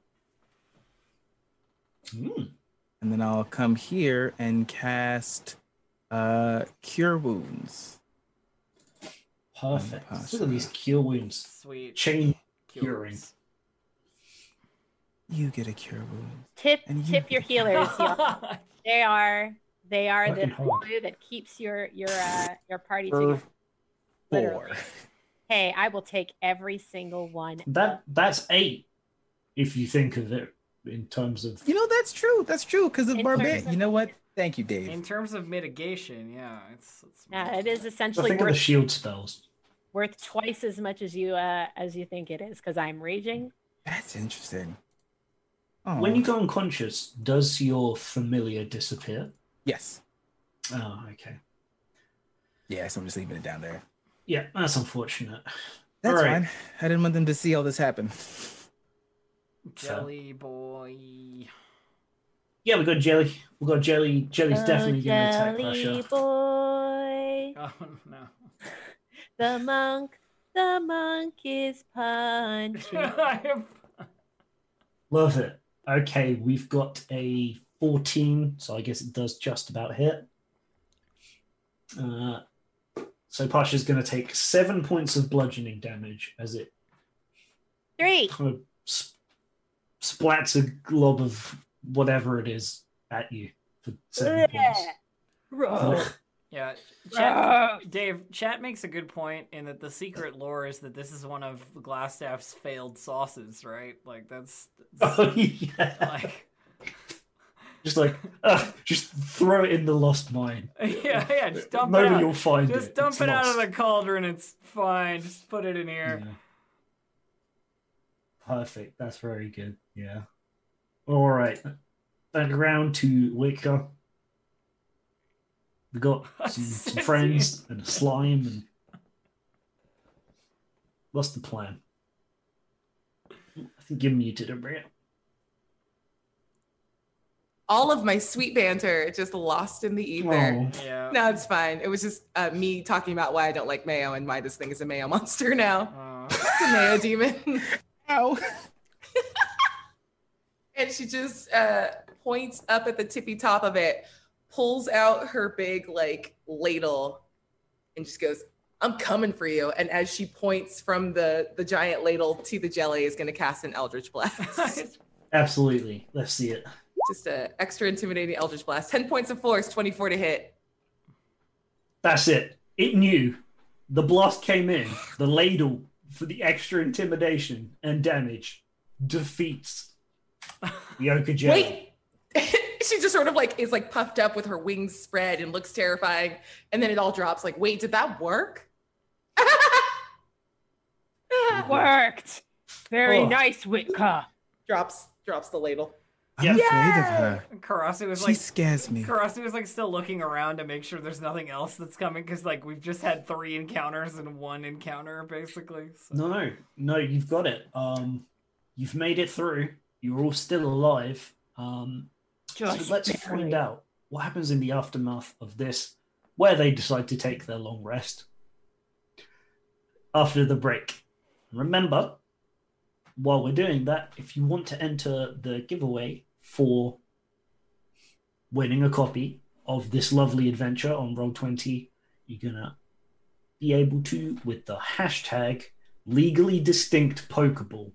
Speaker 1: Mm.
Speaker 5: and then I'll come here and cast uh Cure Wounds.
Speaker 1: Perfect. Look
Speaker 5: Impossible.
Speaker 1: at these cure wounds.
Speaker 2: Sweet.
Speaker 1: Chain
Speaker 2: cures.
Speaker 1: curing.
Speaker 5: You get a Cure Wound.
Speaker 4: Tip
Speaker 5: And you-
Speaker 4: tip your healers. y'all. they are they are the
Speaker 1: Fucking hard.
Speaker 4: glue that keeps your your uh, your party
Speaker 5: For
Speaker 4: together.
Speaker 5: four.
Speaker 4: Hey, I will take every single one.
Speaker 1: That that's eight, if you think of it in terms of
Speaker 5: You know that's true. That's true because of
Speaker 4: In terms
Speaker 5: Barbarian.
Speaker 4: of-
Speaker 5: You know what? Thank you,
Speaker 2: In
Speaker 5: Dave.
Speaker 2: terms of mitigation, yeah, it's, it's
Speaker 4: Uh, it is
Speaker 1: I
Speaker 4: essentially
Speaker 1: think of the
Speaker 4: worth
Speaker 1: shield spells.
Speaker 4: worth twice as much as you uh, as you think it is because I'm raging.
Speaker 5: That's interesting. Oh,
Speaker 1: When you go unconscious, does your familiar disappear?
Speaker 5: yes,
Speaker 1: Oh, okay.
Speaker 5: yes, I'm just leaving it down there.
Speaker 1: Yeah, that's unfortunate.
Speaker 5: That's
Speaker 1: All right.
Speaker 5: fine. I didn't want them to see all this happen.
Speaker 2: jelly boy.
Speaker 1: Yeah, we got jelly. We got jelly. Jelly's definitely going to attack
Speaker 4: Oh, Jelly
Speaker 1: Russia.
Speaker 4: boy,
Speaker 2: Oh no.
Speaker 4: the monk, the monk is punching.
Speaker 2: I am-
Speaker 1: Love it. Okay, we've got a 14, so I guess it does just about hit. Uh, so Pasha's going to take seven points of bludgeoning damage as it
Speaker 4: Three.
Speaker 1: kind of sp- splats a glob of whatever it is at you for seven points.
Speaker 4: Roll.
Speaker 1: Ugh.
Speaker 2: Yeah, chat,
Speaker 7: Ah.
Speaker 2: Dave. Chat makes a good point in that the secret lore is that this is one of Glassstaff's failed sauces, right? Like that's,
Speaker 1: Oh,
Speaker 2: that's
Speaker 1: yeah.
Speaker 2: like
Speaker 1: Just like, ugh, just throw it in the lost mine.
Speaker 2: yeah, yeah. Just dump
Speaker 1: Nobody
Speaker 2: it
Speaker 1: will
Speaker 2: out.
Speaker 1: find it.
Speaker 2: Just dump
Speaker 1: It's
Speaker 2: it out of
Speaker 1: lost.
Speaker 2: the cauldron. It's fine. Just put it in here.
Speaker 1: Yeah. Perfect. That's very good. Yeah. All right. Back around to Wicker. We got some, some
Speaker 2: Sexy.
Speaker 1: friends and a slime and what's the plan? I think you're muted, Abria.
Speaker 3: All of my sweet banter just lost in the ether.
Speaker 1: Oh,
Speaker 2: Yeah.
Speaker 3: No, it's fine. It was just uh, me talking about why I don't like mayo and why this thing is a mayo monster now.
Speaker 2: Uh,
Speaker 3: It's a mayo demon.
Speaker 5: Ow.
Speaker 3: and she just uh, points up at the tippy top of it, pulls out her big like ladle, and just goes, "I'm coming for you." And as she points from the the giant ladle to the jelly, is going to cast an Eldritch Blast.
Speaker 2: it's-
Speaker 1: absolutely. Let's see it.
Speaker 3: just a extra intimidating Eldritch Blast. Ten points of force, twenty-four to hit.
Speaker 1: That's it. It knew. The blast came in. The ladle for the extra intimidation and damage defeats the Okajay.
Speaker 3: Wait. she just sort of like is like puffed up with her wings spread and looks terrifying, and then it all drops. Like, wait, did that work?
Speaker 7: Worked. Very
Speaker 1: Oh.
Speaker 7: nice, Witka.
Speaker 3: drops drops the ladle.
Speaker 6: I'm
Speaker 1: Yeah.
Speaker 6: afraid of her.
Speaker 2: Karasu was
Speaker 6: She
Speaker 2: like
Speaker 6: scares me.
Speaker 2: Karasu is like still looking around to make sure there's nothing else that's coming because like we've just had three encounters and one encounter basically. So.
Speaker 1: No, no, you've got it. Um, you've made it through. You're all still alive. Um, so
Speaker 7: Just
Speaker 1: let's find out what happens in the aftermath of this, where they decide to take their long rest after the break. Remember, while we're doing that, if you want to enter the giveaway for winning a copy of this lovely adventure on Roll20, you're going to be able to with the hashtag legally distinct pokeball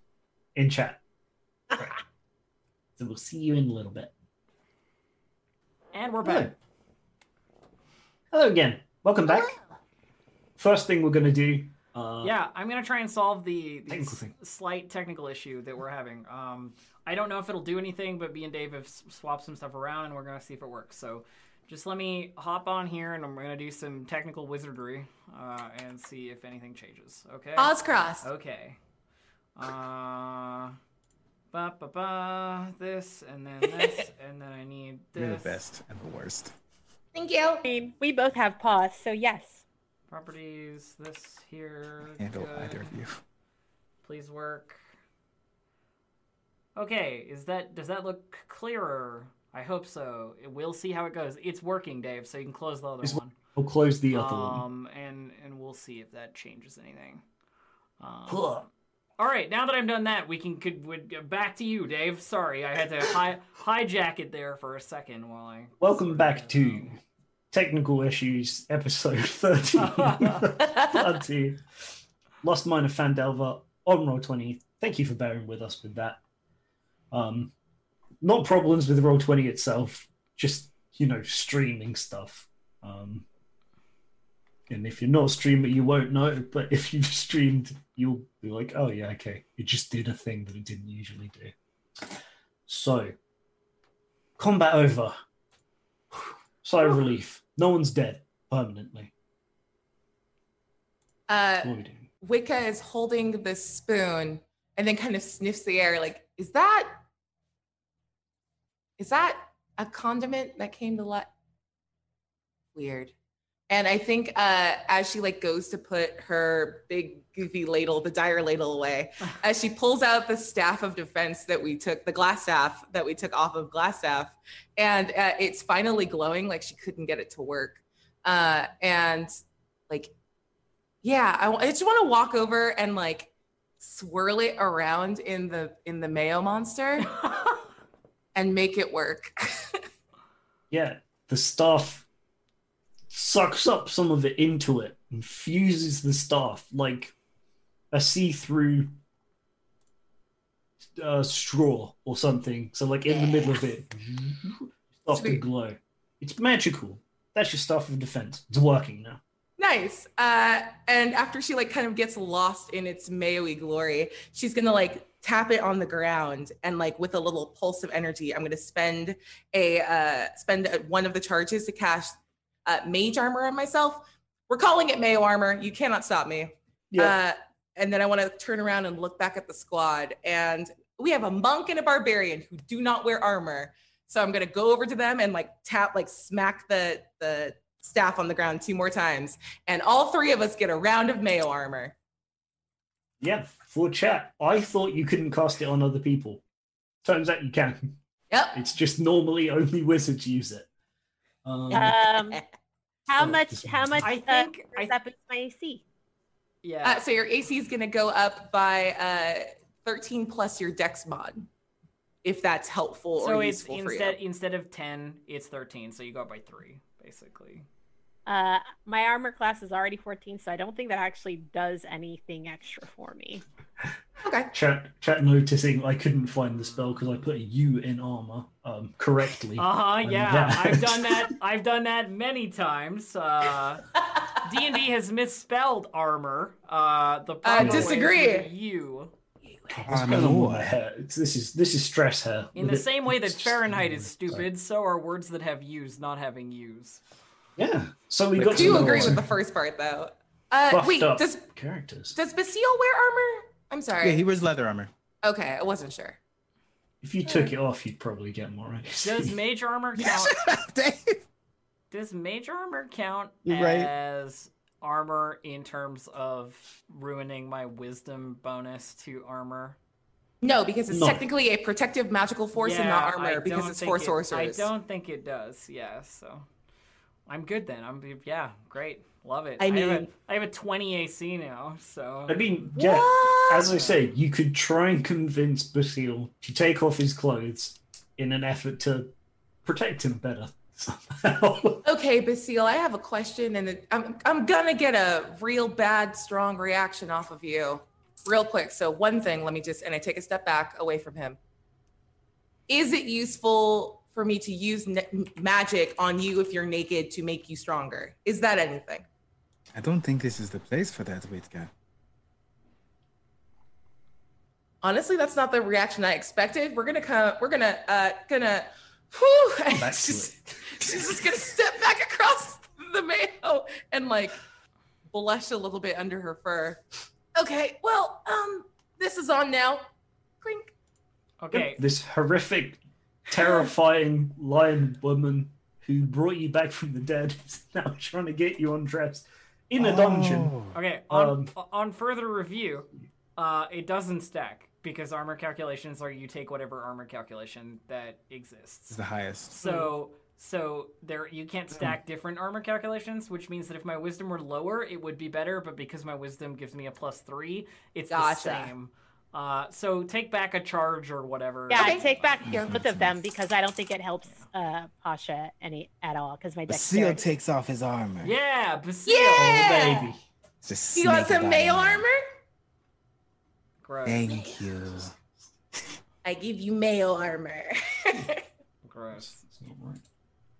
Speaker 1: in chat. so we'll see you in a little bit.
Speaker 2: And we're
Speaker 1: Hello.
Speaker 2: back.
Speaker 1: Hello again. Welcome back. First thing we're going to do. Uh,
Speaker 2: Yeah, I'm gonna try and solve the, the
Speaker 1: Technical
Speaker 2: s-
Speaker 1: thing.
Speaker 2: slight technical issue that we're having. Um, I don't know if it'll do anything, but me and Dave have s- swapped some stuff around, and we're gonna see if it works. So, just let me hop on here, and I'm gonna do some technical wizardry uh, and see if anything changes. Okay. Oh.
Speaker 3: Oz crossed.
Speaker 2: Okay. Uh, ba ba ba. This and then this and then I need this.
Speaker 5: You're the best and the worst.
Speaker 3: Thank you.
Speaker 4: I mean, we both have paws, so yes.
Speaker 2: Properties. This here.
Speaker 5: Handle
Speaker 2: good.
Speaker 5: either of you.
Speaker 2: Please work. Okay. Is that does that look clearer? I hope so. We'll see how it goes. It's working, Dave. So you can close the other
Speaker 1: It's
Speaker 2: one.
Speaker 1: We'll close the other one.
Speaker 2: Um, and and we'll see if that changes anything. Um,
Speaker 1: Huh.
Speaker 2: All right, now that I've done that, we can could would, uh, back to you, Dave. Sorry, I had to hi, hijack it there for a second while I.
Speaker 1: Welcome back to
Speaker 2: Um,
Speaker 1: Technical Issues, episode 13. Blood to Lost Mine of Fandelver on Roll20. Thank you for bearing with us with that. Um, not problems with Roll20 itself, just, you know, streaming stuff. Um, and if you're not a streamer, you won't know, but if you've streamed, you'll be like, oh, yeah, okay. It just did a thing that it didn't usually do. So, combat over. Sigh of relief. No one's dead permanently.
Speaker 3: Uh,
Speaker 1: What are we doing?
Speaker 3: Wicca is holding the spoon and then kind of sniffs the air like, is that is that a condiment that came to life? Weird. And I think uh, as she like goes to put her big goofy ladle, the dire ladle away, as she pulls out the staff of defense that we took, the glass staff that we took off of glass staff, and uh, it's finally glowing like she couldn't get it to work. Uh, and like yeah I wa- I just want to walk over and like swirl it around in the in the mayo monster and make it work
Speaker 1: Yeah, the staff sucks up some of it into it, infuses the staff like a see-through uh, straw or something. So, like in the middle of it, stuff to
Speaker 3: Sweet.
Speaker 1: glow. It's magical. That's your staff of defense. It's working now.
Speaker 3: Nice. Uh, and after she like kind of gets lost in its mayo glory, she's gonna like tap it on the ground and like with a little pulse of energy, I'm gonna spend a uh, spend one of the charges to cast uh, mage armor on myself. We're calling it mayo armor. You cannot stop me.
Speaker 1: Yeah.
Speaker 3: Uh, and then I want to turn around and look back at the squad, and we have a monk and a barbarian who do not wear armor. So I'm gonna go over to them and like tap, like smack the the staff on the ground two more times, and all three of us get a round of mayo armor.
Speaker 1: yeah, for chat. I thought you couldn't cast it on other people. Turns out you can.
Speaker 3: Yep.
Speaker 1: It's just normally only wizards use it. Um,
Speaker 4: Um, how
Speaker 1: Oh,
Speaker 4: much?
Speaker 1: this
Speaker 4: How
Speaker 1: one's-
Speaker 4: much?
Speaker 2: I
Speaker 4: uh,
Speaker 2: think-
Speaker 4: does
Speaker 2: I-
Speaker 4: that boost my AC?
Speaker 2: Yeah.
Speaker 3: Uh, so your AC is gonna go up by uh, 13 plus your Dex mod, if that's helpful
Speaker 2: so
Speaker 3: or
Speaker 2: it's
Speaker 3: useful for
Speaker 2: instead
Speaker 3: you.
Speaker 2: instead of ten, it's thirteen. So you go up by three, basically.
Speaker 4: Uh, my armor class is already 14, so I don't think that actually does anything extra for me.
Speaker 3: Okay.
Speaker 1: Chat, chat noticing I couldn't find the spell because I put a U in armor um, correctly.
Speaker 2: Uh huh.
Speaker 1: And
Speaker 2: Yeah,
Speaker 1: that.
Speaker 2: I've done that. I've done that many times. Uh, D and D has misspelled armor. Uh, the proper
Speaker 3: disagree.
Speaker 2: You
Speaker 1: What's
Speaker 6: I'm
Speaker 1: going on with
Speaker 6: more.
Speaker 1: my hair? It's- This is this is stress hair.
Speaker 2: in the same way that
Speaker 1: It's just-
Speaker 2: Fahrenheit is stupid, so are words that have U's not having U's.
Speaker 1: Yeah. So we
Speaker 6: I
Speaker 1: got
Speaker 3: Do you
Speaker 1: to know
Speaker 3: agree
Speaker 1: our
Speaker 3: with the first part though? Uh,
Speaker 1: Buffed
Speaker 3: wait,
Speaker 1: up.
Speaker 3: does
Speaker 1: characters.
Speaker 3: does Basile wear armor? I'm sorry.
Speaker 5: Yeah, he wears leather armor.
Speaker 3: okay, I wasn't sure.
Speaker 1: If you took it off, you'd probably get more.
Speaker 2: Does mage armor count?
Speaker 5: Dave.
Speaker 2: Does mage armor count
Speaker 5: You're right.
Speaker 2: as armor in terms of ruining my wisdom bonus to armor?
Speaker 3: No, because it's
Speaker 1: No.
Speaker 3: technically a protective magical force and
Speaker 2: Yeah,
Speaker 3: not
Speaker 2: I
Speaker 3: armor because
Speaker 2: don't
Speaker 3: it's
Speaker 2: think
Speaker 3: for
Speaker 2: it-
Speaker 3: sorcerers.
Speaker 2: I don't think it does. Yeah, so I'm good then. I'm yeah, great, love it.
Speaker 3: I
Speaker 2: have a,
Speaker 3: mean-
Speaker 2: I have a 20 AC now, so
Speaker 1: I mean, yeah.
Speaker 3: What?
Speaker 1: As I say, you could try and convince Basile to take off his clothes in an effort to protect him better somehow.
Speaker 3: Okay, Basile, I have a question, and it- I'm I'm gonna get a real bad, strong reaction off of you, real quick. So one thing, let me just, and I take a step back away from him. Is it useful for me to use n- magic on you if you're naked to make you stronger? Is that anything?
Speaker 5: I don't think this is the place for that, wait guy.
Speaker 3: Honestly, that's not the reaction I expected. We're gonna come. We're gonna uh gonna. Whew, and
Speaker 1: Back to
Speaker 3: she's, she's just gonna step back across the mayo and like blush a little bit under her fur. Okay, well, um, this is on now. Clink.
Speaker 2: okay.
Speaker 1: This horrific, terrifying lion woman who brought you back from the dead is now trying to get you undressed in a
Speaker 3: Oh.
Speaker 1: dungeon.
Speaker 5: Oh.
Speaker 2: Okay, on
Speaker 1: Um,
Speaker 2: on further review, uh, it doesn't stack because armor calculations are you take whatever armor calculation that
Speaker 5: This is
Speaker 2: exists.
Speaker 5: the highest.
Speaker 2: So so there you can't stack different armor calculations, which means that if my wisdom were lower, it would be better. But because my wisdom gives me a plus three, it's
Speaker 3: Gotcha.
Speaker 2: the same. Uh, so take back a charge or whatever.
Speaker 4: Yeah,
Speaker 3: Okay.
Speaker 4: I take back
Speaker 5: Yeah.
Speaker 4: both of them because I don't think it helps uh, Pasha any at all because my
Speaker 5: The
Speaker 4: deck.
Speaker 5: seal takes off his armor.
Speaker 2: Yeah, Basile.
Speaker 3: Oh, Yeah!
Speaker 1: Oh, Baby.
Speaker 5: It's a
Speaker 3: Do you want
Speaker 5: snake
Speaker 3: some mail
Speaker 5: diamond.
Speaker 3: armor?
Speaker 2: Gross.
Speaker 5: Thank you.
Speaker 3: I give you mail armor.
Speaker 2: Gross.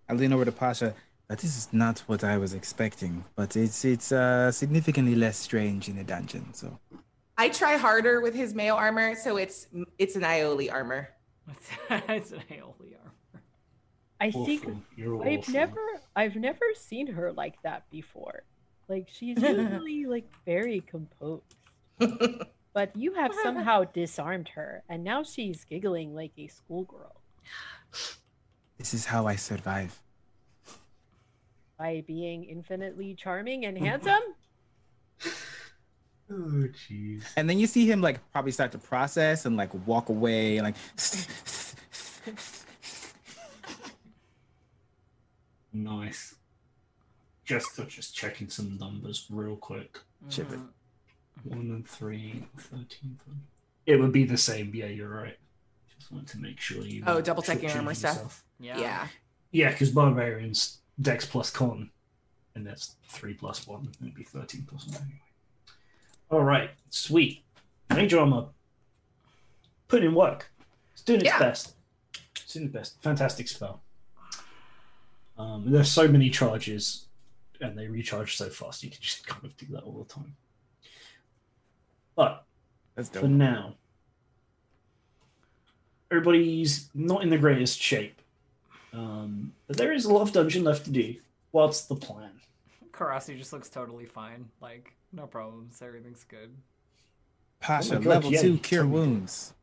Speaker 5: I lean over to Pasha. But this is not what I was expecting. But it's it's uh, significantly less strange in a dungeon. So
Speaker 3: I try harder with his mail armor, so it's it's an Ioli armor.
Speaker 2: it's an E AOE armor.
Speaker 7: I
Speaker 1: Awful. You're awful.
Speaker 7: I've never I've never seen her like that before. Like she's usually like very composed. But you have somehow disarmed her and now she's giggling like a schoolgirl
Speaker 5: this is how I survive.
Speaker 7: by being infinitely charming and handsome.
Speaker 1: Oh, jeez.
Speaker 5: And then you see him like probably start to process and like walk away and like.
Speaker 1: Nice. Jessica just checking some numbers real quick.
Speaker 5: Ship it.
Speaker 2: Mhm.
Speaker 1: One and three, 13. It would be the same. Yeah, you're right. Just wanted to make sure you.
Speaker 3: Oh,
Speaker 1: weren't
Speaker 3: double checking
Speaker 1: shortchanging
Speaker 3: armor stuff.
Speaker 1: yourself.
Speaker 2: Yeah.
Speaker 3: Yeah.
Speaker 1: Yeah, because barbarians dex plus con, and that's three plus one. It'd be thirteen plus one anyway. All right, sweet. Major armor. Put in work. It's doing its
Speaker 3: Yeah.
Speaker 1: best. It's doing its best. Fantastic spell. Um, there's so many charges, and they recharge so fast. You can just kind of do that all the time. But
Speaker 6: That's
Speaker 1: for
Speaker 6: dope.
Speaker 1: now. Everybody's not in the greatest shape. Um, but there is a lot of dungeon left to do. What's the plan?
Speaker 2: Karasi just looks totally fine. Like, no problems. Everything's good.
Speaker 5: Pasha,
Speaker 1: Oh my God,
Speaker 5: level
Speaker 1: yeah,
Speaker 5: two,
Speaker 1: you
Speaker 5: cure
Speaker 1: told me.
Speaker 5: wounds.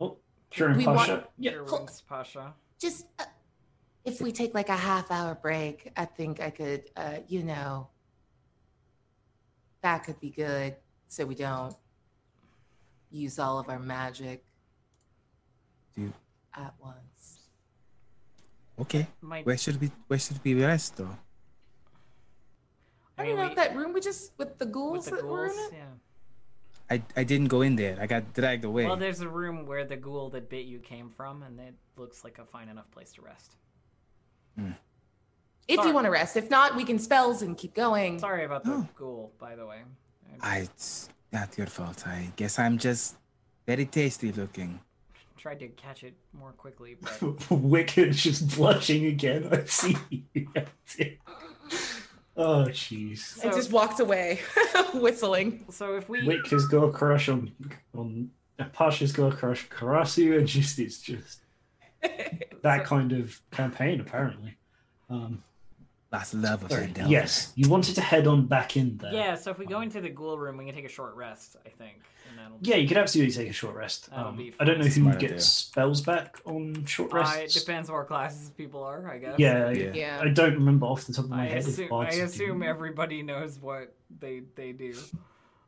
Speaker 1: Oh, Kieran
Speaker 3: We
Speaker 1: Pasha.
Speaker 3: want-
Speaker 1: Yeah.
Speaker 2: Your
Speaker 3: cool.
Speaker 2: wings, Pasha.
Speaker 3: Just uh, if we take like a half hour break, I think I could, uh, you know, that could be good so we don't use all of our magic
Speaker 5: Dude.
Speaker 3: at once.
Speaker 5: Okay.
Speaker 2: Might
Speaker 5: Where should we where should we rest though?
Speaker 3: I don't know if that room we just with the ghouls
Speaker 2: with the
Speaker 3: that were in
Speaker 2: ghouls,
Speaker 3: it.
Speaker 2: yeah.
Speaker 5: I, I didn't go in there. I got dragged away.
Speaker 2: Well, there's a room where the ghoul that bit you came from, and it looks like a fine enough place to rest.
Speaker 3: If
Speaker 2: Sorry.
Speaker 3: you want to rest, if not, we can spells and keep going.
Speaker 2: Sorry about the
Speaker 5: Oh.
Speaker 2: ghoul, by the way. I
Speaker 5: I, Ah, it's not your fault. I guess I'm just very tasty looking.
Speaker 2: tried to catch it more quickly, but
Speaker 1: Wicked just blushing again. I see you. oh, jeez.
Speaker 3: And
Speaker 2: So-
Speaker 3: just walked away, whistling.
Speaker 2: so if we
Speaker 1: Wick has got a crush on on Pasha's got a crush on Karasu, and just it's just that kind of campaign apparently. Um,
Speaker 5: Last love of
Speaker 1: sorry,
Speaker 5: Andel.
Speaker 1: yes, you wanted to head on back in there.
Speaker 2: yeah, so if we go into the ghoul room, we can take a short rest, I think, and that'll
Speaker 1: Yeah, you could absolutely take a short rest.
Speaker 2: That'll
Speaker 1: Um,
Speaker 2: be
Speaker 1: I don't know who
Speaker 6: Smart
Speaker 1: gets
Speaker 6: idea.
Speaker 1: spells back on short
Speaker 2: Uh, it
Speaker 1: rests.
Speaker 2: depends what classes people are, I guess.
Speaker 1: yeah,
Speaker 5: Yeah.
Speaker 3: Yeah.
Speaker 1: I don't remember off the top of my
Speaker 2: I
Speaker 1: head. if
Speaker 2: assume, I
Speaker 1: bards do.
Speaker 2: assume everybody knows what they they do.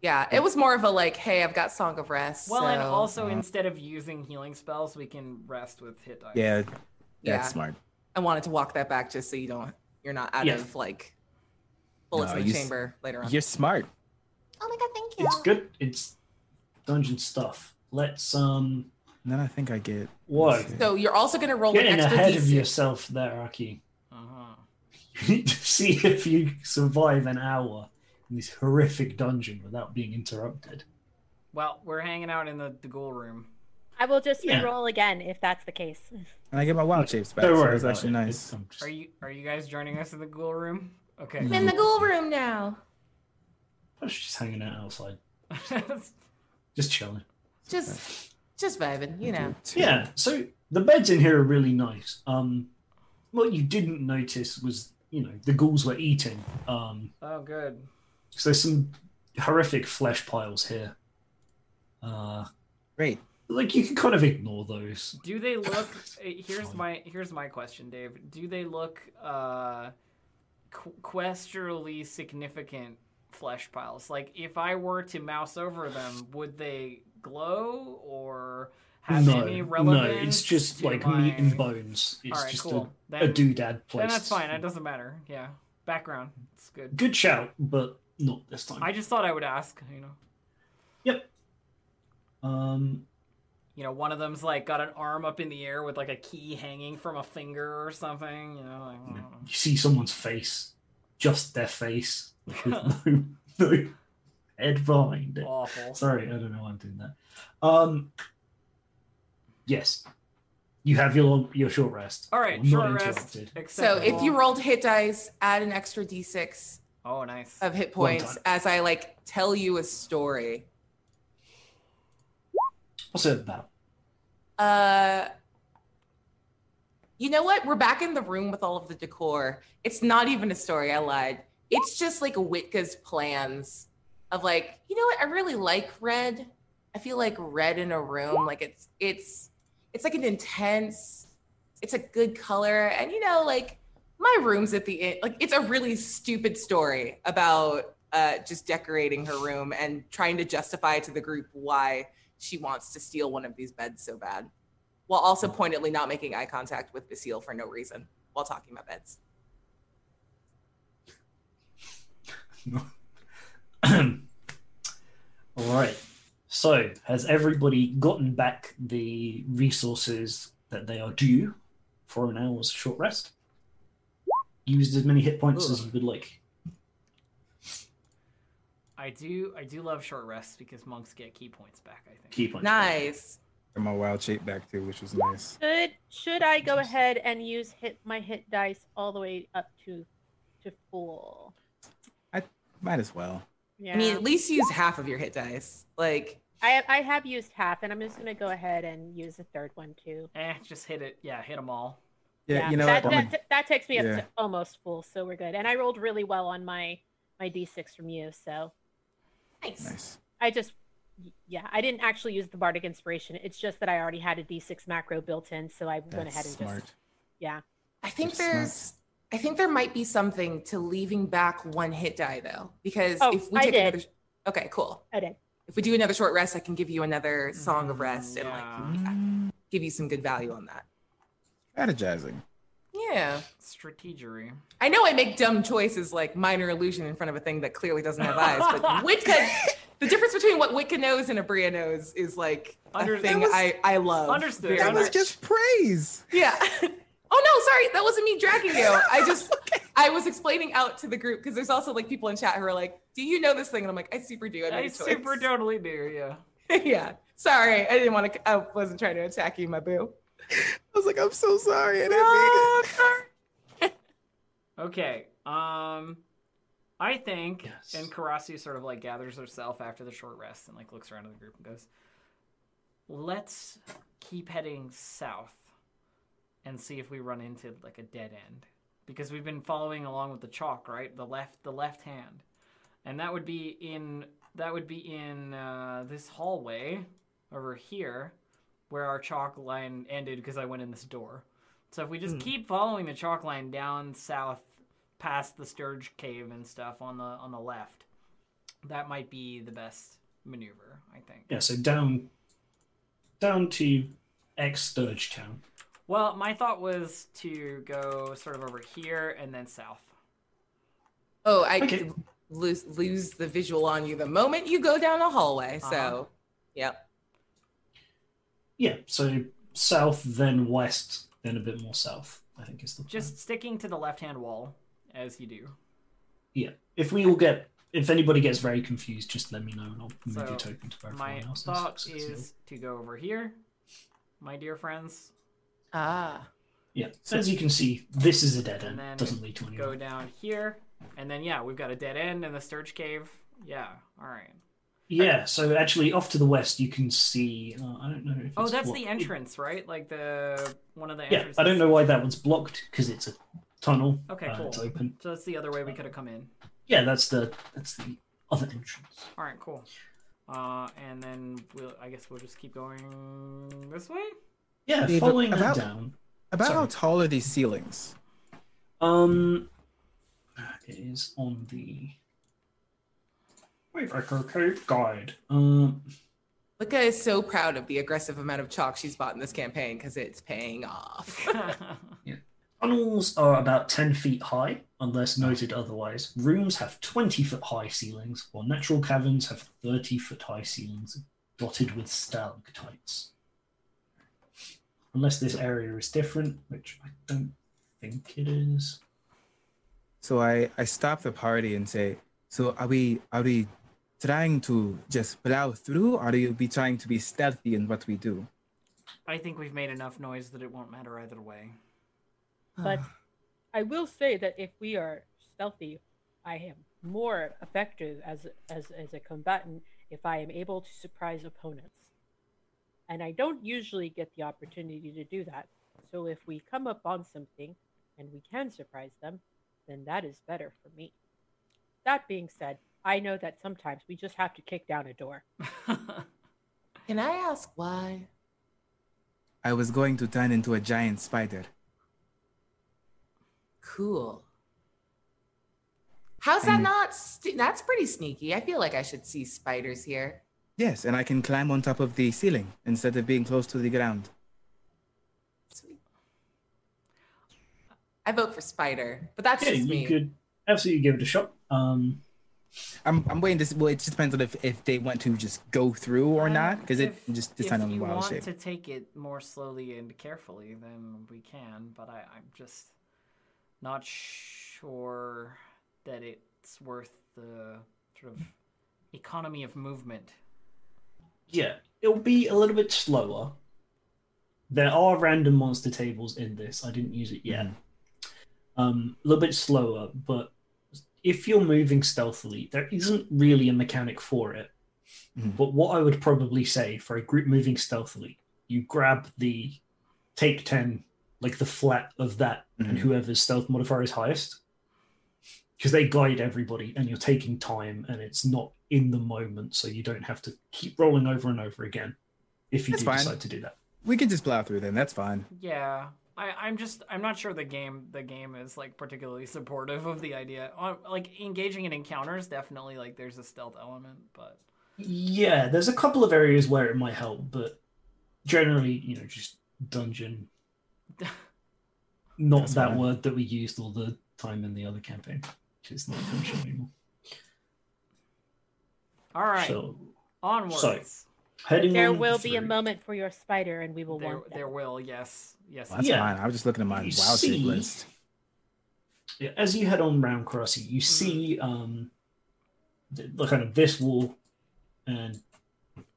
Speaker 3: Yeah, it was more of a like, hey, I've got Song of Rest.
Speaker 2: Well, and
Speaker 3: so-
Speaker 2: also
Speaker 5: uh,
Speaker 2: instead of using healing spells, we can rest with hit dice.
Speaker 5: Yeah, that's
Speaker 3: yeah,
Speaker 5: smart.
Speaker 3: I wanted to walk that back just so you don't, you're not out
Speaker 1: Yeah.
Speaker 3: of like bullets
Speaker 5: No,
Speaker 3: in the
Speaker 5: you s-
Speaker 3: chamber later on.
Speaker 5: You're smart.
Speaker 3: Oh my god, thank
Speaker 1: It's good. It's dungeon stuff. Let's um.
Speaker 5: And then I think I get.
Speaker 1: Whoa,
Speaker 5: let's see.
Speaker 3: So you're also gonna roll an
Speaker 1: getting
Speaker 3: extra
Speaker 1: ahead of
Speaker 3: D6.
Speaker 1: yourself there, Aki.
Speaker 2: Uh-huh.
Speaker 1: You need to see if you survive an hour in this horrific dungeon without being interrupted.
Speaker 2: Well, we're hanging out in the, the ghoul room.
Speaker 4: I will just
Speaker 1: Yeah.
Speaker 4: re-roll again if that's the case.
Speaker 5: And I get my wild shapes back.
Speaker 1: don't
Speaker 5: so
Speaker 1: worry,
Speaker 5: That's
Speaker 1: about
Speaker 5: actually
Speaker 1: it.
Speaker 5: nice.
Speaker 1: It's- I'm just-
Speaker 2: Are you are you guys joining us in the ghoul room? Okay.
Speaker 3: I'm in the ghoul room now.
Speaker 1: I'm just hanging out outside, just chilling.
Speaker 3: Just, just vibing, you know.
Speaker 1: Yeah. So the beds in here are really nice. Um, what you didn't notice was, you know, the ghouls were eating. Um,
Speaker 2: oh, good.
Speaker 1: so there's some horrific flesh piles here. Uh,
Speaker 5: Great.
Speaker 1: like you can kind of ignore those.
Speaker 2: Do they look? eh, Here's
Speaker 1: Fine.
Speaker 2: my here's my question, Dave. Do they look uh, qu- questionably significant flesh piles? Like, if I were to mouse over them, would they glow or have
Speaker 1: no,
Speaker 2: any
Speaker 1: no,
Speaker 2: relevance?
Speaker 1: it's just
Speaker 2: to
Speaker 1: like
Speaker 2: my...
Speaker 1: meat and bones. It's
Speaker 2: All right,
Speaker 1: just
Speaker 2: cool.
Speaker 1: a,
Speaker 2: then,
Speaker 1: a doodad place.
Speaker 2: Then that's fine. It doesn't matter. Yeah, background. It's good.
Speaker 1: Good shout, but not this time.
Speaker 2: I just thought I would ask. You know.
Speaker 1: Um,
Speaker 2: you know, one of them's like got an arm up in the air with like a key hanging from a finger or something. You know, like, I don't know.
Speaker 1: you see someone's face, just their face, with no, no head behind it.
Speaker 2: oh, awful.
Speaker 1: Sorry, I don't know why I'm doing that. Um, yes, you have your long, your short rest.
Speaker 2: All right,
Speaker 1: You're
Speaker 2: short
Speaker 1: not
Speaker 2: rest.
Speaker 1: interrupted.
Speaker 3: So
Speaker 2: acceptable.
Speaker 3: if you rolled hit dice, add an extra D6
Speaker 2: oh nice,
Speaker 3: of hit
Speaker 1: Well
Speaker 3: points
Speaker 1: done.
Speaker 3: as I like tell you a story.
Speaker 1: What's it about?
Speaker 3: Uh, you know what? We're back in the room with all of the decor. It's not even a story. I lied. It's just like Witka's plans of like, you know what? I really like red. I feel like red in a room, like it's it's it's like an intense. It's a good color, and you know, like my room's at the end. Like it's a really stupid story about uh, just decorating her room and trying to justify to the group why she wants to steal one of these beds so bad, while also pointedly not making eye contact with Basile for no reason while talking about beds.
Speaker 1: All right. So, has everybody gotten back the resources that they are due for an hour's short rest? Used as many hit points as you would like.
Speaker 2: I do I do love short rests because monks get key points back. I think.
Speaker 1: Key points.
Speaker 3: Nice.
Speaker 6: Got my wild shape back too, which was nice.
Speaker 7: Should should I go ahead and use hit my hit dice all the way up to to full?
Speaker 6: Might as well.
Speaker 4: Yeah.
Speaker 3: I mean, at least use half of your hit dice. Like,
Speaker 4: I have, I have used half, and I'm just gonna go ahead and use a third one too.
Speaker 2: Eh, just hit it. Yeah, hit them all.
Speaker 6: Yeah, you know
Speaker 4: that,
Speaker 6: what? I'm
Speaker 4: that,
Speaker 6: gonna-
Speaker 4: that takes me up
Speaker 6: yeah.
Speaker 4: to almost full, so we're good. And I rolled really well on my my d6 from you, so
Speaker 3: nice.
Speaker 6: nice.
Speaker 4: I just yeah, I didn't actually use the bardic inspiration. It's just that I already had a d6 macro built in, so I went
Speaker 6: That's
Speaker 4: ahead and
Speaker 6: smart.
Speaker 4: just yeah.
Speaker 3: I think
Speaker 6: That's smart.
Speaker 3: there's, I think there might be something to leaving back one hit die though, because
Speaker 4: Oh,
Speaker 3: if we
Speaker 4: I
Speaker 3: take
Speaker 4: did.
Speaker 3: another, okay, cool.
Speaker 4: I did.
Speaker 3: If we do another short rest, I can give you another song of
Speaker 2: Mm,
Speaker 3: rest and like
Speaker 2: yeah.
Speaker 6: Mm,
Speaker 3: give you some good value on that.
Speaker 6: Strategizing.
Speaker 3: Yeah,
Speaker 2: Strategery.
Speaker 3: I know I make dumb choices like minor illusion in front of a thing that clearly doesn't have eyes, but Witka, the difference between what Witka knows and a Bria knows is like
Speaker 2: Under-
Speaker 3: a thing
Speaker 2: That was-
Speaker 3: I I love.
Speaker 2: Understood.
Speaker 3: very
Speaker 2: That
Speaker 5: That was
Speaker 3: much.
Speaker 5: just praise.
Speaker 3: Yeah. Oh no, sorry, that wasn't me dragging you. I just I was explaining out to the group because there's also like people in chat who are like, "Do you know this thing?" And I'm like, "I super do. I, made
Speaker 2: I
Speaker 3: a choice."
Speaker 2: super totally do. Yeah.
Speaker 3: yeah. Sorry, I didn't want to. I wasn't trying to attack you, my boo.
Speaker 5: I was like, I'm so sorry. I didn't mean
Speaker 3: No,
Speaker 4: Ah!
Speaker 2: Oh,
Speaker 5: it.
Speaker 3: sorry.
Speaker 2: Okay. Um, I think,
Speaker 1: Yes.
Speaker 2: and Karasi sort of like gathers herself after the short rest and like looks around at the group and goes, "Let's keep heading south and see if we run into like a dead end because we've been following along with the chalk, right? The left, the left hand, and that would be in that would be in uh, this hallway over here." Where our chalk line ended because I went in this door. So if we just
Speaker 3: Mhm.
Speaker 2: keep following the chalk line down south past the Sturge cave and stuff on the on the left, that might be the best maneuver, I think.
Speaker 1: Yeah, so down down to ex Sturge Town.
Speaker 2: Well, my thought was to go sort of over here and then south.
Speaker 3: Oh, I
Speaker 1: Okay.
Speaker 3: lose lose the visual on you the moment you go down a hallway.
Speaker 2: Uh-huh.
Speaker 3: So, yep.
Speaker 1: Yeah, so south, then west, then a bit more south, I think is the plan.
Speaker 2: Just sticking to the left hand wall as you do.
Speaker 1: yeah. If we all get if anybody gets very confused, just let me know and I'll move
Speaker 2: So,
Speaker 1: your token to where
Speaker 2: My
Speaker 1: everyone else
Speaker 2: thought
Speaker 1: So it's-
Speaker 2: is to go over here, my dear friends,
Speaker 3: Ah,
Speaker 1: Yeah. So as you can see, this is a dead
Speaker 2: And
Speaker 1: end.
Speaker 2: then
Speaker 1: Doesn't lead to anywhere.
Speaker 2: go down here, and then yeah, we've got a dead end in the Sturge cave. Yeah, all right.
Speaker 1: Yeah, so actually, off to the west, you can see. Uh, I don't know. If
Speaker 2: Oh,
Speaker 1: it's
Speaker 2: that's
Speaker 1: what-
Speaker 2: the entrance, right? Like the one of the
Speaker 1: Yeah,
Speaker 2: entrances.
Speaker 1: I don't know why that one's blocked because it's a tunnel.
Speaker 2: Okay,
Speaker 1: uh,
Speaker 2: cool.
Speaker 1: It's open.
Speaker 2: So that's the other way we could have come in.
Speaker 1: Yeah, that's the that's the other entrance.
Speaker 2: All right, cool. Uh, and then we'll, I guess we'll just keep going this way.
Speaker 1: Yeah,
Speaker 6: Yeah, but
Speaker 1: following that
Speaker 6: about-
Speaker 1: down.
Speaker 6: About how
Speaker 1: Sorry.
Speaker 6: tall are these ceilings?
Speaker 1: Um, it is on the. Wait, record code guide. Um,
Speaker 3: Lika is so proud of the aggressive amount of chalk she's bought in this campaign because it's paying off.
Speaker 1: tunnels are about ten feet high, unless noted otherwise. Rooms have twenty foot high ceilings, while natural caverns have thirty foot high ceilings, dotted with stalactites. Unless this area is different, which I don't think it is.
Speaker 6: So I, I stop the party and say, so are we are we trying to just plow through or are you be trying to be stealthy in what we do?
Speaker 2: I think we've made enough noise that it won't matter either way.
Speaker 7: But I will say that if we are stealthy, I am more effective as as as a combatant if I am able to surprise opponents. And I don't usually get the opportunity to do that. So if we come up on something and we can surprise them, then that is better for me. That being said, I know that sometimes we just have to kick down a door.
Speaker 3: Can I ask why?
Speaker 6: I was going to turn into a giant spider.
Speaker 3: Cool. How's that
Speaker 6: Mm.
Speaker 3: not? St- that's pretty sneaky. I feel like I should see spiders here.
Speaker 6: Yes, and I can climb on top of the ceiling instead of being close to the ground.
Speaker 3: Sweet. I vote for spider, but that's
Speaker 1: Yeah,
Speaker 3: just me.
Speaker 1: you could absolutely give it a shot. Um,
Speaker 6: I'm, I'm waiting to see. Well, it just depends on if, if they want to just go through or
Speaker 2: Um,
Speaker 6: not, because it
Speaker 2: if-
Speaker 6: just
Speaker 2: If
Speaker 6: depends on the
Speaker 2: you
Speaker 6: wild
Speaker 2: want
Speaker 6: shape.
Speaker 2: to take it more slowly and carefully, then we can. But I, I'm just not sure that it's worth the sort of economy of movement.
Speaker 1: yeah, it'll be a little bit slower. There are random monster tables in this. I didn't use it yet. Um, a little bit slower, but if you're moving stealthily, there isn't really a mechanic for it.
Speaker 6: Mhm.
Speaker 1: But what I would probably say for a group moving stealthily, you grab the take 10, like the flat of that, and
Speaker 6: Mhm.
Speaker 1: whoever's stealth modifier is highest. Because they guide everybody, and you're taking time, and it's not in the moment, so you don't have to keep rolling over and over again if you
Speaker 6: That's
Speaker 1: do
Speaker 6: fine.
Speaker 1: decide to do that.
Speaker 6: We can just plow through then. That's fine.
Speaker 2: Yeah, I, I'm just I'm not sure the game the game is like particularly supportive of the idea. Uh, Like engaging in encounters, definitely like there's a stealth element, but
Speaker 1: Yeah, there's a couple of areas where it might help, but generally, you know, just dungeon. Not
Speaker 6: That's
Speaker 1: that
Speaker 6: fine.
Speaker 1: word that we used all the time in the other campaign, which is not dungeon anymore.
Speaker 2: all right,
Speaker 1: So
Speaker 2: onwards.
Speaker 1: sorry. heading
Speaker 4: There
Speaker 1: on
Speaker 4: will be a
Speaker 1: through,
Speaker 4: moment for your spider, and we will
Speaker 2: There,
Speaker 4: want that.
Speaker 2: there will yes yes.
Speaker 6: Well, that's
Speaker 1: Yeah.
Speaker 6: fine. I was just looking at my
Speaker 1: You
Speaker 6: wow
Speaker 1: see-
Speaker 6: shape list.
Speaker 1: yeah, as you head on round Karasi, you see um, the, the kind of this wall, and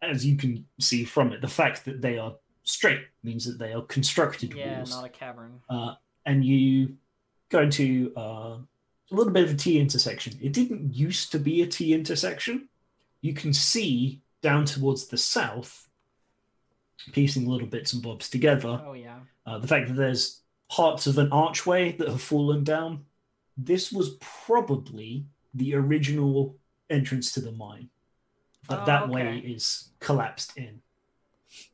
Speaker 1: as you can see from it, the fact that they are straight means that they are constructed
Speaker 2: Yeah,
Speaker 1: walls.
Speaker 2: not a cavern.
Speaker 1: uh, and you go into uh, a little bit of a T intersection. It didn't used to be a T intersection. You can see down towards the south, piecing little bits and bobs together.
Speaker 2: Oh yeah.
Speaker 1: Uh, the fact that there's parts of an archway that have fallen down. This was probably the original entrance to the mine. But
Speaker 2: Oh,
Speaker 1: that
Speaker 2: okay.
Speaker 1: way is collapsed in.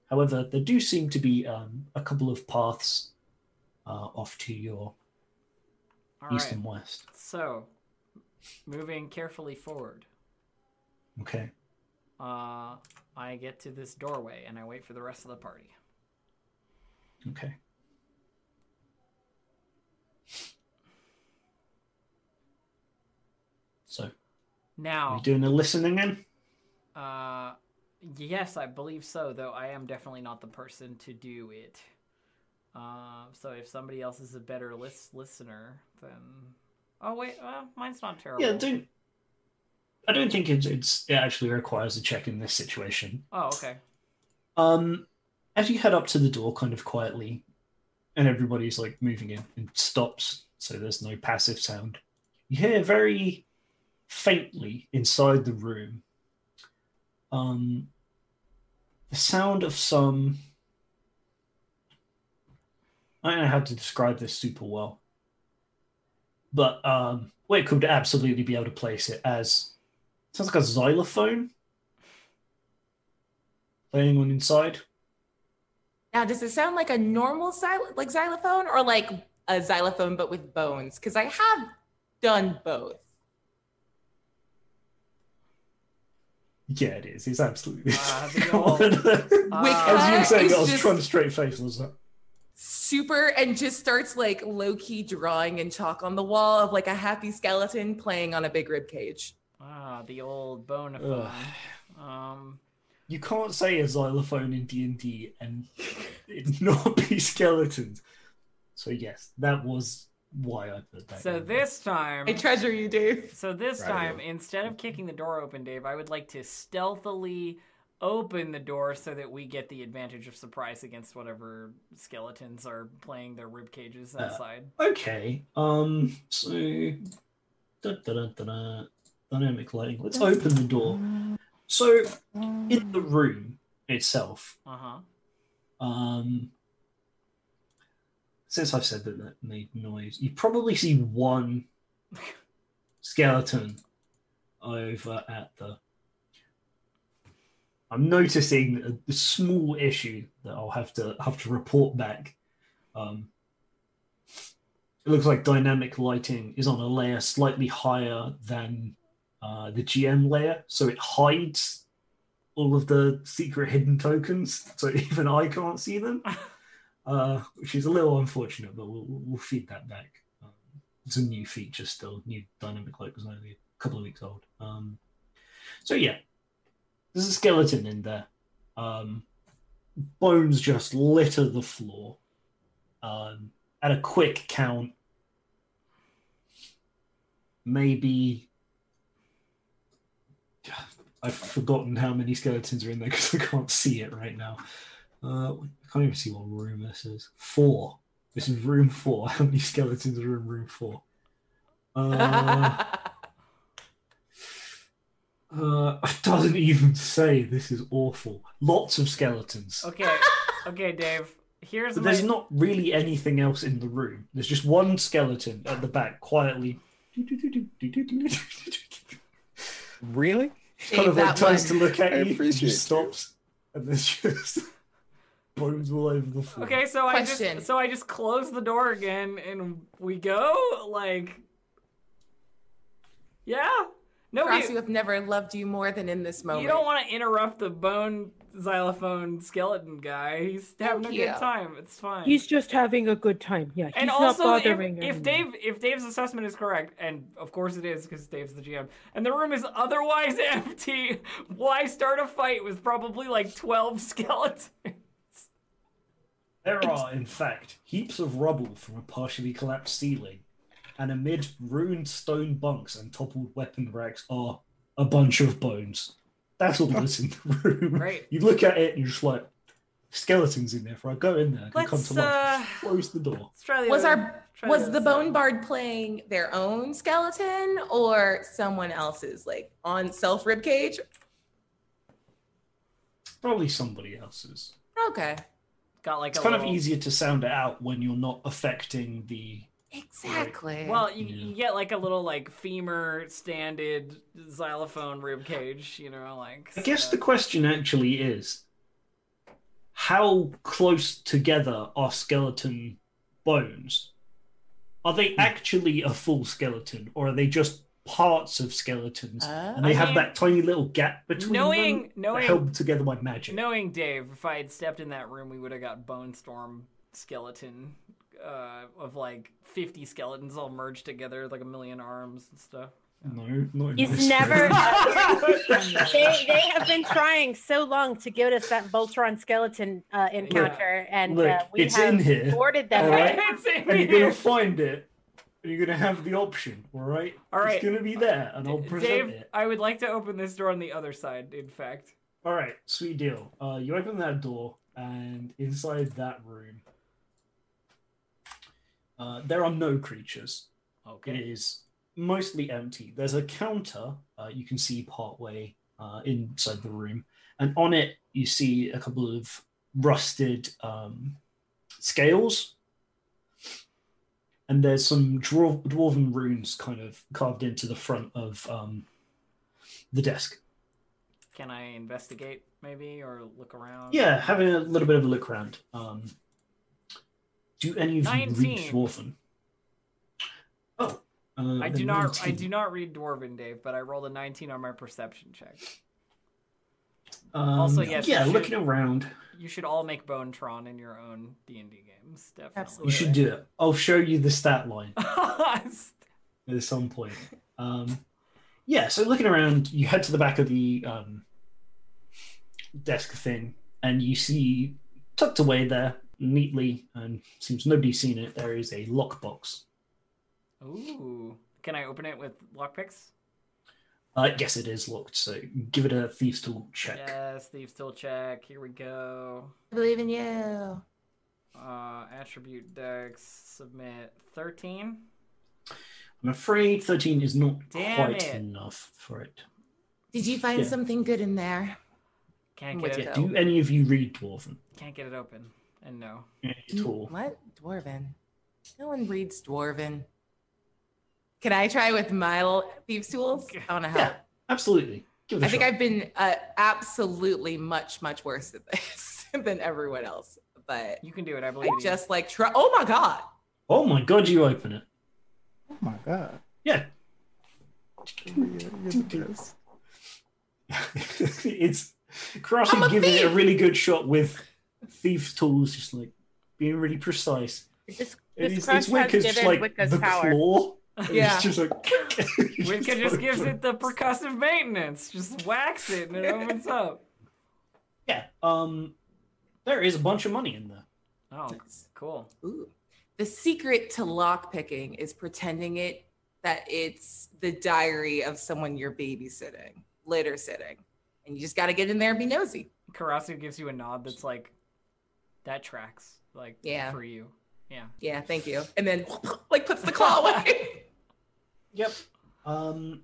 Speaker 1: However, there do seem to be um, a couple of paths uh, off to your
Speaker 2: All
Speaker 1: east
Speaker 2: right.
Speaker 1: and west.
Speaker 2: So, moving carefully forward,
Speaker 1: Okay.
Speaker 2: uh, I get to this doorway and I wait for the rest of the party.
Speaker 1: Okay. So,
Speaker 2: Now,
Speaker 1: are you doing a listening in?
Speaker 2: Uh, yes, I believe so. Though I am definitely not the person to do it. Uh, so if somebody else is a better lis- listener, then oh wait, uh, mine's not terrible.
Speaker 1: Yeah, don't. I don't think it's, it's it actually requires a check in this situation.
Speaker 2: Oh okay.
Speaker 1: Um, as you head up to the door, kind of quietly, and everybody's like moving in and stops, so there's no passive sound. You hear very faintly inside the room, um, the sound of some. I don't know how to describe this super well, but um, we could absolutely be able to place it as sounds like a xylophone playing on inside.
Speaker 3: Now, does it sound like a normal xyl- like xylophone or like a xylophone but with bones? Because I have done both.
Speaker 1: Yeah, it is. It's absolutely.
Speaker 2: Uh, the old-
Speaker 1: As you
Speaker 2: Uh,
Speaker 1: were saying, I
Speaker 3: it's
Speaker 1: was
Speaker 3: just-
Speaker 1: trying to straight face. I was like,
Speaker 3: Super and just starts like low key drawing in chalk on the wall of like a happy skeleton playing on a big rib cage.
Speaker 2: Ah, the old bonaphone.
Speaker 1: Ugh.
Speaker 2: Um,
Speaker 1: you can't say a xylophone in D and D and it not be skeletons. So yes, that was why I put that.
Speaker 2: so
Speaker 1: in.
Speaker 2: this time,
Speaker 3: I treasure you, Dave.
Speaker 2: so this
Speaker 6: Right,
Speaker 2: time,
Speaker 6: yeah.
Speaker 2: instead of kicking the door open, Dave, I would like to stealthily open the door so that we get the advantage of surprise against whatever skeletons are playing their rib cages
Speaker 1: Uh,
Speaker 2: outside.
Speaker 1: Okay. Um. So. da-da-da-da-da, Dynamic lighting. Let's open the door. So, in the room itself,
Speaker 2: Uh huh.
Speaker 1: Um, since I've said that that made noise, you probably see one skeleton over at the. I'm noticing a, a small issue that I'll have to have to report back. Um, it looks like dynamic lighting is on a layer slightly higher than uh, the GM layer, so it hides all of the secret hidden tokens, so even I can't see them, uh, which is a little unfortunate. But we'll, we'll we'll feed that back. Um, it's a new feature still, new dynamic light was only a couple of weeks old. Um, so yeah, there's a skeleton in there. Um, bones just litter the floor. Um, at a quick count, maybe I've forgotten how many skeletons are in there because I can't see it right now. Uh, I can't even see what room this is. Four. This is room four. How many skeletons are in room four? Uh, uh, it doesn't even say. This is awful. Lots of skeletons.
Speaker 2: Okay, okay, Dave. Here's
Speaker 1: But
Speaker 2: my.
Speaker 1: there's not really anything else in the room. There's just one skeleton at the back, quietly.
Speaker 5: Really?
Speaker 1: kind of like
Speaker 3: that one.
Speaker 1: turns to look at
Speaker 8: I
Speaker 1: you, and
Speaker 8: appreciate you.
Speaker 1: just stops, and there's just bones all over the floor.
Speaker 2: Okay, so I
Speaker 3: Question.
Speaker 2: just so I just close the door again and we go like, yeah. No, you,
Speaker 3: Frosty have never loved you more than in this moment.
Speaker 2: you don't want to interrupt the bone xylophone skeleton guy. He's having a
Speaker 3: Thank
Speaker 2: good
Speaker 3: you.
Speaker 2: time. It's fine.
Speaker 7: He's just having a good time. Yeah, he's
Speaker 2: and
Speaker 7: not
Speaker 2: also, if,
Speaker 7: bothering
Speaker 2: if
Speaker 7: anyone.
Speaker 2: Dave if Dave's assessment is correct, and of course it is because Dave's the GM, and the room is otherwise empty, why start a fight with probably like twelve skeletons?
Speaker 1: There are, in fact, heaps of rubble from a partially collapsed ceiling, and amid ruined stone bunks and toppled weapon racks are a bunch of bones. That's all that's in the room.
Speaker 2: Great.
Speaker 1: You look at it and you're just like, skeletons in there. If I go in there, I can come
Speaker 2: Let's,
Speaker 1: to life.
Speaker 2: uh,
Speaker 1: Close the door.
Speaker 2: Let's try the
Speaker 3: Was
Speaker 2: other-
Speaker 3: our
Speaker 2: try
Speaker 3: was
Speaker 2: other
Speaker 3: the
Speaker 2: side.
Speaker 3: Bone Bard playing their own skeleton or someone else's, like on self rib cage?
Speaker 1: Probably somebody else's.
Speaker 3: Okay,
Speaker 2: got like
Speaker 1: It's
Speaker 2: a
Speaker 1: kind of
Speaker 2: little-
Speaker 1: easier to sound it out when you're not affecting the
Speaker 3: exactly.
Speaker 2: Well, you,
Speaker 1: Yeah.
Speaker 2: you get like a little like femur standed xylophone rib cage, you know, like.
Speaker 1: I guess
Speaker 2: so-
Speaker 1: the question actually is how close together are skeleton bones? Are they actually a full skeleton or are they just parts of skeletons? and
Speaker 3: Uh,
Speaker 1: they
Speaker 2: I
Speaker 1: have
Speaker 2: mean,
Speaker 1: that tiny little gap between
Speaker 2: knowing
Speaker 1: them
Speaker 2: knowing
Speaker 1: held together by magic.
Speaker 2: knowing Dave, if I had stepped in that room, we would have got Bone Storm skeleton uh, of like fifty skeletons all merged together, like a million arms and stuff.
Speaker 1: No, not in
Speaker 4: He's
Speaker 1: this
Speaker 4: never-
Speaker 1: room.
Speaker 4: they, they have been trying so long to get us that Voltron skeleton uh, encounter, and uh,
Speaker 1: Look,
Speaker 4: we
Speaker 1: it's
Speaker 4: have
Speaker 1: in here.
Speaker 4: thwarted them.
Speaker 1: All right.
Speaker 2: It's in
Speaker 1: And you're going
Speaker 2: here.
Speaker 1: to find it. And you're going to have the option, all right?
Speaker 2: All right.
Speaker 1: It's going to be there and I'll present
Speaker 2: Dave,
Speaker 1: it.
Speaker 2: I would like to open this door on the other side. In fact,
Speaker 1: All right, sweet deal. Uh, you open that door, and inside that room, uh, there are no creatures. It
Speaker 2: okay.
Speaker 1: is mostly empty. There's a counter uh, you can see partway uh, inside the room, and on it you see a couple of rusted um, scales, and there's some dwarf- dwarven runes kind of carved into the front of um, the desk.
Speaker 2: Can I investigate maybe or look around?
Speaker 1: Yeah, having a little bit of a look around. Um, do any of you
Speaker 2: 19.
Speaker 1: read Dwarven? Oh, uh,
Speaker 2: I
Speaker 1: the
Speaker 2: do not.
Speaker 1: 19.
Speaker 2: I do not read Dwarven, Dave, but I rolled a 19 on my perception check.
Speaker 1: Um,
Speaker 2: Also, yes,
Speaker 1: yeah,
Speaker 2: you
Speaker 1: looking
Speaker 2: should-
Speaker 1: around,
Speaker 2: You should all make Bone Tron in your own D and D games. Definitely.
Speaker 1: you
Speaker 3: Absolutely.
Speaker 1: should do it. I'll show you the stat line at some point. Um, yeah, so looking around, you head to the back of the um, desk thing, and you see tucked away there neatly, and seems nobody's seen it. There is a lockbox.
Speaker 2: Ooh. Can I open it with lockpicks?
Speaker 1: Uh, yes, it is locked. So give it a thieves' tool check.
Speaker 2: Yes. Thieves still check. Here we go.
Speaker 3: I believe in you.
Speaker 2: Uh, attribute dex. Submit 13.
Speaker 1: I'm afraid 13 is not
Speaker 2: Damn
Speaker 1: quite
Speaker 2: it.
Speaker 1: enough for it.
Speaker 3: Did you find
Speaker 1: Yeah.
Speaker 3: something good in there?
Speaker 2: Can't
Speaker 3: What's
Speaker 2: get it.
Speaker 3: that?
Speaker 1: Do any of you read Dwarven
Speaker 2: Can't get it open. And no.
Speaker 3: Mm.
Speaker 1: at all?
Speaker 3: What dwarven? No one reads dwarven. Can I try with my l- thieves' tools? I want to help.
Speaker 1: Yeah, absolutely. Give it a
Speaker 3: I think
Speaker 1: shot.
Speaker 3: I've been uh, absolutely much, much worse at this than everyone else. But
Speaker 2: You can do it. I
Speaker 3: I
Speaker 2: believe. in you.
Speaker 3: just like try. Oh my god!
Speaker 1: Oh my god, you open it.
Speaker 5: Oh my god.
Speaker 1: Yeah.
Speaker 8: You're the best.
Speaker 1: it's Karasi
Speaker 3: I'm a
Speaker 1: giving it a
Speaker 3: thief.
Speaker 1: really good shot with thieves' tools, just like being really precise.
Speaker 4: This,
Speaker 1: It
Speaker 4: this
Speaker 1: is,
Speaker 4: crush
Speaker 1: it's Wicca's
Speaker 4: has
Speaker 1: just
Speaker 4: given
Speaker 1: like
Speaker 4: Wicca's
Speaker 1: the
Speaker 4: power.
Speaker 1: claw. and
Speaker 3: Yeah.
Speaker 1: It's just like.
Speaker 2: Wicca just gives it the percussive maintenance. Just wax it and it opens up.
Speaker 1: Yeah. Um, there is a bunch of money in there.
Speaker 2: Oh, cool.
Speaker 3: Ooh. The secret to lock picking is pretending it that it's the diary of someone you're babysitting. litter sitting. And you just got to get in there and be nosy.
Speaker 2: Karasu gives you a nod that's like, that tracks, like
Speaker 3: Yeah.
Speaker 2: for you. Yeah.
Speaker 3: Yeah, thank you. And then like puts the claw away.
Speaker 1: Yep. Um,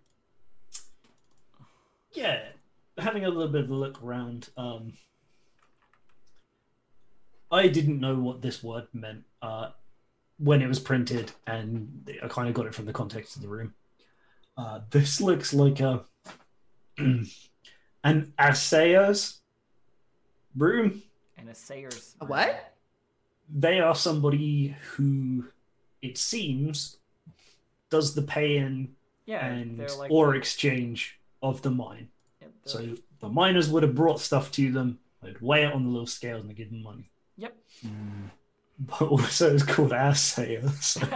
Speaker 1: yeah, having a little bit of a look around. Um, I didn't know what this word meant uh, when it was printed, and I kind of got it from the context of the room. Uh, this looks like a an assayer's room.
Speaker 2: And a Sayers.
Speaker 3: A what?
Speaker 1: they are somebody who it seems does the pay in
Speaker 2: Yeah.
Speaker 1: and
Speaker 2: they're like
Speaker 1: or
Speaker 2: the-
Speaker 1: exchange of the mine.
Speaker 2: yeah, they're-
Speaker 1: So the miners would have brought stuff to them, they'd weigh it on the little scales and they'd give them money.
Speaker 2: Yep.
Speaker 6: Mm.
Speaker 1: But also it's called ass sayers. So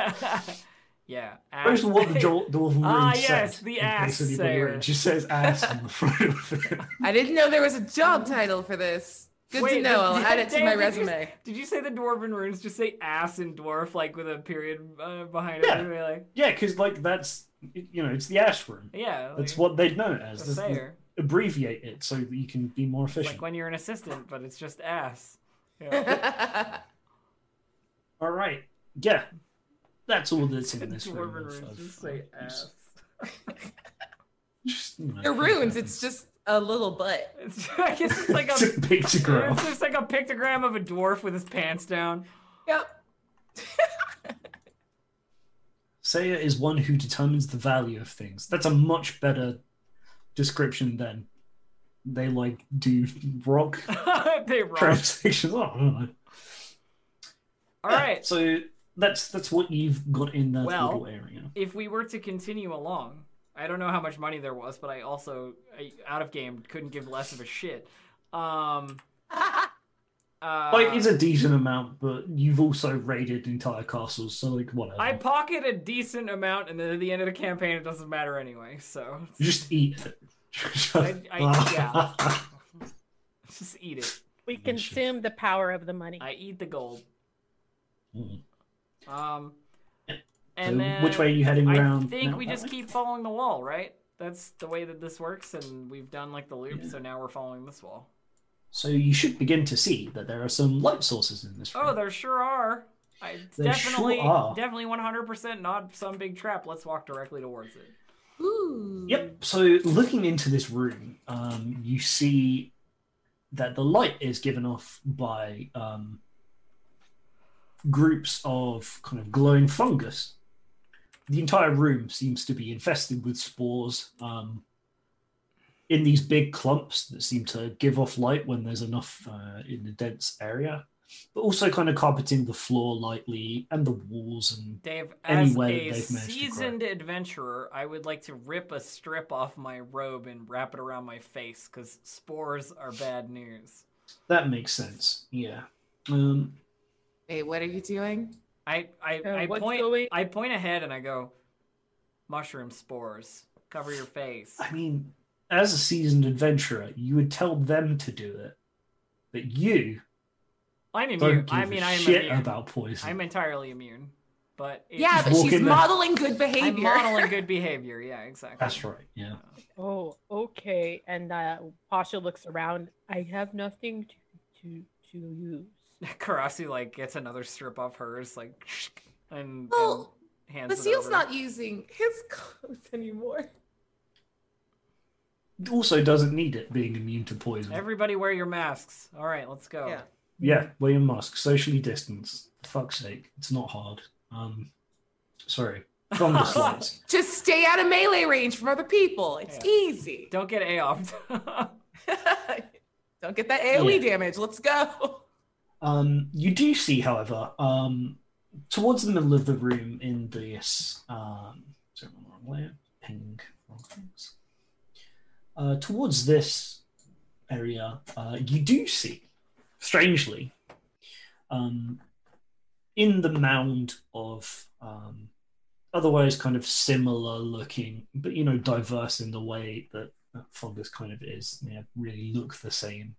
Speaker 2: yeah.
Speaker 1: First of what the
Speaker 2: Joel.
Speaker 1: dwarf dwarf
Speaker 2: Ah,
Speaker 1: said,
Speaker 2: yes, the
Speaker 1: in case
Speaker 2: ass
Speaker 1: anybody
Speaker 2: sayer.
Speaker 1: read, just says ass on the front of it.
Speaker 3: I didn't know there was a job title for this. Good
Speaker 2: Wait,
Speaker 3: to know. I'll
Speaker 2: did-
Speaker 3: add it to my
Speaker 2: Dave, did you-
Speaker 3: resume.
Speaker 2: Did you say the dwarven runes just say ass and dwarf like with a period uh, behind
Speaker 1: Yeah.
Speaker 2: it? And they're Like,
Speaker 1: Yeah, because like that's you know, it's the ash room.
Speaker 2: yeah.
Speaker 1: That's
Speaker 2: like,
Speaker 1: what they'd know it
Speaker 2: a
Speaker 1: as. This-
Speaker 2: sayer.
Speaker 1: Abbreviate it so that you can be more
Speaker 2: It's
Speaker 1: efficient.
Speaker 2: like when you're an assistant, but it's just ass. Yeah.
Speaker 1: All right. Yeah. That's all that's in this room.
Speaker 2: dwarven
Speaker 1: I've-
Speaker 2: runes
Speaker 1: I've-
Speaker 2: just say
Speaker 1: I've-
Speaker 2: ass.
Speaker 1: Just, you know,
Speaker 3: They're runes. It's just a little butt.
Speaker 2: It's, I guess it's like a.
Speaker 1: It's a pictograph.
Speaker 2: It's just like a pictogram of a dwarf with his pants down.
Speaker 3: Yep.
Speaker 1: Sayer is one who determines the value of things. That's a much better description than they like do rock
Speaker 2: they rock.
Speaker 1: translations. Oh, I don't know.
Speaker 2: All
Speaker 1: Yeah,
Speaker 2: right.
Speaker 1: So that's that's what you've got in that
Speaker 2: Well,
Speaker 1: little area.
Speaker 2: If we were to continue along, I don't know how much money there was, but I also I, out of game couldn't give less of a shit. Um. Uh,
Speaker 1: Like it's a decent amount, but you've also raided entire castles, so like whatever.
Speaker 2: I pocket a decent amount, and then at the end of the campaign, it doesn't matter anyway. So
Speaker 1: You just eat it.
Speaker 2: I- I- yeah. just eat it.
Speaker 7: We
Speaker 1: Mission.
Speaker 7: consume the power of the money.
Speaker 2: I eat the gold.
Speaker 1: Mm.
Speaker 2: Um,
Speaker 1: So
Speaker 2: and then
Speaker 1: which way are you heading
Speaker 2: I
Speaker 1: around?
Speaker 2: think
Speaker 1: now?
Speaker 2: we
Speaker 1: That
Speaker 2: just
Speaker 1: way?
Speaker 2: keep following the wall, right? That's the way that this works, and we've done like the loop, so now we're following this wall.
Speaker 1: So you should begin to see that there are some light sources in this room.
Speaker 2: Oh, there sure are. I it's
Speaker 1: There sure
Speaker 2: definitely,
Speaker 1: are.
Speaker 2: definitely 100% not some big trap. Let's walk directly towards it.
Speaker 3: Ooh.
Speaker 1: Yep. So looking into this room, um, you see that the light is given off by um, groups of kind of glowing fungus. The entire room seems to be infested with spores um, in these big clumps that seem to give off light when there's enough uh, in the dense area, but also kind of carpeting the floor lightly and the walls and
Speaker 2: Dave,
Speaker 1: Any
Speaker 2: as
Speaker 1: way
Speaker 2: a
Speaker 1: that they've managed to grow.
Speaker 2: seasoned adventurer, I would like to rip a strip off my robe and wrap it around my face because spores are bad news.
Speaker 1: That makes sense. Yeah. Um,
Speaker 3: Wait, what are you doing?
Speaker 2: I I,
Speaker 7: Uh,
Speaker 2: I
Speaker 7: what's
Speaker 2: point
Speaker 7: going-
Speaker 2: I point ahead and I go, mushroom spores cover your face.
Speaker 1: I mean, as a seasoned adventurer, you would tell them to do it, but you
Speaker 2: I'm immune.
Speaker 1: don't give
Speaker 2: I mean,
Speaker 1: a
Speaker 2: I am
Speaker 1: shit
Speaker 2: immune.
Speaker 1: about poison.
Speaker 2: I'm entirely immune. But it-
Speaker 3: Yeah, but
Speaker 1: Walk
Speaker 3: she's
Speaker 1: in there.
Speaker 3: modeling good
Speaker 2: I'm
Speaker 3: behavior.
Speaker 2: modeling good behavior. Yeah, exactly. Uh,
Speaker 1: That's right. Yeah.
Speaker 7: Oh, okay. And uh, Pasha looks around. I have nothing to to to use.
Speaker 2: Karasu like gets another strip off hers, like, and,
Speaker 3: Well,
Speaker 2: and hands. it
Speaker 3: Basil's
Speaker 2: over.
Speaker 3: not using his clothes anymore.
Speaker 1: Also, doesn't need it being immune to poison.
Speaker 2: Everybody wear your masks. All right, let's go.
Speaker 3: Yeah.
Speaker 1: yeah, wear your mask, socially distance. For fuck's sake, it's not hard. Um, sorry. From the slides.
Speaker 3: Just stay out of melee range from other people. It's
Speaker 2: Yeah.
Speaker 3: easy.
Speaker 2: Don't get AOF'd.
Speaker 3: Don't get that AoE damage. Let's go.
Speaker 1: Um, you do see, however, um, towards the middle of the room in this um, sorry, I'm on the wrong layer, ping, wrong things. Uh, towards this area, uh, you do see, strangely, um, in the mound of um, otherwise kind of similar looking, but you know, diverse in the way that that fungus kind of is. They really look the same,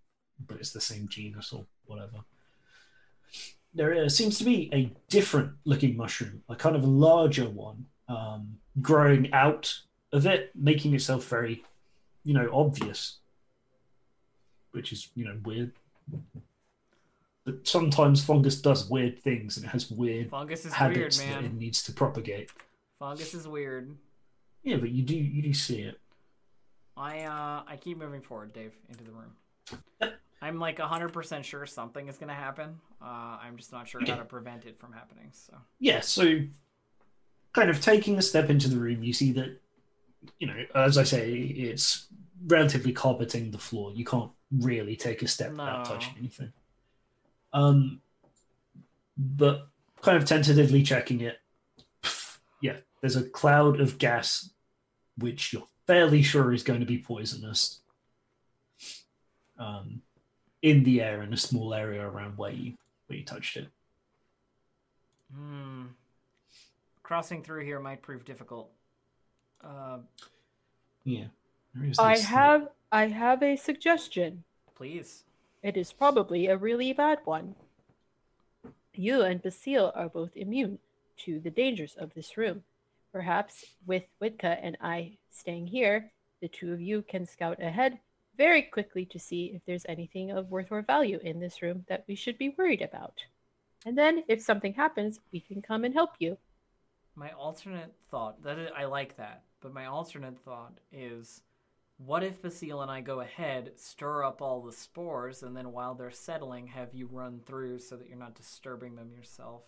Speaker 1: but it's the same genus or whatever there uh, seems to be a different looking mushroom, a kind of larger one, um, growing out of it, making itself very you know, obvious, which is, you know, weird. But sometimes fungus does weird things and it has weird
Speaker 2: Fungus is weird,
Speaker 1: habits that it
Speaker 2: man.
Speaker 1: needs to propagate.
Speaker 2: Fungus is weird.
Speaker 1: Yeah, but you do you do see it.
Speaker 2: I uh I keep moving forward, Dave, into the room. I'm like 100% sure something is going to happen. Uh, I'm just not sure how to prevent it from happening. So,
Speaker 1: yeah, so kind of taking a step into the room, you see that, you know, as I say, it's relatively carpeting the floor. You can't really take a step without
Speaker 2: No.
Speaker 1: touching anything. Um, but kind of tentatively checking it, pff, yeah, there's a cloud of gas, which you're fairly sure is going to be poisonous. Um, in the air in a small area around where you where you touched it.
Speaker 2: hmm. Crossing through here might prove difficult. Uh,
Speaker 1: Yeah. There is
Speaker 4: I
Speaker 1: this, like-
Speaker 4: have I have a suggestion.
Speaker 2: please.
Speaker 4: It is probably a really bad one. You and Basile are both immune to the dangers of this room. Perhaps with Witka and I staying here, the two of you can scout ahead very quickly to see if there's anything of worth or value in this room that we should be worried about. And then if something happens, we can come and help you.
Speaker 2: My alternate thought that is, I like that, but my alternate thought is, what if Basile and I go ahead, stir up all the spores, and then while they're settling, have you run through so that you're not disturbing them yourself?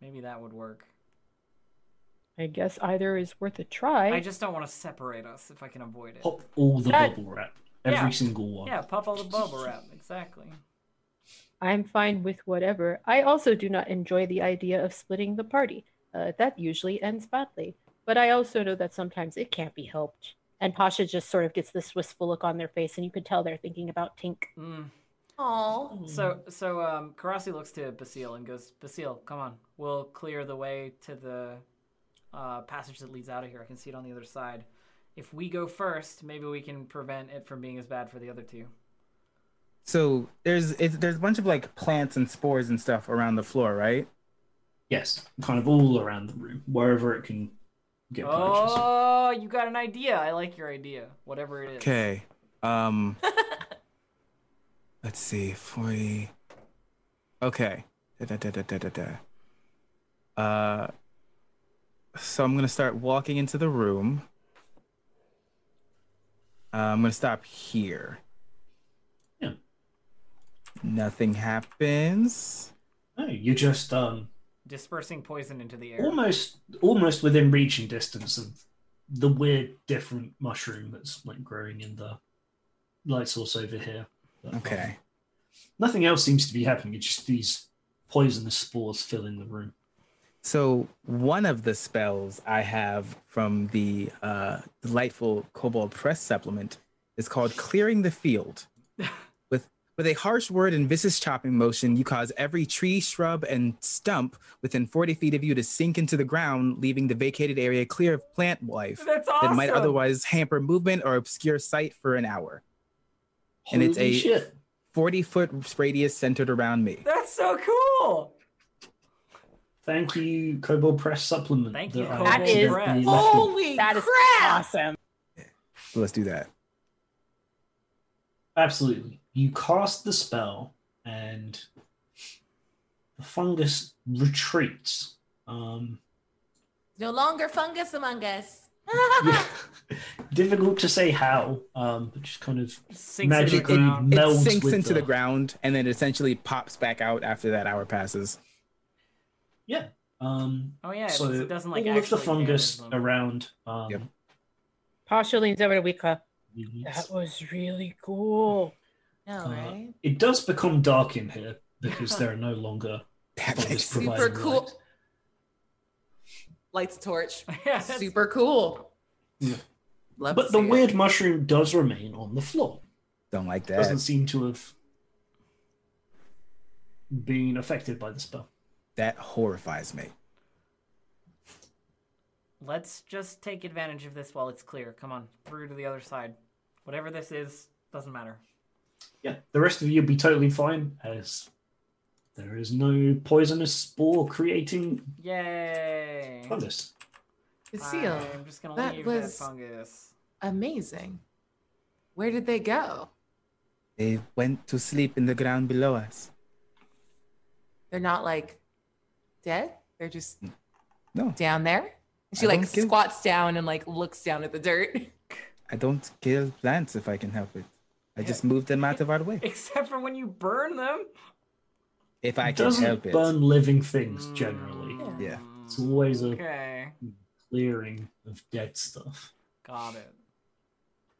Speaker 2: Maybe that would work.
Speaker 4: I guess either is worth a try.
Speaker 2: I just don't want to separate us if I can avoid it.
Speaker 1: pop all the
Speaker 4: That-
Speaker 1: bubble wrap, every
Speaker 2: Yeah.
Speaker 1: single one.
Speaker 2: Yeah, pop all the bubble wrap. Exactly.
Speaker 4: I'm fine with whatever. I also do not enjoy the idea of splitting the party. Uh, that usually ends badly. But I also know that sometimes it can't be helped. And Pasha just sort of gets this wistful look on their face, and you can tell they're thinking about Tink.
Speaker 2: Mm.
Speaker 3: Aw.
Speaker 2: So so um, Karasi looks to Basile and goes, Basile, come on, we'll clear the way to the uh, passage that leads out of here. I can see it on the other side. If we go first, maybe we can prevent it from being as bad for the other two.
Speaker 5: So there's it's, there's a bunch of like plants and spores and stuff around the floor, right?
Speaker 1: Yes, kind of all around the room, wherever it can get purchased.
Speaker 2: Oh, you got an idea. I like your idea. Whatever it is.
Speaker 5: Okay. Um Let's see. 40. Okay. Da, da, da, da, da, da, da. Uh so I'm going to start walking into the room. Uh, I'm going to stop here.
Speaker 1: Yeah.
Speaker 5: Nothing happens.
Speaker 1: No, you're just um,
Speaker 2: Dispersing poison into the air.
Speaker 1: almost almost within reaching distance of the weird, different mushroom that's like growing in the light source over here. But, um,
Speaker 5: Okay.
Speaker 1: nothing else seems to be happening. It's just these poisonous spores filling the room.
Speaker 5: So one of the spells I have from the uh, delightful Cobalt Press supplement is called Clearing the Field. with with a harsh word and vicious chopping motion, you cause every tree, shrub, and stump within 40 feet of you to sink into the ground, leaving the vacated area clear of plant life
Speaker 2: That's awesome.
Speaker 5: that might otherwise hamper movement or obscure sight for an hour. And it's
Speaker 1: Holy
Speaker 5: a-
Speaker 1: shit.
Speaker 5: 40 foot radius centered around me.
Speaker 2: That's so cool.
Speaker 1: Thank you, Cobalt Press supplement.
Speaker 2: Thank you,
Speaker 1: I
Speaker 2: Cobalt
Speaker 1: accidentally
Speaker 9: That is
Speaker 1: left in-
Speaker 3: Holy
Speaker 9: That is
Speaker 3: crap!
Speaker 9: awesome.
Speaker 5: Let's do that.
Speaker 1: Absolutely. You cast the spell, and the fungus retreats. Um,
Speaker 3: No longer fungus among us.
Speaker 1: yeah. Difficult to say how, um, but just kind of
Speaker 2: Sinks into the
Speaker 1: Magically
Speaker 2: ground.
Speaker 1: melt.
Speaker 5: it
Speaker 1: melds
Speaker 5: sinks
Speaker 1: with
Speaker 5: into
Speaker 1: the-
Speaker 5: the... ground and then essentially pops back out after that hour passes.
Speaker 1: um,
Speaker 2: Oh yeah,
Speaker 1: so
Speaker 2: it doesn't like
Speaker 1: all of the
Speaker 2: actually
Speaker 1: fungus
Speaker 2: damage them.
Speaker 1: around. Um,
Speaker 5: Yep.
Speaker 4: Pasha leans over to Wika.
Speaker 1: leaves.
Speaker 4: That was really cool.
Speaker 3: No,
Speaker 1: Uh,
Speaker 3: right?
Speaker 1: It does become dark in here because there are no longer
Speaker 5: That
Speaker 1: fungus
Speaker 5: makes
Speaker 3: super
Speaker 1: providing
Speaker 3: cool.
Speaker 1: light.
Speaker 3: Lights a torch.
Speaker 2: yeah, that's-
Speaker 3: Super cool.
Speaker 1: Yeah.
Speaker 3: Love
Speaker 1: But
Speaker 3: to
Speaker 1: the
Speaker 3: see it.
Speaker 1: weird mushroom does remain on the floor.
Speaker 5: don't like that.
Speaker 1: Doesn't seem to have been affected by the spell.
Speaker 5: That horrifies me.
Speaker 2: Let's just take advantage of this while it's clear. Come on, through to the other side. Whatever this is, doesn't matter.
Speaker 1: yeah, the rest of you will be totally fine as there is no poisonous spore creating
Speaker 2: Yay!
Speaker 1: fungus.
Speaker 3: Lucille,
Speaker 2: I'm just gonna
Speaker 3: that
Speaker 2: leave
Speaker 3: was-
Speaker 2: that fungus.
Speaker 3: amazing. Where did they go?
Speaker 6: They went to sleep in the ground below us.
Speaker 3: They're not like dead. They're just
Speaker 6: No,
Speaker 3: down there. And she
Speaker 6: I
Speaker 3: like
Speaker 6: don't give-
Speaker 3: squats down and like looks down at the dirt.
Speaker 6: I don't kill plants if I can help it. I just move them out of our way
Speaker 2: Except for when you burn them.
Speaker 6: if I can
Speaker 1: doesn't
Speaker 6: help it.
Speaker 1: burn living things generally.
Speaker 2: Mm,
Speaker 6: Yeah.
Speaker 1: It's always a
Speaker 2: Okay.
Speaker 1: clearing of dead stuff.
Speaker 2: Got it.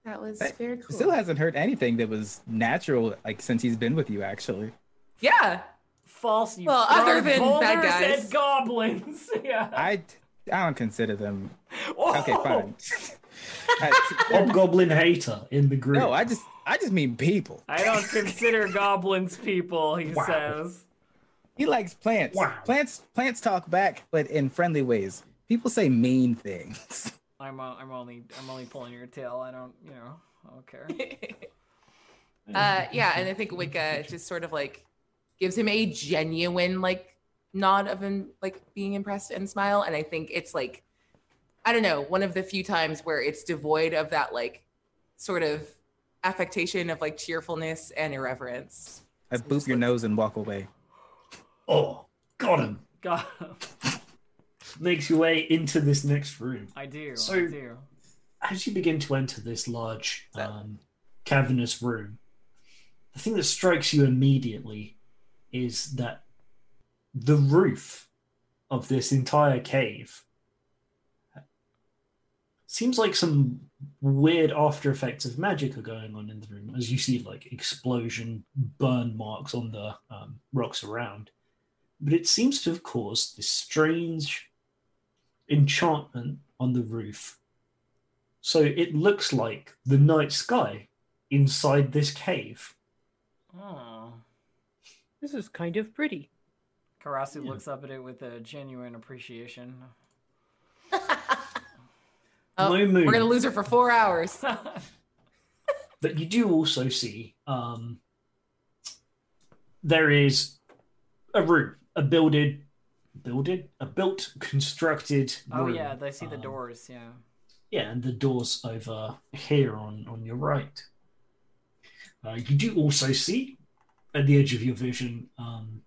Speaker 3: That was
Speaker 6: Hey,
Speaker 3: very cool.
Speaker 6: Still hasn't heard anything that was natural like since he's been with you actually.
Speaker 3: yeah.
Speaker 2: False. You
Speaker 3: Well, other
Speaker 2: frog.
Speaker 3: than bad
Speaker 2: Boulder said
Speaker 3: guys.
Speaker 2: goblins. yeah. Oh.
Speaker 6: I I don't consider them.
Speaker 1: Oh!
Speaker 2: Whoa.
Speaker 6: Okay, fine. I,
Speaker 1: Hobgoblin hater in the group.
Speaker 6: no, I just I just mean people.
Speaker 2: I don't consider goblins people. He
Speaker 1: Wow.
Speaker 2: says.
Speaker 6: He likes plants.
Speaker 1: Wow.
Speaker 6: Plants plants talk back, but in friendly ways. People say mean things.
Speaker 2: I'm o- I'm only I'm only pulling your tail. I don't you know I don't care.
Speaker 3: uh, yeah, and I think Wicca just sort of like gives him a genuine like nod of him like being impressed and smile. And I think it's like, I don't know, one of the few times where it's devoid of that like sort of affectation of like cheerfulness and irreverence.
Speaker 6: I boop your nose and walk away.
Speaker 1: Oh, got him.
Speaker 2: God,
Speaker 1: Makes your way into this next room.
Speaker 2: I do. I
Speaker 1: So-
Speaker 2: do.
Speaker 1: as you begin to enter this large um, cavernous room, the thing that strikes you immediately is that the roof of this entire cave seems like some weird after effects of magic are going on in the room as you see like explosion burn marks on the um, rocks around but it seems to have caused this strange enchantment on the roof so it looks like the night sky inside this cave.
Speaker 2: Oh.
Speaker 7: This is kind of pretty.
Speaker 2: Karasu
Speaker 1: Yeah.
Speaker 2: looks up at it with a genuine appreciation.
Speaker 3: Oh,
Speaker 1: no moon.
Speaker 3: We're gonna lose her for four hours.
Speaker 1: But you do also see um, there is a room, a builded, builded, a built, constructed.
Speaker 2: oh
Speaker 1: room.
Speaker 2: yeah, they see the
Speaker 1: Um,
Speaker 2: doors. Yeah.
Speaker 1: Yeah, and the doors over here on on your right. Uh, you do also see at the edge of your vision. Um,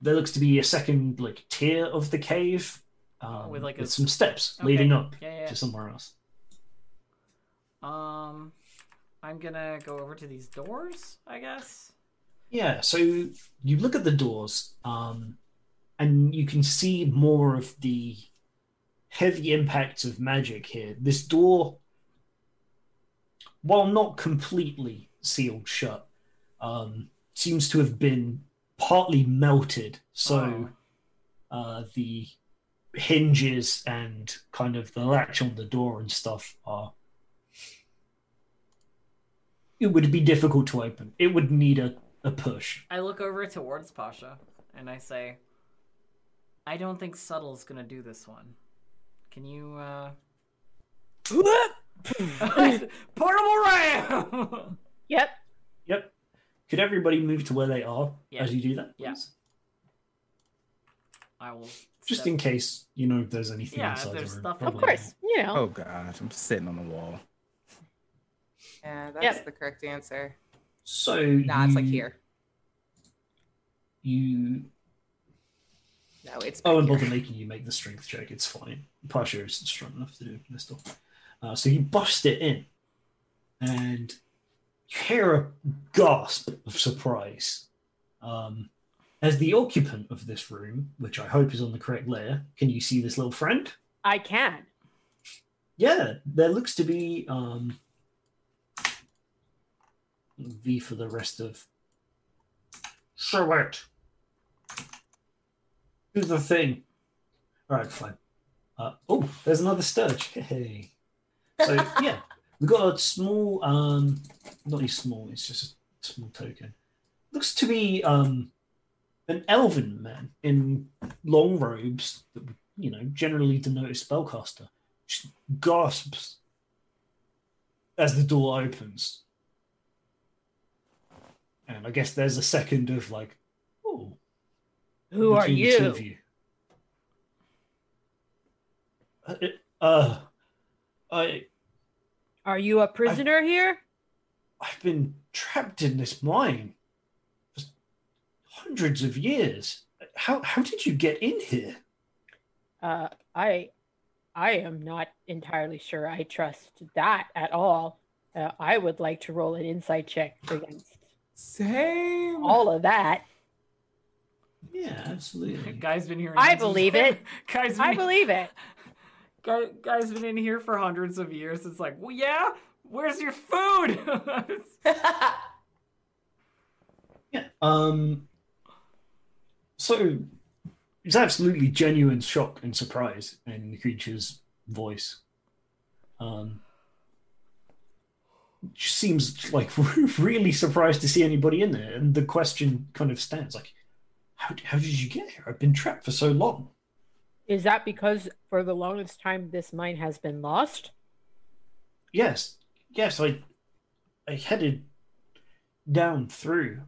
Speaker 1: there looks to be a second like tier of the cave um,
Speaker 2: With,
Speaker 1: with
Speaker 2: like,
Speaker 1: like
Speaker 2: a s-
Speaker 1: some steps
Speaker 2: Okay.
Speaker 1: leading up
Speaker 2: Yeah, yeah, yeah.
Speaker 1: to somewhere else.
Speaker 2: Um, I'm gonna go over to these doors. I guess.
Speaker 1: Yeah, so you look at the doors, um, and you can see more of the heavy impacts of magic here. This door, while not completely sealed shut, um, seems to have been partly melted. So
Speaker 2: Um,
Speaker 1: uh, the hinges and kind of the latch on the door and stuff are. It would be difficult to open. It would need a, a push.
Speaker 2: I look over towards Pasha and I say, I don't think Subtle's gonna do this one. Can you, uh. Portable RAM!
Speaker 4: Yep.
Speaker 1: Yep. Could everybody move to where they are
Speaker 2: Yeah.
Speaker 1: as you do that?
Speaker 2: Yeah.
Speaker 1: please?
Speaker 2: I will.
Speaker 1: Just
Speaker 2: step-
Speaker 1: in case you know if there's anything
Speaker 2: Yeah, if
Speaker 1: inside
Speaker 2: there's
Speaker 1: the room.
Speaker 2: stuff- Of
Speaker 4: Of course. You know.
Speaker 6: Oh god, I'm sitting on the wall.
Speaker 3: Yeah, that's
Speaker 4: Yep.
Speaker 3: the correct answer.
Speaker 1: So
Speaker 3: Nah, it's like
Speaker 1: you-
Speaker 3: here.
Speaker 1: You oh,
Speaker 3: No, it's
Speaker 1: I
Speaker 3: back
Speaker 1: wouldn't
Speaker 3: here.
Speaker 1: bother making you make the strength check. It's fine. Pasha is strong enough to do it, this stuff. Uh, so you bust it in, and you hear a gasp of surprise um, as the occupant of this room, which I hope is on the correct layer. Can you see this little friend?
Speaker 7: I can.
Speaker 1: Yeah, there looks to be um, V for the rest of. Show it. Do the thing. All right, fine. Uh, oh, there's another sturge. Hey. So yeah, we've got a small, um, not really small. It's just a small token. Looks to be um, an elven man in long robes that would, you know generally denote a spellcaster gasps as the door opens. And I guess there's a second of like, oh,
Speaker 4: Who are
Speaker 1: between the two
Speaker 4: you?
Speaker 1: of you. Uh, it- Uh, I,
Speaker 4: Are you a prisoner here?
Speaker 1: I've been trapped in this mine for hundreds of years. How how did you get in here?
Speaker 4: Uh, I, I am not entirely sure. I trust that at all. Uh, I would like to roll an insight check against
Speaker 3: Same.
Speaker 4: all of that.
Speaker 1: Yeah, absolutely.
Speaker 2: Guy's been here.
Speaker 4: I believe it.
Speaker 2: Guy's been,
Speaker 4: I believe it.
Speaker 2: Guy, guy's been in here for hundreds of years. It's like, well, yeah. Where's your food?
Speaker 1: Yeah. Um. So it's absolutely genuine shock and surprise in the creature's voice. Um. she Seems like really surprised to see anybody in there, and the question kind of stands like, "How how did you get here? I've been trapped for so long."
Speaker 4: Is that because for the longest time this mine has been lost?
Speaker 1: Yes, yes, I, I headed down through,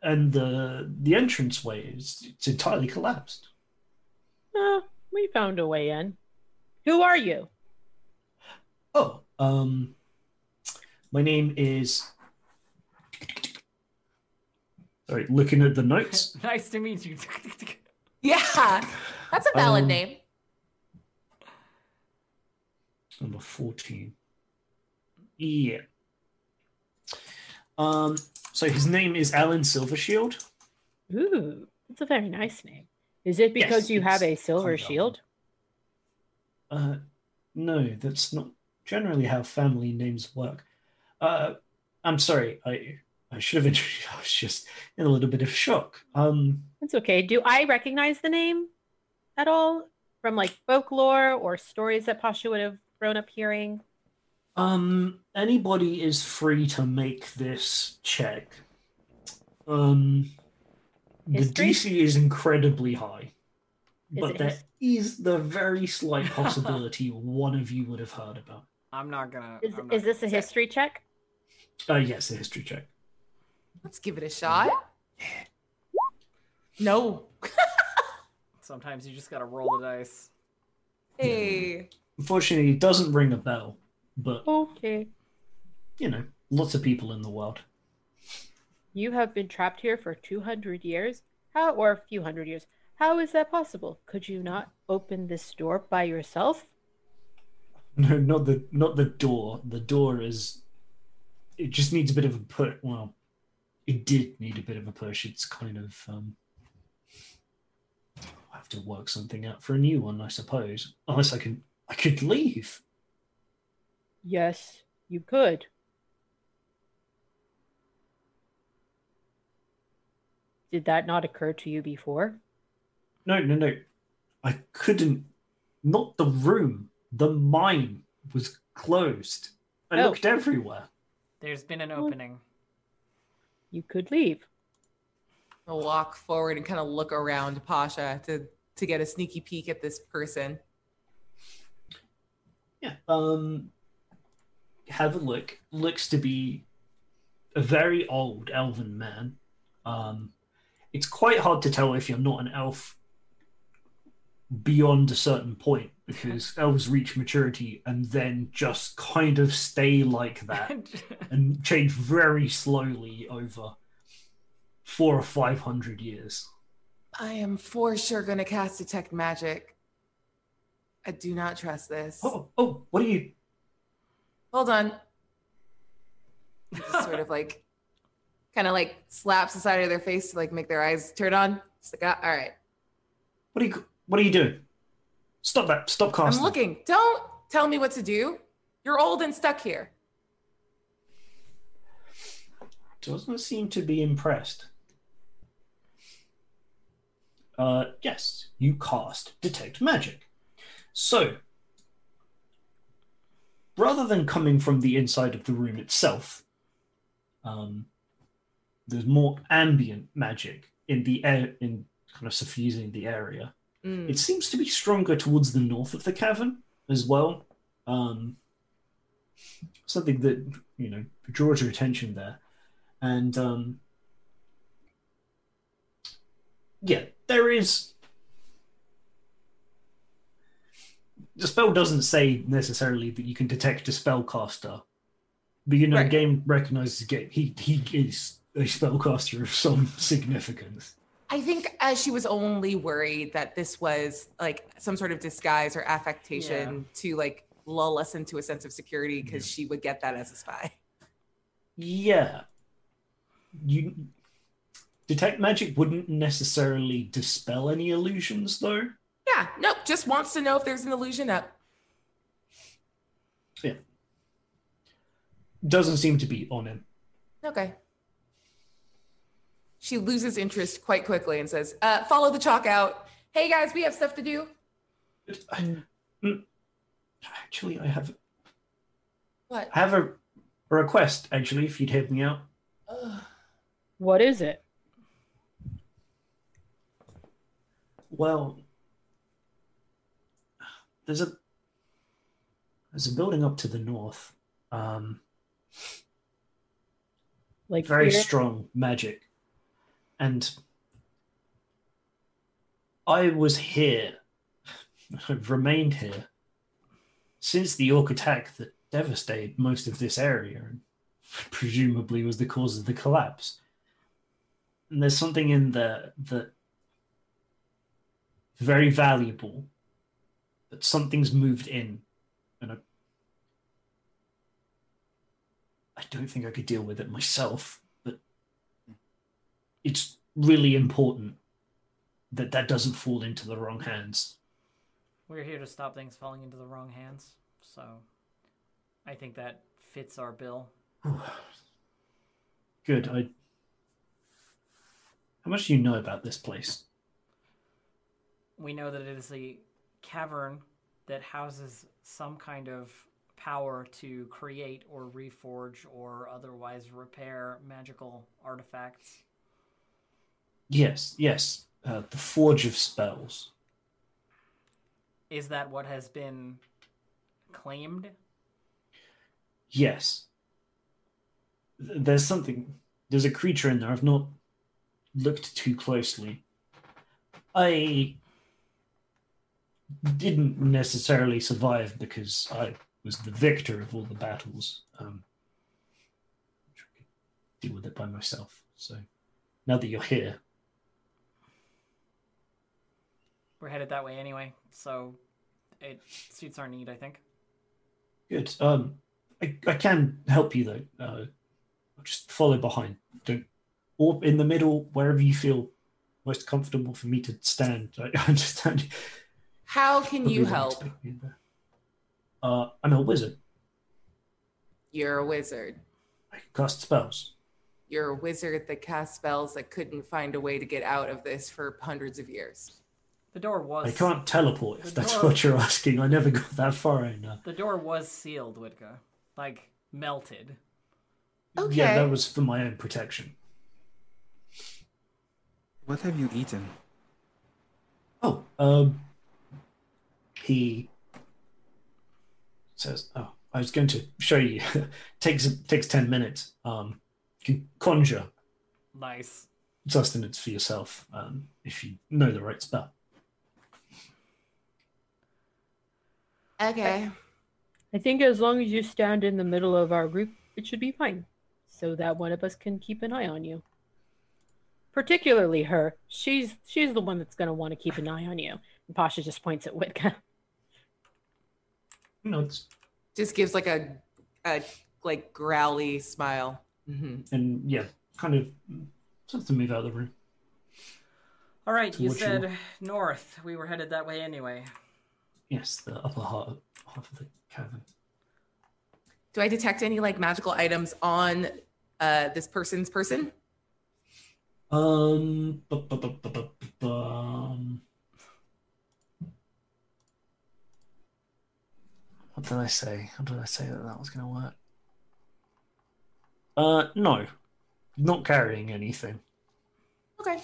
Speaker 1: and the the entranceway is it's entirely collapsed.
Speaker 4: Uh, we found a way in. Who are you?
Speaker 1: Oh, um, my name is. Sorry, looking at the notes.
Speaker 2: nice to meet you.
Speaker 3: yeah, that's a valid
Speaker 1: Um,
Speaker 3: name.
Speaker 1: Number fourteen. Yeah. Um. So his name is Alan Silvershield.
Speaker 4: Ooh, that's a very nice name. Is it because
Speaker 1: Yes,
Speaker 4: you have a
Speaker 1: it's
Speaker 4: silver
Speaker 1: kind of-
Speaker 4: shield?
Speaker 1: Uh, no, that's not generally how family names work. Uh, I'm sorry, I I should have introduced. I was just in a little bit of shock. Um,
Speaker 4: That's okay. Do I recognize the name at all from like folklore or stories that Pasha would have grown up hearing?
Speaker 1: um, anybody is free to make this check. Um, the
Speaker 4: History?
Speaker 1: DC is incredibly high, but
Speaker 4: it
Speaker 1: there is
Speaker 4: his-
Speaker 1: the very slight possibility one of you would have heard about.
Speaker 2: I'm not gonna.
Speaker 4: Is,
Speaker 2: I'm not
Speaker 4: is this a
Speaker 2: gonna say.
Speaker 4: history check?
Speaker 1: Uh, yes, a history check.
Speaker 3: Let's give it a shot. No.
Speaker 2: Sometimes you just gotta roll the dice.
Speaker 3: Hey.
Speaker 1: Unfortunately, it doesn't ring a bell, but
Speaker 4: Okay.
Speaker 1: you know, lots of people in the world.
Speaker 4: You have been trapped here for 200 years? How, or a few hundred years? How is that possible? Could you not open this door by yourself?
Speaker 1: No, not the not the door. The door is it just needs a bit of a push. Well, it did need a bit of a push. It's kind of um I have to work something out for a new one, I suppose. Unless I can I could leave.
Speaker 4: Yes, you could. Did that not occur to you before?
Speaker 1: No, no, no. I couldn't not the room. The mine was closed. I
Speaker 4: Oh.
Speaker 1: looked everywhere.
Speaker 2: There's been an opening.
Speaker 4: You could leave.
Speaker 3: I'll walk forward and kind of look around Pasha to to get a sneaky peek at this person.
Speaker 1: Yeah. Um, have a look. Looks to be a very old elven man. Um, it's quite hard to tell if you're not an elf beyond a certain point because elves reach maturity and then just kind of stay like that and change very slowly over four or five hundred years.
Speaker 3: I am for sure gonna cast detect magic. I do not trust this.
Speaker 1: Oh, oh, what are you?
Speaker 3: Hold on. Just sort of like, kind of like slaps the side of their face to like make their eyes turn on. Just like, ah, all right.
Speaker 1: What are you? What are you doing? Stop that! Stop casting.
Speaker 3: I'm looking. Don't tell me what to do. You're old and stuck here.
Speaker 1: doesn't seem to be impressed. Uh, yes, you cast Detect Magic. So, rather than coming from the inside of the room itself, um, there's more ambient magic in the air, in kind of suffusing the area.
Speaker 3: Mm.
Speaker 1: It seems to be stronger towards the north of the cavern as well. Um, something that you know draws your attention there, and um, yeah, there is the spell doesn't say necessarily that you can detect a spellcaster, but you know,
Speaker 3: Right.
Speaker 1: game recognizes game. He he is a spellcaster of some significance.
Speaker 3: I think uh, she was only worried that this was like some sort of disguise or affectation to like lull us into a sense of security because she would get that as a spy.
Speaker 1: Yeah, you detect magic wouldn't necessarily dispel any illusions, though.
Speaker 3: Yeah, nope, just wants to know if there's an illusion up.
Speaker 1: Doesn't seem to be on him.
Speaker 3: Okay. She loses interest quite quickly and says, uh, follow the chalk out. Hey guys, we have stuff to do.
Speaker 1: It- I- mm. Actually, I have
Speaker 3: What?
Speaker 1: I have a, a request. Actually, if you'd help me out.
Speaker 3: Ugh.
Speaker 7: What is it?
Speaker 1: Well, there's a there's a building up to the north. Um,
Speaker 7: Like
Speaker 1: very
Speaker 7: here?
Speaker 1: strong magic, and I was here. I've remained here since the orc attack that devastated most of this area, and presumably was the cause of the collapse. And there's something in there that very valuable, but something's moved in, and I, I don't think I could deal with it myself. But it's really important that that doesn't fall into the wrong hands.
Speaker 2: We're here to stop things falling into the wrong hands. So I think that fits our bill.
Speaker 1: Good. I. How much do you know about this place?
Speaker 2: We know that it is a cavern that houses some kind of power to create or reforge or otherwise repair magical artifacts.
Speaker 1: Yes, yes. Uh, the Forge of Spells.
Speaker 2: Is that what has been claimed?
Speaker 1: Yes. Th- There's something. There's a creature in there. I've not looked too closely. I didn't necessarily survive because I was the victor of all the battles. Um, I could deal with it by myself. So now that you're here,
Speaker 2: We're headed that way anyway, so it suits our need, I think.
Speaker 1: good. Um, I, I can help you though. Uh, I'll just follow behind. Don't or in the middle, wherever you feel most comfortable for me to stand. I I understand.
Speaker 3: How can
Speaker 1: probably
Speaker 3: you
Speaker 1: won't
Speaker 3: help?
Speaker 1: expect me there. Uh, I'm a wizard.
Speaker 3: You're a wizard.
Speaker 1: I can cast spells.
Speaker 3: You're a wizard that casts spells that couldn't find a way to get out of this for hundreds of years.
Speaker 2: The door was
Speaker 1: I can't teleport if
Speaker 2: The
Speaker 1: that's
Speaker 2: door-
Speaker 1: what you're asking. I never got that far in. Uh,
Speaker 2: the door was sealed, Witka. Like melted.
Speaker 1: Yeah, that
Speaker 3: Okay.
Speaker 1: was for my own protection.
Speaker 6: What have you eaten?
Speaker 1: Oh, um, he says, "Oh, I was going to show you." takes takes ten minutes. Um, you can conjure
Speaker 2: Nice.
Speaker 1: sustenance for yourself um, if you know the right spell.
Speaker 3: Okay.
Speaker 7: I think as long as you stand in the middle of our group, it should be fine. So that one of us can keep an eye on you. Particularly her. She's she's the one that's gonna want to keep an eye on you. And Pasha just points at Witka.
Speaker 1: You know, it's,
Speaker 3: Just gives like a, a like growly smile. hmm
Speaker 1: and yeah, kind of starts to move out of the room.
Speaker 2: All right,
Speaker 1: To
Speaker 2: you
Speaker 1: what you
Speaker 2: said north. We were headed that way anyway.
Speaker 1: Yes, the upper half, half of the cavern.
Speaker 3: Do I detect any like magical items on uh, this person's person?
Speaker 1: Um, bu- bu- bu- bu- bu- bu- bum. what did I say? How did I say that that was going to work? Uh, no, not carrying anything.
Speaker 3: Okay.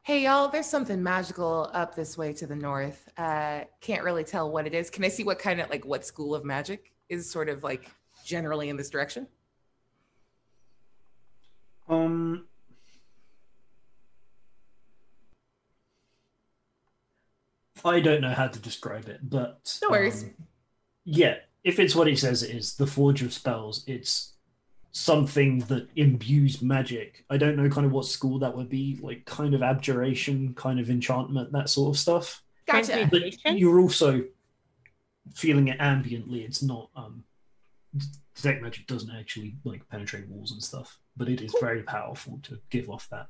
Speaker 3: Hey, y'all, there's something magical up this way to the north. Uh, can't really tell what it is. Can I see what kind of like what school of magic is sort of like generally in this direction?
Speaker 1: Um, I don't know how to describe it, but
Speaker 3: No worries.
Speaker 1: um, yeah, if it's what he says it is, the forge of spells, it's something that imbues magic. I don't know kind of what school that would be, like kind of abjuration, kind of enchantment, that sort of stuff.
Speaker 3: Gotcha.
Speaker 1: But
Speaker 4: Transmutation?
Speaker 1: you're also feeling it ambiently. It's not um detect magic doesn't actually like penetrate walls and stuff, but it is very powerful to give off that.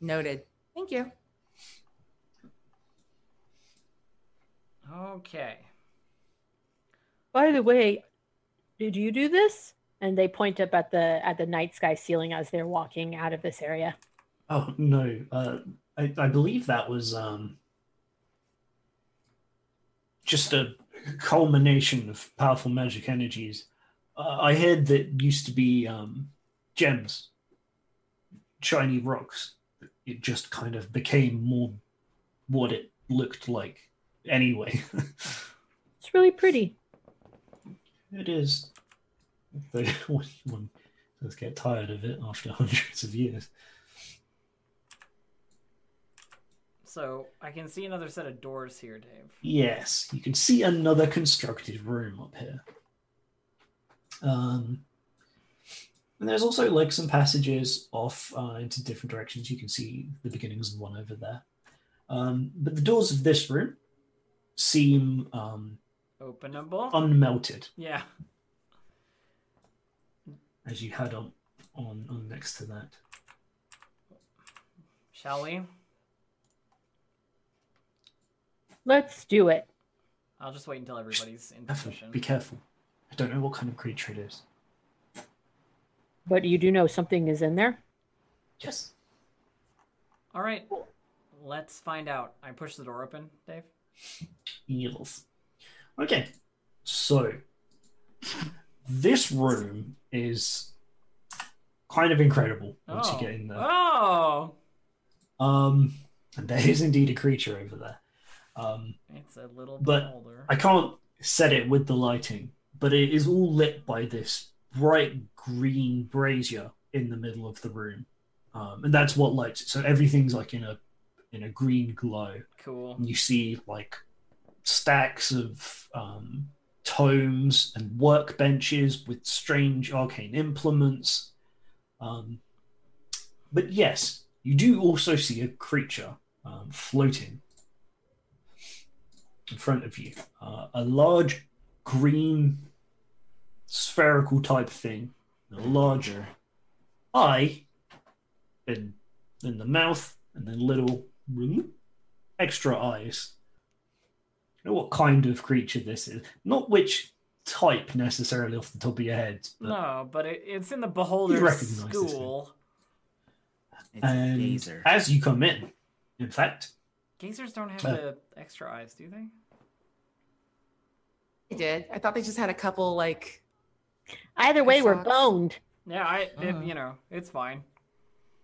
Speaker 3: Noted. Thank you.
Speaker 2: Okay.
Speaker 7: By the way,
Speaker 4: Did you do this? And they point up at the at the night sky ceiling as they're walking out of this area.
Speaker 1: Oh no, uh, I, I believe that was um, just a culmination of powerful magic energies. Uh, I heard that used to be um, gems, shiny rocks. It just kind of became more what it looked like. Anyway,
Speaker 4: It's really pretty.
Speaker 1: it is. Though One does get tired of it after hundreds of years.
Speaker 2: So I can see another set of doors here, Dave.
Speaker 1: Yes, you can see another constructed room up here. Um, and there's also like some passages off uh, into different directions. You can see the beginnings of one over there. Um, but the doors of this room seem um,
Speaker 2: Openable.
Speaker 1: unmelted,
Speaker 2: yeah.
Speaker 1: as you had on, on on next to that.
Speaker 2: Shall we?
Speaker 7: let's do it.
Speaker 2: I'll just wait until everybody's in
Speaker 1: Careful,
Speaker 2: position.
Speaker 1: be careful. I don't know what kind of creature it is.
Speaker 7: But you do know something is in there.
Speaker 1: Yes.
Speaker 2: All right. Let's find out. I push the door open, Dave.
Speaker 1: Eels. Okay, so this room is kind of incredible once
Speaker 2: oh.
Speaker 1: you get in there.
Speaker 2: Oh,
Speaker 1: Um, and there is indeed a creature over there. Um,
Speaker 2: it's a little bit
Speaker 1: But
Speaker 2: older.
Speaker 1: I can't set it with the lighting, but it is all lit by this bright green brazier in the middle of the room, um, and that's what lights it. So everything's like in a in a green glow.
Speaker 2: Cool.
Speaker 1: and you see like stacks of um, tomes and workbenches with strange arcane implements. Um, but yes, you do also see a creature um, floating in front of you. Uh, a large green spherical type thing, a larger eye, and then the mouth, and then little extra eyes. You know what kind of creature this is? Not which type necessarily off the top of your head. But
Speaker 2: No, but it, it's in the beholder
Speaker 1: recognize this thing.
Speaker 2: school.
Speaker 6: It's
Speaker 1: and
Speaker 6: laser.
Speaker 1: um, as you come in, in fact,
Speaker 2: Gazers don't have
Speaker 1: Uh.
Speaker 2: the extra eyes, do they?
Speaker 3: I did. I thought they just had a couple like
Speaker 4: Either way, we're
Speaker 3: Socks.
Speaker 4: boned.
Speaker 2: Yeah, I.
Speaker 3: Uh.
Speaker 2: It, you know, it's fine.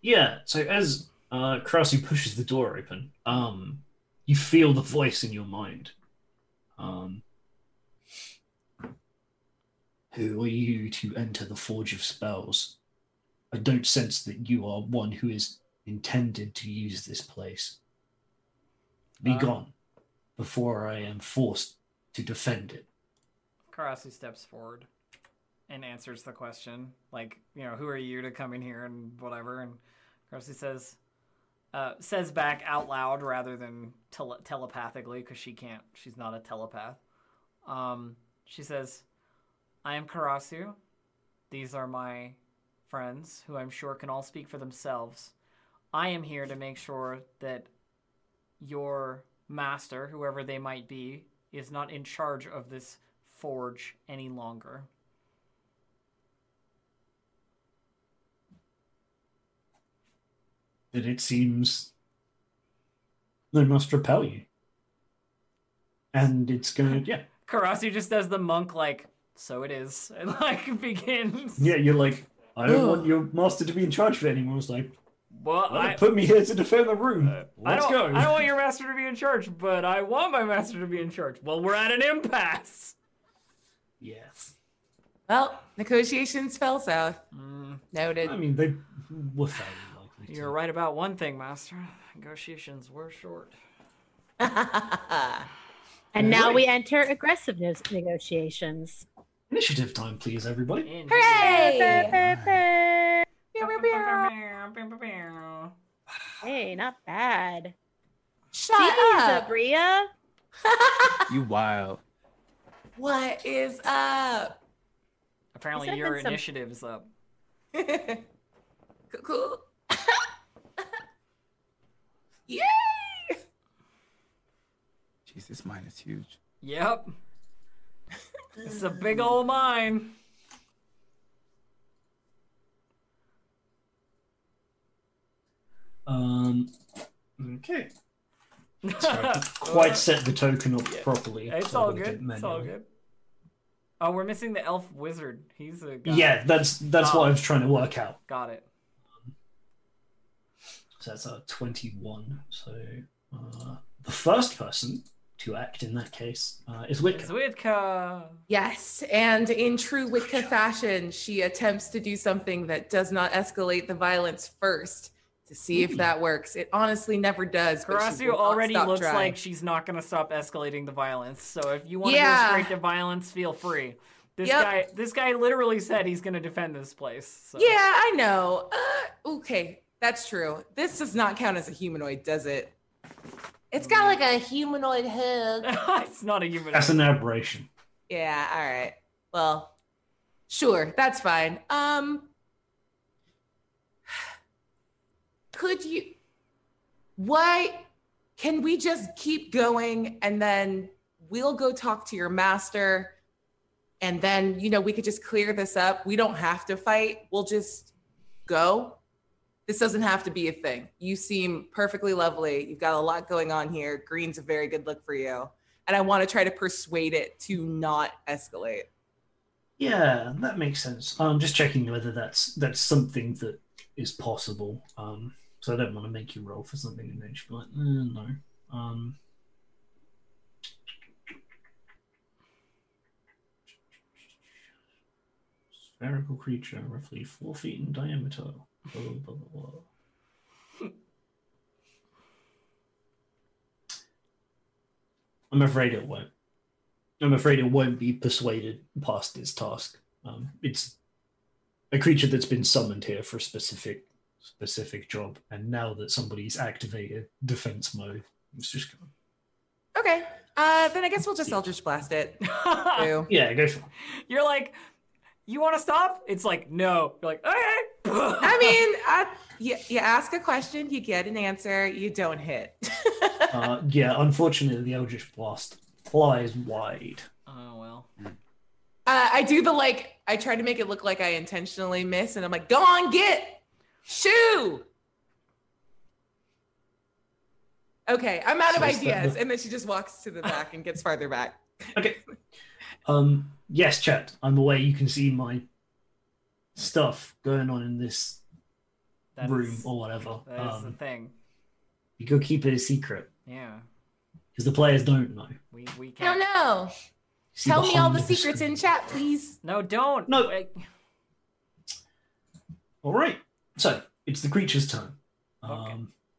Speaker 1: yeah. So as uh, Krause pushes the door open, um, you feel the voice in your mind. Um, who are you to enter the Forge of Spells? I don't sense that you are one who is intended to use this place. Be
Speaker 2: Uh.
Speaker 1: gone before I am forced to defend it.
Speaker 2: Karasu steps forward and answers the question, like, you know, who are you to come in here and whatever. And Karasu says, uh, says back out loud rather than tele- telepathically because she can't, she's not a telepath. Um, she says, I am Karasu. These are my friends who I'm sure can all speak for themselves. I am here to make sure that your master, whoever they might be, is not in charge of this forge any longer.
Speaker 1: That it seems they must repel you. And it's going to, yeah.
Speaker 2: Karasu just does the monk like, so it is, and like begins.
Speaker 1: Yeah, you're like, I don't
Speaker 3: Ugh.
Speaker 1: want your master to be in charge of it anymore. It's like,
Speaker 2: Well,
Speaker 1: well,
Speaker 2: I, Uh,
Speaker 1: put me here to defend the room.
Speaker 2: I
Speaker 1: Let's
Speaker 2: don't,
Speaker 1: go.
Speaker 2: I don't want your master to be in charge, but I want my master to be in charge. Well, we're at an impasse.
Speaker 1: Yes.
Speaker 3: well, negotiations fell south.
Speaker 2: Mm,
Speaker 3: Noted.
Speaker 1: I mean, they were fairly likely to.
Speaker 2: you're right about one thing, master. Negotiations were short.
Speaker 4: And now we enter aggressive ne- negotiations.
Speaker 1: Initiative time, please, everybody.
Speaker 3: Hooray!
Speaker 4: Hey, not bad.
Speaker 3: Shut
Speaker 4: Jeez,
Speaker 3: up.
Speaker 4: Abria.
Speaker 6: You wild.
Speaker 3: what is up?
Speaker 2: Apparently,
Speaker 4: There's
Speaker 2: your
Speaker 4: been some-
Speaker 2: initiative is up.
Speaker 3: cool. Yay!
Speaker 6: Jesus, mine is huge.
Speaker 2: Yep. it's a big old mine.
Speaker 1: Um, okay. Sorry, I didn't
Speaker 2: Uh,
Speaker 1: quite set the token up properly.
Speaker 2: It's
Speaker 1: so I
Speaker 2: all
Speaker 1: did it
Speaker 2: good. It's all
Speaker 1: manually.
Speaker 2: good. Oh, we're missing the elf wizard. He's a guy.
Speaker 1: Yeah, that's that's
Speaker 2: Oh.
Speaker 1: what I was trying to work out.
Speaker 2: Got it.
Speaker 1: So that's a 21. So uh, the first person to act in that case uh, is Wick.
Speaker 2: Zwidka.
Speaker 3: Yes, and in true Wicca fashion, she attempts to do something that does not escalate the violence first to see if that works. It honestly never does. but she
Speaker 2: Karasu
Speaker 3: will not
Speaker 2: already
Speaker 3: stop
Speaker 2: looks
Speaker 3: trying.
Speaker 2: like she's not going to stop escalating the violence. So if you want to
Speaker 3: Yeah.
Speaker 2: go straight to violence, feel free. This
Speaker 3: Yep.
Speaker 2: guy, this guy literally said he's going to defend this place. So.
Speaker 3: Yeah, I know. Uh, okay, that's true. This does not count as a humanoid, does it? It's got like a humanoid head.
Speaker 2: it's not a human.
Speaker 1: That's an aberration.
Speaker 3: Yeah, all right. Well, sure, that's fine. Um Could you Why can we just keep going and then we'll go talk to your master and then, you know, we could just clear this up. We don't have to fight. We'll just go. This doesn't have to be a thing. You seem perfectly lovely. You've got a lot going on here. Green's a very good look for you and I want to try to persuade it to not escalate.
Speaker 1: Yeah, that makes sense. I'm just checking whether that's that's something that is possible. Um, so I don't want to make you roll for something and then she'd be like, eh, no. Um, spherical creature, roughly four feet in diameter. Blah, blah, blah, blah, blah. I'm afraid it won't. I'm afraid it won't be persuaded past its task. Um, it's a creature that's been summoned here for a specific specific job, and now that somebody's activated defense mode, it's just going.
Speaker 3: Okay. Uh, then I guess we'll just Eldritch Blast it. Ew.
Speaker 1: Yeah, go for it.
Speaker 2: You're like, you want to stop? It's like, no. You're like, okay.
Speaker 3: I mean, I, you, you ask a question, you get an answer, you don't hit.
Speaker 1: Uh, yeah, unfortunately, the Eldritch Blast flies wide.
Speaker 2: oh well.
Speaker 3: Uh, I do the like, I try to make it look like I intentionally miss, and I'm like, go on, get, shoo. Okay, I'm out of
Speaker 1: So is that
Speaker 3: ideas.
Speaker 1: the-
Speaker 3: And then she just walks to the back and gets farther back.
Speaker 1: Okay. Um, yes, chat. I'm aware you can see my stuff going on in this
Speaker 2: That is-
Speaker 1: room or whatever.
Speaker 2: that is the
Speaker 1: Um,
Speaker 2: thing.
Speaker 1: you go keep it a secret
Speaker 2: Yeah.
Speaker 1: because the players don't know.
Speaker 2: We we
Speaker 3: I
Speaker 2: can't.
Speaker 3: don't know.
Speaker 1: See
Speaker 3: Tell me all
Speaker 1: behind
Speaker 3: the secrets
Speaker 1: screen.
Speaker 3: in chat, please.
Speaker 2: No, don't.
Speaker 1: No.
Speaker 2: Wait.
Speaker 1: All right. So it's the creature's turn. Um,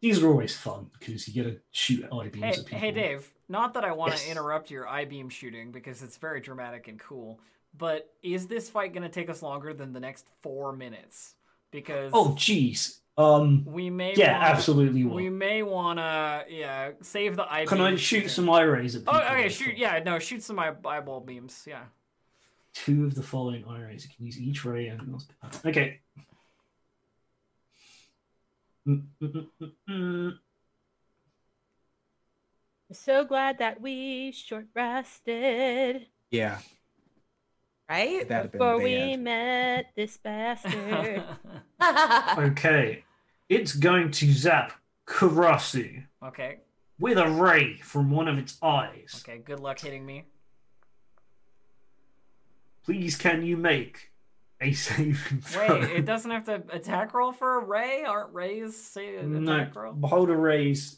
Speaker 2: Okay.
Speaker 1: These are always fun because you get to shoot eye beams
Speaker 2: Hey,
Speaker 1: at people.
Speaker 2: hey, Dave. Not that I want to
Speaker 1: Yes.
Speaker 2: interrupt your I beam shooting because it's very dramatic and cool, but is this fight going to take us longer than the next four minutes? Because
Speaker 1: Oh, jeez. Um,
Speaker 2: we may.
Speaker 1: yeah,
Speaker 2: wanna,
Speaker 1: absolutely.
Speaker 2: We
Speaker 1: Will.
Speaker 2: may want to. Yeah, save the I beam.
Speaker 1: Can I shoot some
Speaker 2: Oh,
Speaker 1: eye rays at people?
Speaker 2: okay.
Speaker 1: with
Speaker 2: Shoot. Yeah, no. Shoot some eye- eyeball beams. Yeah.
Speaker 1: Two of the following eye rays. You can use each ray and. Okay. Mm, mm, mm, mm, mm.
Speaker 4: I'm so glad that we short rested
Speaker 6: Yeah,
Speaker 3: Right?
Speaker 6: that'd have been
Speaker 4: before we
Speaker 6: bad.
Speaker 4: met this bastard.
Speaker 1: mm. Okay. It's going to zap Karasu
Speaker 2: okay.
Speaker 1: with a ray from one of its eyes.
Speaker 2: Okay. Good luck hitting me.
Speaker 1: Please, can you make a saving throw?
Speaker 2: Wait, it doesn't have to attack roll for a ray. Aren't rays say an
Speaker 1: no,
Speaker 2: attack roll?
Speaker 1: beholder rays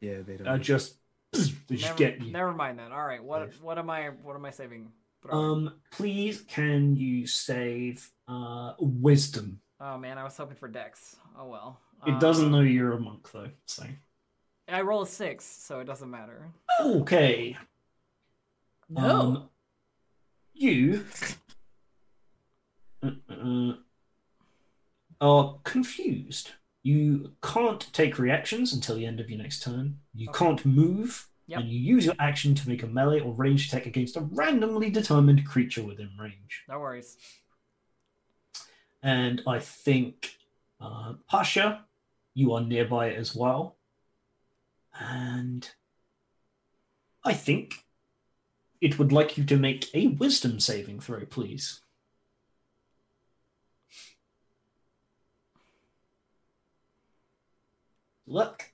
Speaker 6: Yeah, they don't.
Speaker 1: are uh, just they just
Speaker 2: Never,
Speaker 1: get you.
Speaker 2: never mind then. All right, what
Speaker 1: Nice.
Speaker 2: what am I what am I saving? But-
Speaker 1: Um, please, can you save uh wisdom?
Speaker 2: oh man, I was hoping for Dex. Oh well.
Speaker 1: It
Speaker 2: Uh,
Speaker 1: doesn't know you're a monk though, so
Speaker 2: I roll a six, so it doesn't matter.
Speaker 1: Okay.
Speaker 3: No.
Speaker 1: Um, you uh, are confused. You can't take reactions until the end of your next turn. You
Speaker 2: Okay.
Speaker 1: can't move,
Speaker 2: Yep.
Speaker 1: and you use your action to make a melee or ranged attack against a randomly determined creature within range.
Speaker 2: No worries.
Speaker 1: And I think uh, Pasha, you are nearby as well. And I think it would like you to make a wisdom saving throw, please. Look,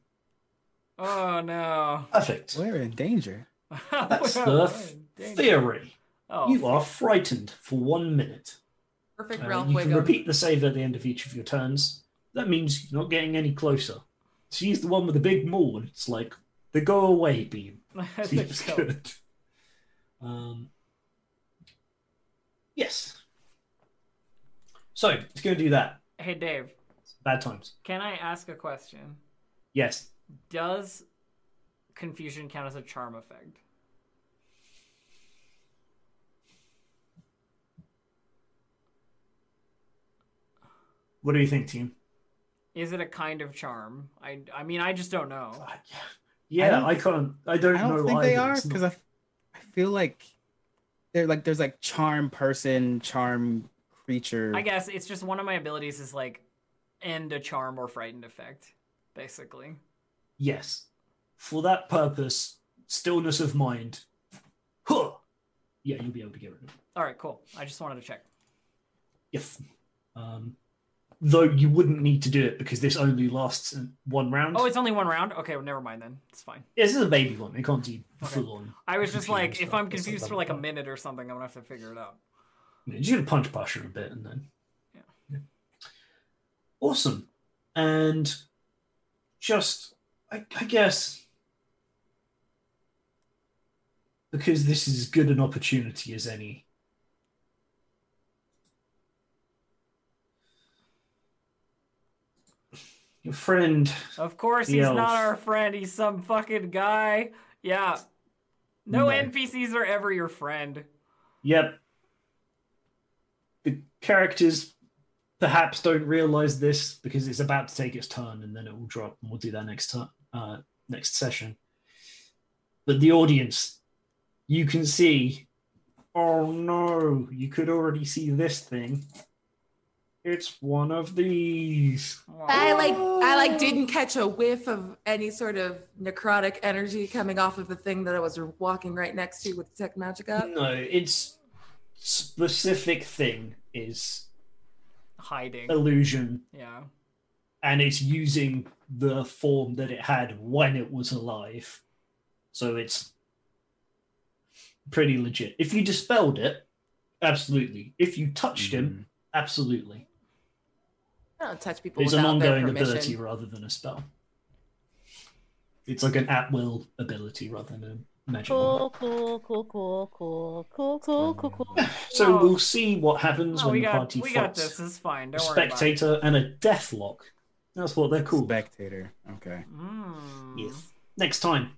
Speaker 2: Oh no.
Speaker 1: perfect.
Speaker 6: We're in danger.
Speaker 1: That's
Speaker 2: Well,
Speaker 1: the
Speaker 2: oh, dang it.
Speaker 1: Theory.
Speaker 2: Oh,
Speaker 1: You are frightened for one minute.
Speaker 3: Perfect
Speaker 1: Uh,
Speaker 3: Ralph
Speaker 1: you can
Speaker 3: Wiggum.
Speaker 1: repeat the save at the end of each of your turns. That means you're not getting any closer. She's the one with the big maul, and it's like the go away beam.
Speaker 2: I think
Speaker 1: She's
Speaker 2: so.
Speaker 1: good. Um, yes. So it's going to do that.
Speaker 2: Hey Dave,
Speaker 1: Bad times.
Speaker 2: can I ask a question?
Speaker 1: Yes.
Speaker 2: Does confusion count as a charm effect?
Speaker 1: What do you think, team?
Speaker 2: Is it a kind of charm? I I mean I just don't know.
Speaker 1: God, yeah. Yeah,
Speaker 6: don't-
Speaker 1: I, can't. I don't,
Speaker 6: I don't
Speaker 1: know.
Speaker 6: think they
Speaker 1: either.
Speaker 6: are
Speaker 1: It's not-
Speaker 6: because I, f- I feel like they're like there's like charm person, charm creature.
Speaker 2: I guess it's just one of my abilities is like end a charm or frightened effect, basically.
Speaker 1: Yes. For that purpose, stillness of mind. Huh. Yeah, you'll be able to get rid of it.
Speaker 2: All right, cool. I just wanted to check.
Speaker 1: Yes. Um, though you wouldn't need to do it because this only lasts uh, one round.
Speaker 2: Oh, it's only one round. Okay, well, never mind then. It's fine.
Speaker 1: Yeah, this is a baby one. It can't do full on.
Speaker 2: I was just
Speaker 1: Confusing
Speaker 2: like, if
Speaker 1: stuff.
Speaker 2: I'm
Speaker 1: That's
Speaker 2: confused
Speaker 1: not
Speaker 2: for like a
Speaker 1: bad.
Speaker 2: minute or something, I'm gonna have to figure it out.
Speaker 1: You're just gonna punch Pasha a bit and then.
Speaker 2: Yeah.
Speaker 1: Awesome. And just, I, I guess, because this is as good an opportunity as any. Your friend
Speaker 2: Of course,
Speaker 1: The
Speaker 2: he's
Speaker 1: elf.
Speaker 2: not our friend. He's some fucking guy. Yeah.
Speaker 1: No.
Speaker 2: No, NPCs are ever your friend.
Speaker 1: Yep. The characters perhaps don't realize this because it's about to take its turn and then it will drop and we'll do that next turn uh, next session. But the audience, you can see oh no, you could already see this thing. It's one of these.
Speaker 3: I like I like didn't catch a whiff of any sort of necrotic energy coming off of the thing that I was walking right next to with Tech Magic up.
Speaker 1: No, its specific thing is
Speaker 2: hiding.
Speaker 1: Oh. illusion
Speaker 2: Yeah.
Speaker 1: and it's using the form that it had when it was alive. So it's pretty legit. If you dispelled it, absolutely. If you touched
Speaker 6: Mm-hmm.
Speaker 5: Mm-hmm.
Speaker 1: him, absolutely.
Speaker 3: I don't touch people
Speaker 1: It's an
Speaker 3: without their
Speaker 1: ongoing
Speaker 3: permission.
Speaker 1: ability rather than a spell. It's like an at will ability rather than a magic. one.
Speaker 2: Oh,
Speaker 4: Cool, cool, cool, cool, cool, cool, cool, cool, cool.
Speaker 1: So
Speaker 2: No.
Speaker 1: we'll see what happens
Speaker 2: No,
Speaker 1: when
Speaker 2: Oh, we
Speaker 1: the
Speaker 2: got
Speaker 1: party
Speaker 2: we got
Speaker 1: fights
Speaker 2: this. It's fine.
Speaker 1: a
Speaker 2: Don't worry about it.
Speaker 1: spectator and a deathlock. That's what they're called.
Speaker 6: Spectator. Okay.
Speaker 2: Mm.
Speaker 1: Yes. Next time.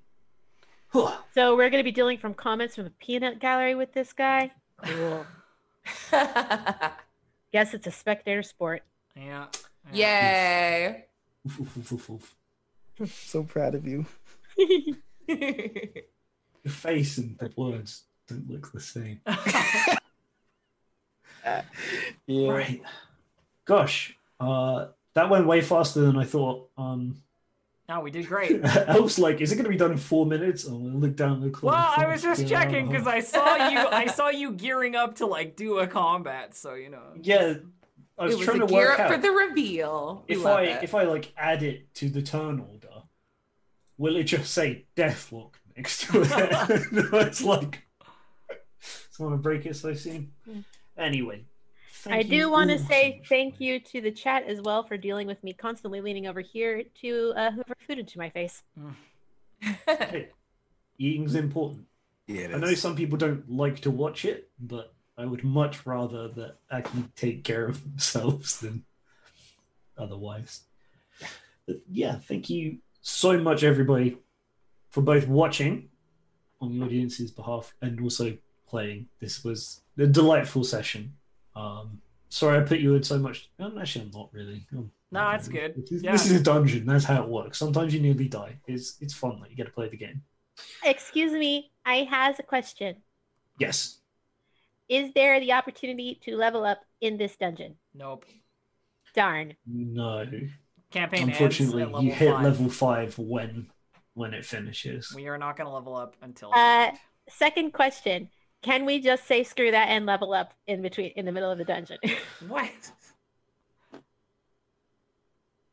Speaker 1: Huh.
Speaker 4: So we're gonna be dealing from comments from the peanut gallery with this guy. Cool. Guess it's a spectator sport.
Speaker 2: Yeah.
Speaker 3: Yay.
Speaker 1: Oof, oof, oof, oof, oof.
Speaker 6: So proud of you.
Speaker 1: The face and the words don't look the same.
Speaker 6: Yeah.
Speaker 1: Right. Gosh, uh, that went way faster than I thought. Um,
Speaker 2: No, we did great.
Speaker 1: I was like, is it going to be done in four minutes? Oh, I looked down the clock.
Speaker 2: Well, I
Speaker 1: thought
Speaker 2: was
Speaker 1: it
Speaker 2: just
Speaker 1: been an hour
Speaker 2: checking
Speaker 1: and a
Speaker 2: because
Speaker 1: half.
Speaker 2: I saw you. I saw you gearing up to like do a combat. So you know.
Speaker 1: Yeah, I was
Speaker 3: It was
Speaker 1: trying to
Speaker 3: a gear
Speaker 1: work
Speaker 3: up for
Speaker 1: out
Speaker 3: the reveal. We
Speaker 1: if
Speaker 3: love
Speaker 1: I
Speaker 3: it.
Speaker 1: if I like add it to the turn order, will it just say Deathlock next to it? it's like, someone break it so soon.
Speaker 3: Hmm.
Speaker 1: Anyway,
Speaker 4: I
Speaker 1: thank
Speaker 4: do
Speaker 1: you
Speaker 4: want to
Speaker 1: all so
Speaker 4: say
Speaker 1: much.
Speaker 4: thank you to the chat as well for dealing with me constantly leaning over here to uh, hoover food into my face.
Speaker 1: Hey, eating's important.
Speaker 6: Yeah.
Speaker 1: I know some people don't like to watch it, but I would much rather that I can take care of themselves than otherwise. But yeah, thank you so much, everybody, for both watching on the audience's behalf and also playing. This was a delightful session. Um, sorry, I put you in so much. Um, actually, I'm not really. I'm-
Speaker 2: No,
Speaker 1: I'm
Speaker 2: it's
Speaker 1: really-
Speaker 2: good.
Speaker 1: This is,
Speaker 2: Yeah.
Speaker 1: this is a dungeon. That's how it works. Sometimes you nearly die. It's it's fun that you get to play the game.
Speaker 4: Excuse me, I has a question.
Speaker 1: Yes.
Speaker 4: Is there the opportunity to level up in this dungeon?
Speaker 2: Nope.
Speaker 4: Darn.
Speaker 1: No.
Speaker 2: Campaign
Speaker 1: Unfortunately,
Speaker 2: ends at level
Speaker 1: you hit
Speaker 2: five.
Speaker 1: level five when when it finishes.
Speaker 2: We are not going to level up until.
Speaker 4: Uh, Second question: Can we just say screw that and level up in between in the middle of the dungeon?
Speaker 2: what?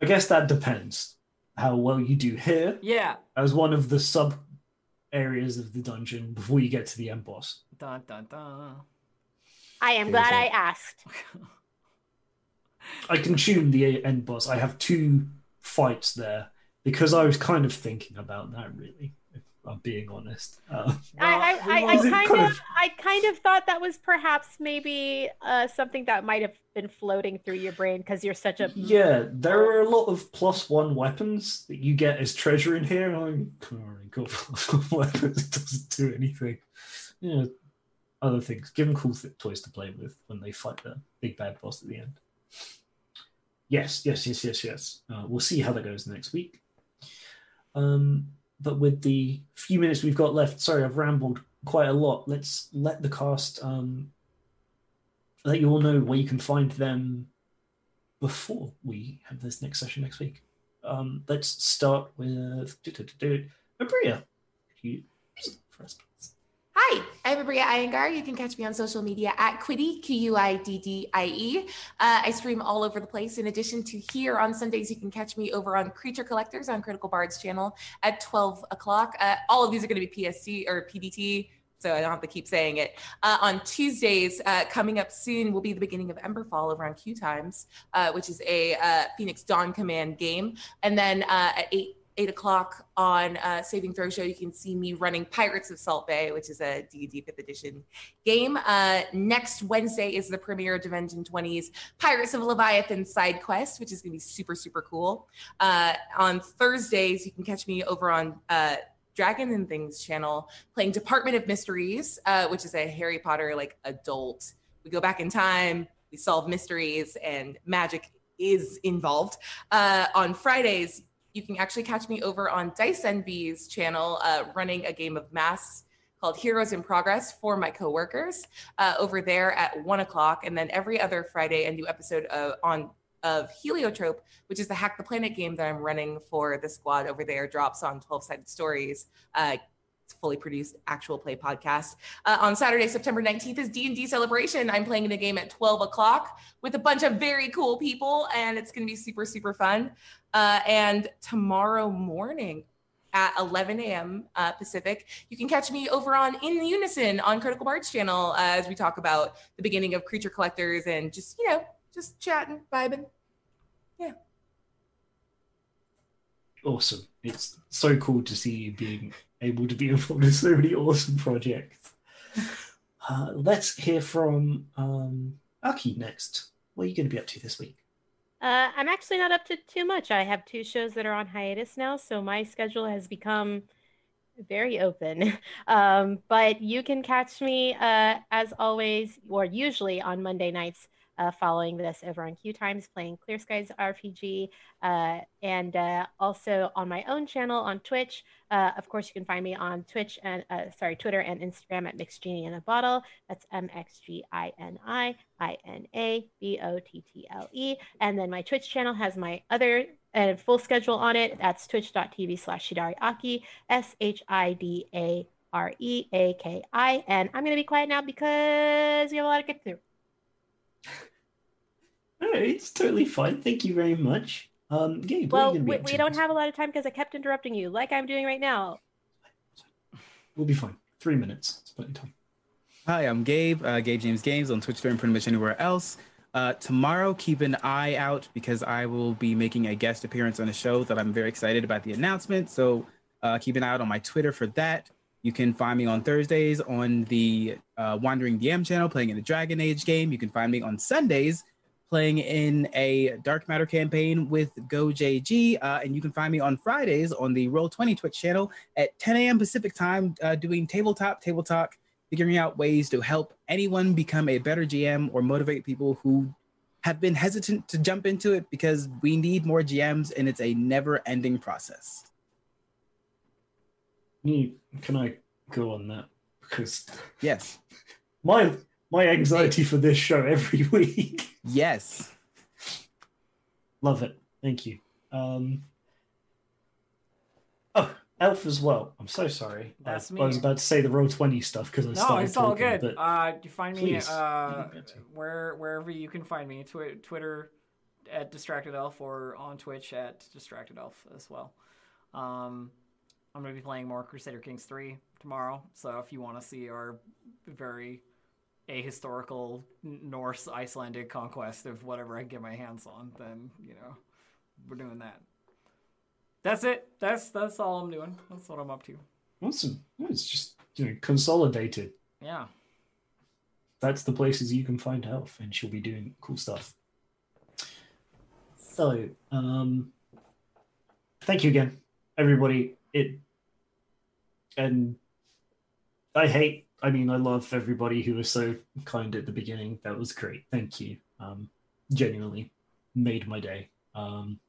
Speaker 1: I guess that depends how well you do here
Speaker 2: Yeah.
Speaker 1: as one of the sub areas of the dungeon before you get to the end boss.
Speaker 2: Dun dun dun.
Speaker 4: I am glad I
Speaker 6: Seriously.
Speaker 4: asked.
Speaker 1: I consumed the end boss. I have two fights there because I was kind of thinking about that. Really, if I'm being honest. Uh,
Speaker 4: I,
Speaker 2: Well, we
Speaker 4: I, I, I
Speaker 2: won't-
Speaker 1: Is it
Speaker 4: kind
Speaker 1: kind
Speaker 4: of
Speaker 1: of-
Speaker 4: I kind of thought that was perhaps maybe uh, something that might have been floating through your brain because you're such a
Speaker 1: yeah, there are a lot of plus one weapons that you get as treasure in here. and I'm come on, go plus one weapons. It doesn't do anything. Yeah, other things. Give them cool th- toys to play with when they fight the big bad boss at the end. Yes, yes, yes, yes, yes. Uh, we'll see how that goes next week. Um, but with the few minutes we've got left, sorry, I've rambled quite a lot. Let's let the cast um, let you all know where you can find them before we have this next session next week. Um, let's start with Abria. You first.
Speaker 3: Hi, I'm Abria Iyengar. You can catch me on social media at Quiddy, Q U I D D I E. Uh, I stream all over the place. In addition to here on Sundays, you can catch me over on Creature Collectors on Critical Bard's channel at 12 o'clock. Uh, all of these are going to be PST or PDT, so I don't have to keep saying it. Uh, on Tuesdays, uh, coming up soon, will be the beginning of Emberfall over on Q Times, uh, which is a uh, Phoenix Dawn Command game. And then uh, at 8 eight o'clock on uh, Saving Throw Show, you can see me running Pirates of Salt Bay, which is a D&D Fifth Edition game. Uh, next Wednesday is the premiere of Dimension 20's Pirates of Leviathan side quest, which is going to be super super cool. Uh, on Thursdays, you can catch me over on. Uh, Dragon and Things channel playing Department of Mysteries, uh, which is a Harry Potter like adult. We go back in time, we solve mysteries, and magic is involved. Uh, on Fridays, you can actually catch me over on Dice NB's channel uh, running a game of masks called Heroes in Progress for my coworkers uh, over there at one o'clock. And then every other Friday, a new episode of, on of Heliotrope, which is the Hack the Planet game that I'm running for the squad over there, drops on 12 Sided Stories. Uh, it's a fully produced actual play podcast uh, on saturday september 19th is d&d celebration i'm playing the game at 12 o'clock with a bunch of very cool people and it's going to be super super fun uh, and tomorrow morning at 11 a.m. Uh, Pacific, you can catch me over on In Unison on Critical Bard's channel uh, as we talk about the beginning of Creature Collectors and just, you know, just chatting, vibing.
Speaker 1: Awesome. It's so cool to see you being able to be involved in so many awesome projects. Uh, let's hear from um, Aki next. What are you going to be up to this week?
Speaker 4: Uh, I'm actually not up to too much. I have two shows that are on hiatus now, so my schedule has become very open. Um, but you can catch me uh, as always, or usually on Monday nights uh, following this over on Q Times, playing Clear Skies RPG, uh, and uh, also on my own channel on Twitch. Uh, of course, you can find me on Twitch and uh, sorry, Twitter and Instagram at Mixed Genie in a Bottle. That's M X G I N I I N A B O T T L E. And then my Twitch channel has my other uh, full schedule on it. That's twitch.tv slash Shidari Aki, S H I D A R E A K I. And I'm going to be quiet now because we have a lot to get through.
Speaker 1: No, it's totally fine. Thank you very much. Um, Gabe, what are you going
Speaker 4: Well,
Speaker 1: to be
Speaker 4: we,
Speaker 1: up
Speaker 4: we
Speaker 1: to
Speaker 4: don't
Speaker 1: this
Speaker 4: have a lot of time because I kept interrupting you, like I'm doing right now.
Speaker 1: We'll be fine. Three minutes. It's plenty of time.
Speaker 6: Hi, I'm Gabe, uh, Gabe James Games on Twitch, Twitter, and pretty much anywhere else. Uh, tomorrow, keep an eye out because I will be making a guest appearance on a show that I'm very excited about the announcement. So uh, keep an eye out on my Twitter for that. You can find me on Thursdays on the uh, Wandering DM channel playing in the Dragon Age game. You can find me on Sundays playing in a Dark Matter campaign with GoJG. Uh, and you can find me on Fridays on the Roll20 Twitch channel at 10 a.m. Pacific time uh, doing tabletop, table talk, figuring out ways to help anyone become a better GM or motivate people who have been hesitant to jump into it because we need more GMs and it's a never ending process.
Speaker 1: You, can I go on that? Because
Speaker 6: Yes.
Speaker 1: my my anxiety for this show every week.
Speaker 6: Yes.
Speaker 1: Love it. Thank you. Um, oh, Elf as well. I'm so sorry. I-
Speaker 2: That's
Speaker 1: I was
Speaker 2: me.
Speaker 1: about to say the roll twenty stuff because I
Speaker 2: No,
Speaker 1: started
Speaker 2: it's all
Speaker 1: talking,
Speaker 2: good.
Speaker 1: but
Speaker 2: Uh, you find me
Speaker 1: please.
Speaker 2: uh,
Speaker 1: Yeah, that's it.
Speaker 2: where wherever you can find me, twi- Twitter at Distracted Elf or on Twitch at Distracted Elf as well. Um, I'm gonna be playing more Crusader Kings three tomorrow, so if you want to see our very ahistorical N- Norse Icelandic conquest of whatever I can get my hands on, then you know we're doing that. That's it. That's that's all I'm doing. That's what I'm up to.
Speaker 1: awesome. No, it's just you know consolidated.
Speaker 2: Yeah.
Speaker 1: That's the places you can find Elf, and she'll be doing cool stuff. So, um, thank you again, everybody. It and I hate. I mean, I love everybody who was so kind at the beginning. That was great. Thank you. Um, genuinely made my day. Um,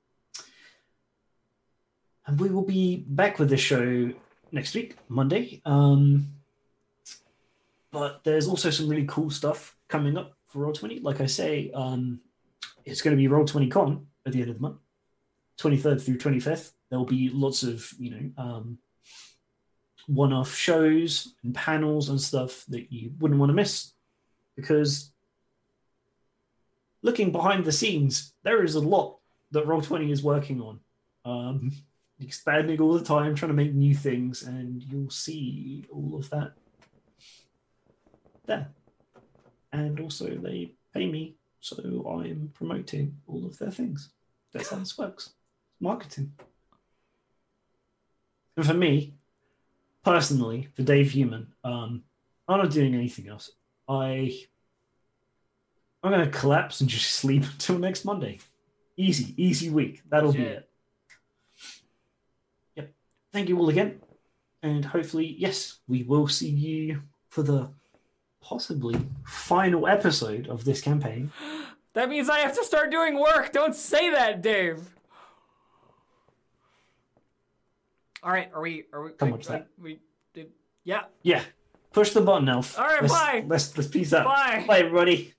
Speaker 1: and we will be back with this show next week, Monday. Um, but there's also some really cool stuff coming up for Roll20. Like I say, um, it's going to be Roll20 Con at the end of the month, 23rd through 25th. There'll be lots of, you know, um, one off shows and panels and stuff that you wouldn't want to miss because looking behind the scenes, there is a lot that Roll20 is working on. Um, expanding all the time, trying to make new things, and you'll see all of that there. And also, they pay me, so I'm promoting all of their things. That's how this works marketing. And for me, personally, for Dave Human, um, I'm not doing anything else. I. I'm going to collapse and just sleep until next Monday. Easy, easy week. That'll be
Speaker 2: Legit.
Speaker 1: it. Yep. Thank you all again. And hopefully, yes, we will see you for the possibly final episode of this campaign.
Speaker 2: That means I have to start doing work. Don't say that, Dave. All right, are we? Are we?
Speaker 1: Come
Speaker 2: we-
Speaker 1: on, Zach.
Speaker 2: we, did, yeah.
Speaker 1: Yeah, push the button, Elf.
Speaker 2: All right,
Speaker 1: let's,
Speaker 2: bye.
Speaker 1: Let's let's peace out.
Speaker 2: Bye.
Speaker 1: Bye, everybody.